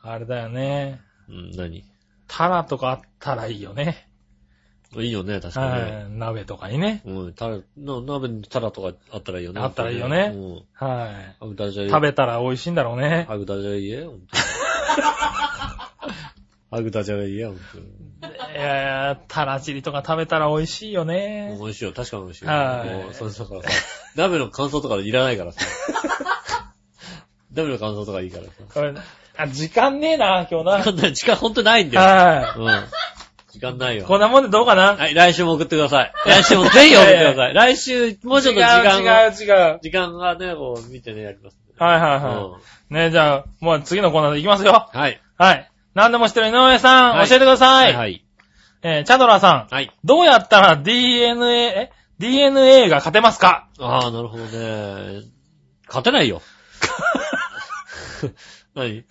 Speaker 3: あれだよね。
Speaker 2: うん、何
Speaker 3: タラとかあったらいいよね。
Speaker 2: いいよね、確かにね。
Speaker 3: はい、鍋とかにね。
Speaker 2: うん、たら、な鍋にタラとかあったらいいよね。
Speaker 3: あったらいいよね
Speaker 2: うん。
Speaker 3: はい。
Speaker 2: ハグダジャレ。
Speaker 3: 食べたら美味しいんだろうね。
Speaker 2: ハグダジャレ言えよ、 本当にハグダジャレ言えよ、本当に
Speaker 3: いやいや、タラチリとか食べたら美味しいよね。
Speaker 2: 美味しいよ、確かに美味しいよ。
Speaker 3: はい
Speaker 2: もうそれだからさ、鍋の感想とかいらないからさ。 鍋の感想とかいいから さ。
Speaker 3: これあ、時間ねえな、
Speaker 2: 時
Speaker 3: 今日
Speaker 2: 間ない、時間ほんとないんだよ。
Speaker 3: な。は
Speaker 2: うん。時間ない
Speaker 3: い。
Speaker 2: よ。
Speaker 3: こんなもんでどうかな
Speaker 2: はい、来週も送ってくださ い。来週もぜひ送ってくだ
Speaker 3: い
Speaker 2: さい。来週、もうちょっと時
Speaker 3: 違う
Speaker 2: 間を、
Speaker 3: 違う違う。
Speaker 2: 時間がね、こう見てね、やります。
Speaker 3: はいはいうは
Speaker 2: ん
Speaker 3: い。ねじゃあ、もう次のコーナーでいきますよ。
Speaker 2: はい。
Speaker 3: はい。何でも知ってる井上さん、
Speaker 2: はい
Speaker 3: 教えてください。
Speaker 2: はい。
Speaker 3: えーチャドラーさん、
Speaker 2: はい。
Speaker 3: どうやったら DNA、え ?DNA が勝てますか
Speaker 2: ああ、なるほどね。勝てないよ。何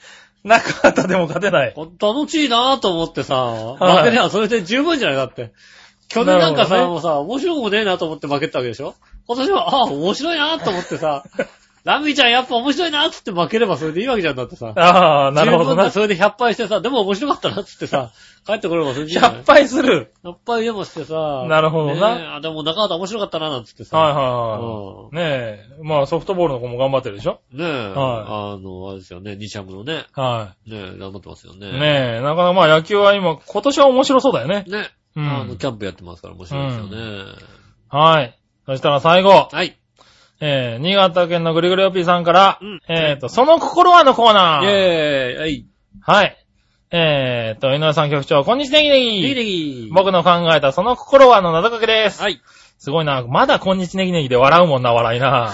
Speaker 3: なかったでも勝てない。
Speaker 2: ほんと楽しいなぁと思ってさ、
Speaker 3: い
Speaker 2: 負けりゃそれで十分じゃないだって。去年なんかさ、
Speaker 3: なる
Speaker 2: もう
Speaker 3: ほどね
Speaker 2: さ、面白くもねえなと思って負けたわけでしょ今年は、ああ、面白いなぁと思って さ、ラミちゃんやっぱ面白いなぁっつって負ければそれでいいわけじゃんだってさ。
Speaker 3: ああ、なるほど
Speaker 2: 十分
Speaker 3: な
Speaker 2: だ。それで100敗してさ、でも面白かったなっつってさ、帰ってこればそれでいいじゃない
Speaker 3: 100敗する。
Speaker 2: 100敗でもしてさ、
Speaker 3: なるほどな
Speaker 2: ねえあ、でも中畑面白かったななんつってさ。
Speaker 3: はいはいはい。ねえ、まあソフトボールの子も頑張ってるでしょ
Speaker 2: ねえ、
Speaker 3: は
Speaker 2: あの、あれですよね、西ハムのね、
Speaker 3: は
Speaker 2: ねえ、頑張ってますよね。
Speaker 3: い。ねえ、なかなかまあ野球は今、今年は面白そうだよね。
Speaker 2: ね、
Speaker 3: う
Speaker 2: あの、
Speaker 3: ん。
Speaker 2: キャンプやってますから面白いですよね。
Speaker 3: はい。そしたら最後、
Speaker 2: はい。
Speaker 3: えー、新潟県のぐりぐりおっぴーさんから
Speaker 2: うん、
Speaker 3: えーと、その心はのコー
Speaker 2: イェ
Speaker 3: ナ
Speaker 2: ー
Speaker 3: ー。
Speaker 2: イはい。
Speaker 3: はい。えーと、井上さん局長、こんにちはネギ
Speaker 2: いい
Speaker 3: ネギ
Speaker 2: ねぎ
Speaker 3: 僕の考えたその心はの謎かけです。
Speaker 2: はい。
Speaker 3: すごいな。まだこんにちネギネギで笑うもんな、笑い な。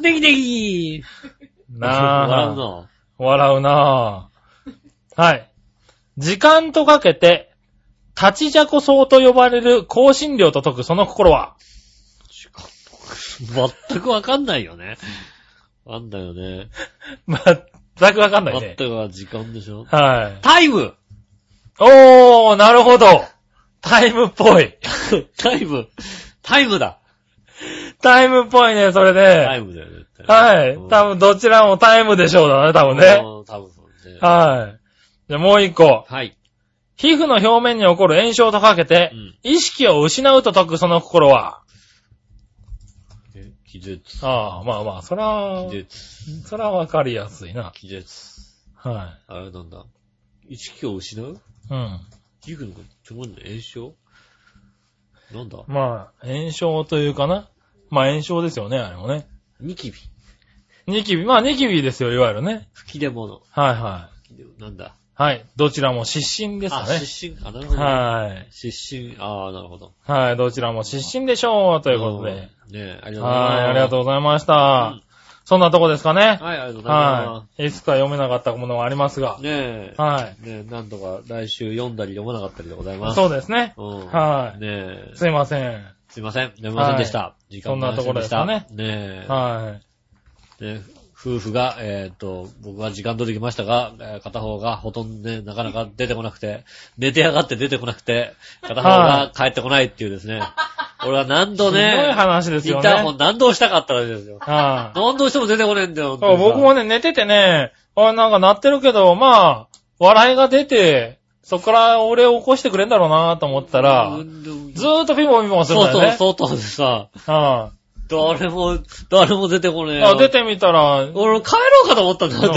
Speaker 2: ネギネギ
Speaker 3: な
Speaker 2: 笑う
Speaker 3: あ。
Speaker 2: な。
Speaker 3: 笑うな。はい。時間とかけて、立ちじゃこ草と呼ばれる香辛料と解くその心は。
Speaker 2: 全くわかんないよね。あんだよね。
Speaker 3: ま全くわかんない
Speaker 2: 全
Speaker 3: ね。
Speaker 2: くは時間でしょ。
Speaker 3: はい。
Speaker 2: タイ ム
Speaker 3: おー、なるほど。タイムっぽい。
Speaker 2: タイムタイムだ
Speaker 3: タイムっぽいね、それ
Speaker 2: タイ
Speaker 3: で。
Speaker 2: ムだよね。
Speaker 3: はい
Speaker 2: うん。
Speaker 3: 多分どちらもタイムでしょうだね、多分ね。
Speaker 2: うん多分そうね。
Speaker 3: はい。じゃあもう一個。
Speaker 2: はい。
Speaker 3: 皮膚の表面に起こる炎症とかけて、
Speaker 2: うん
Speaker 3: 意識を失うと解くその心は。
Speaker 2: え気絶。
Speaker 3: ああ、まあまあ、そら
Speaker 2: 気、絶。
Speaker 3: そらわかりやすいな。
Speaker 2: 気絶。
Speaker 3: は
Speaker 2: あれなんだ。意識を失う
Speaker 3: い。うん。
Speaker 2: 皮膚の手元の炎症なんだ
Speaker 3: まあ、炎症というかな。まあ炎症ですよね、あれもね。
Speaker 2: ニキビ。
Speaker 3: ニキビ、まあニキビですよ、いわゆるね。
Speaker 2: 吹き出物。
Speaker 3: はいは
Speaker 2: 吹き出物なんだ。
Speaker 3: い。はい。どちらも失神ですか
Speaker 2: あ、
Speaker 3: ね。
Speaker 2: 失神。あ、なるほど。
Speaker 3: はい。
Speaker 2: 失神。ああ、なるほど。
Speaker 3: はい、どちらも失神でしょう、と
Speaker 2: と
Speaker 3: いうことで。。
Speaker 2: ねえ、ありがとうございます。
Speaker 3: はい、ありがとうございまし
Speaker 2: う
Speaker 3: た。そんなとこですかね。
Speaker 2: はい、ありがとうございま
Speaker 3: はい。いつか読めなかったものはありますが
Speaker 2: す。。ねえ。
Speaker 3: はい。
Speaker 2: ねえ、なんとか来週読んだり読まなかったりでございます。
Speaker 3: そうですね。
Speaker 2: うん。
Speaker 3: はい。
Speaker 2: ねえ。
Speaker 3: すいません。
Speaker 2: すいません。読みませんでした。時間も
Speaker 3: そんなところですかね
Speaker 2: ありませんでしたね
Speaker 3: は
Speaker 2: え。ね夫婦が、えっ、と、僕は時間取りきましたが、えー片方がほとんどね、なかなか出てこなくて、寝て上がって出てこなくて、片方が帰ってこないっていうですね。俺は何
Speaker 3: い。
Speaker 2: 度ね、
Speaker 3: すごい話です
Speaker 2: イン
Speaker 3: よ
Speaker 2: タ
Speaker 3: ね。
Speaker 2: ーホン何度押したかったらですよ。
Speaker 3: はい。
Speaker 2: 何度しても出てこねえんだよ。
Speaker 3: そう僕も
Speaker 2: ね。
Speaker 3: ね、寝ててね、あなんか鳴ってるけど、まあ、笑いが出て、そこから俺を起こしてくれんだろうなと思ったら
Speaker 2: う、ん
Speaker 3: ずーっとピンポンピンポンするん
Speaker 2: そう
Speaker 3: だよ
Speaker 2: そう、
Speaker 3: ね。う
Speaker 2: 外でさ、
Speaker 3: そう。あ
Speaker 2: 誰も、誰も出てこねえよ。
Speaker 3: 出てみたら、うん
Speaker 2: 俺帰ろうかと思ったんだ、あの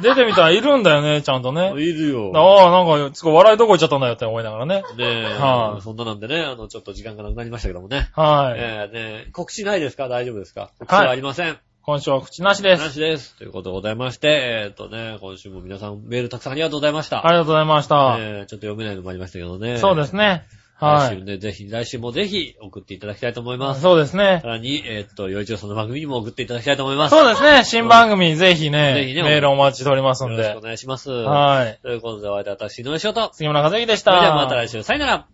Speaker 2: 時。
Speaker 3: 出てみたらいるんだよね、ちゃんとね。
Speaker 2: いるよ。
Speaker 3: ああ、なんか、ちょっと笑いどこ行っちゃったんだよって思いなが らね。
Speaker 2: ねえ、
Speaker 3: はい
Speaker 2: そんななんでね、あの、ちょっと時間がなくなりましたけどもね。
Speaker 3: はい。
Speaker 2: ええねえ告知ないですか大丈夫ですか告知はありません。
Speaker 3: 今週は口なしです。
Speaker 2: なしです。ということでございまして、えっ、とね、今週も皆さんメールたくさんありがとうございました。
Speaker 3: ありがとうございました。
Speaker 2: ええちょっと読めないのもありましたけどね。。
Speaker 3: そうですすね。は
Speaker 2: 来週
Speaker 3: い。
Speaker 2: ね、ぜひ、来週もぜひ送っていただきたいと思います。
Speaker 3: そうですね
Speaker 2: さ。らに、えっ、と、よいちろさんの番組にも送っていただきたいと思います。
Speaker 3: そうですね。新番組ぜひ
Speaker 2: ぜ
Speaker 3: ね
Speaker 2: ひ、ね
Speaker 3: メールお待ちしておりますん
Speaker 2: よろしくお
Speaker 3: で。
Speaker 2: 願いします。
Speaker 3: はい。
Speaker 2: ということで、お相手は私、井上翔と。
Speaker 3: 杉村和之でし
Speaker 2: そ
Speaker 3: た。
Speaker 2: れではまた来週、さよなら。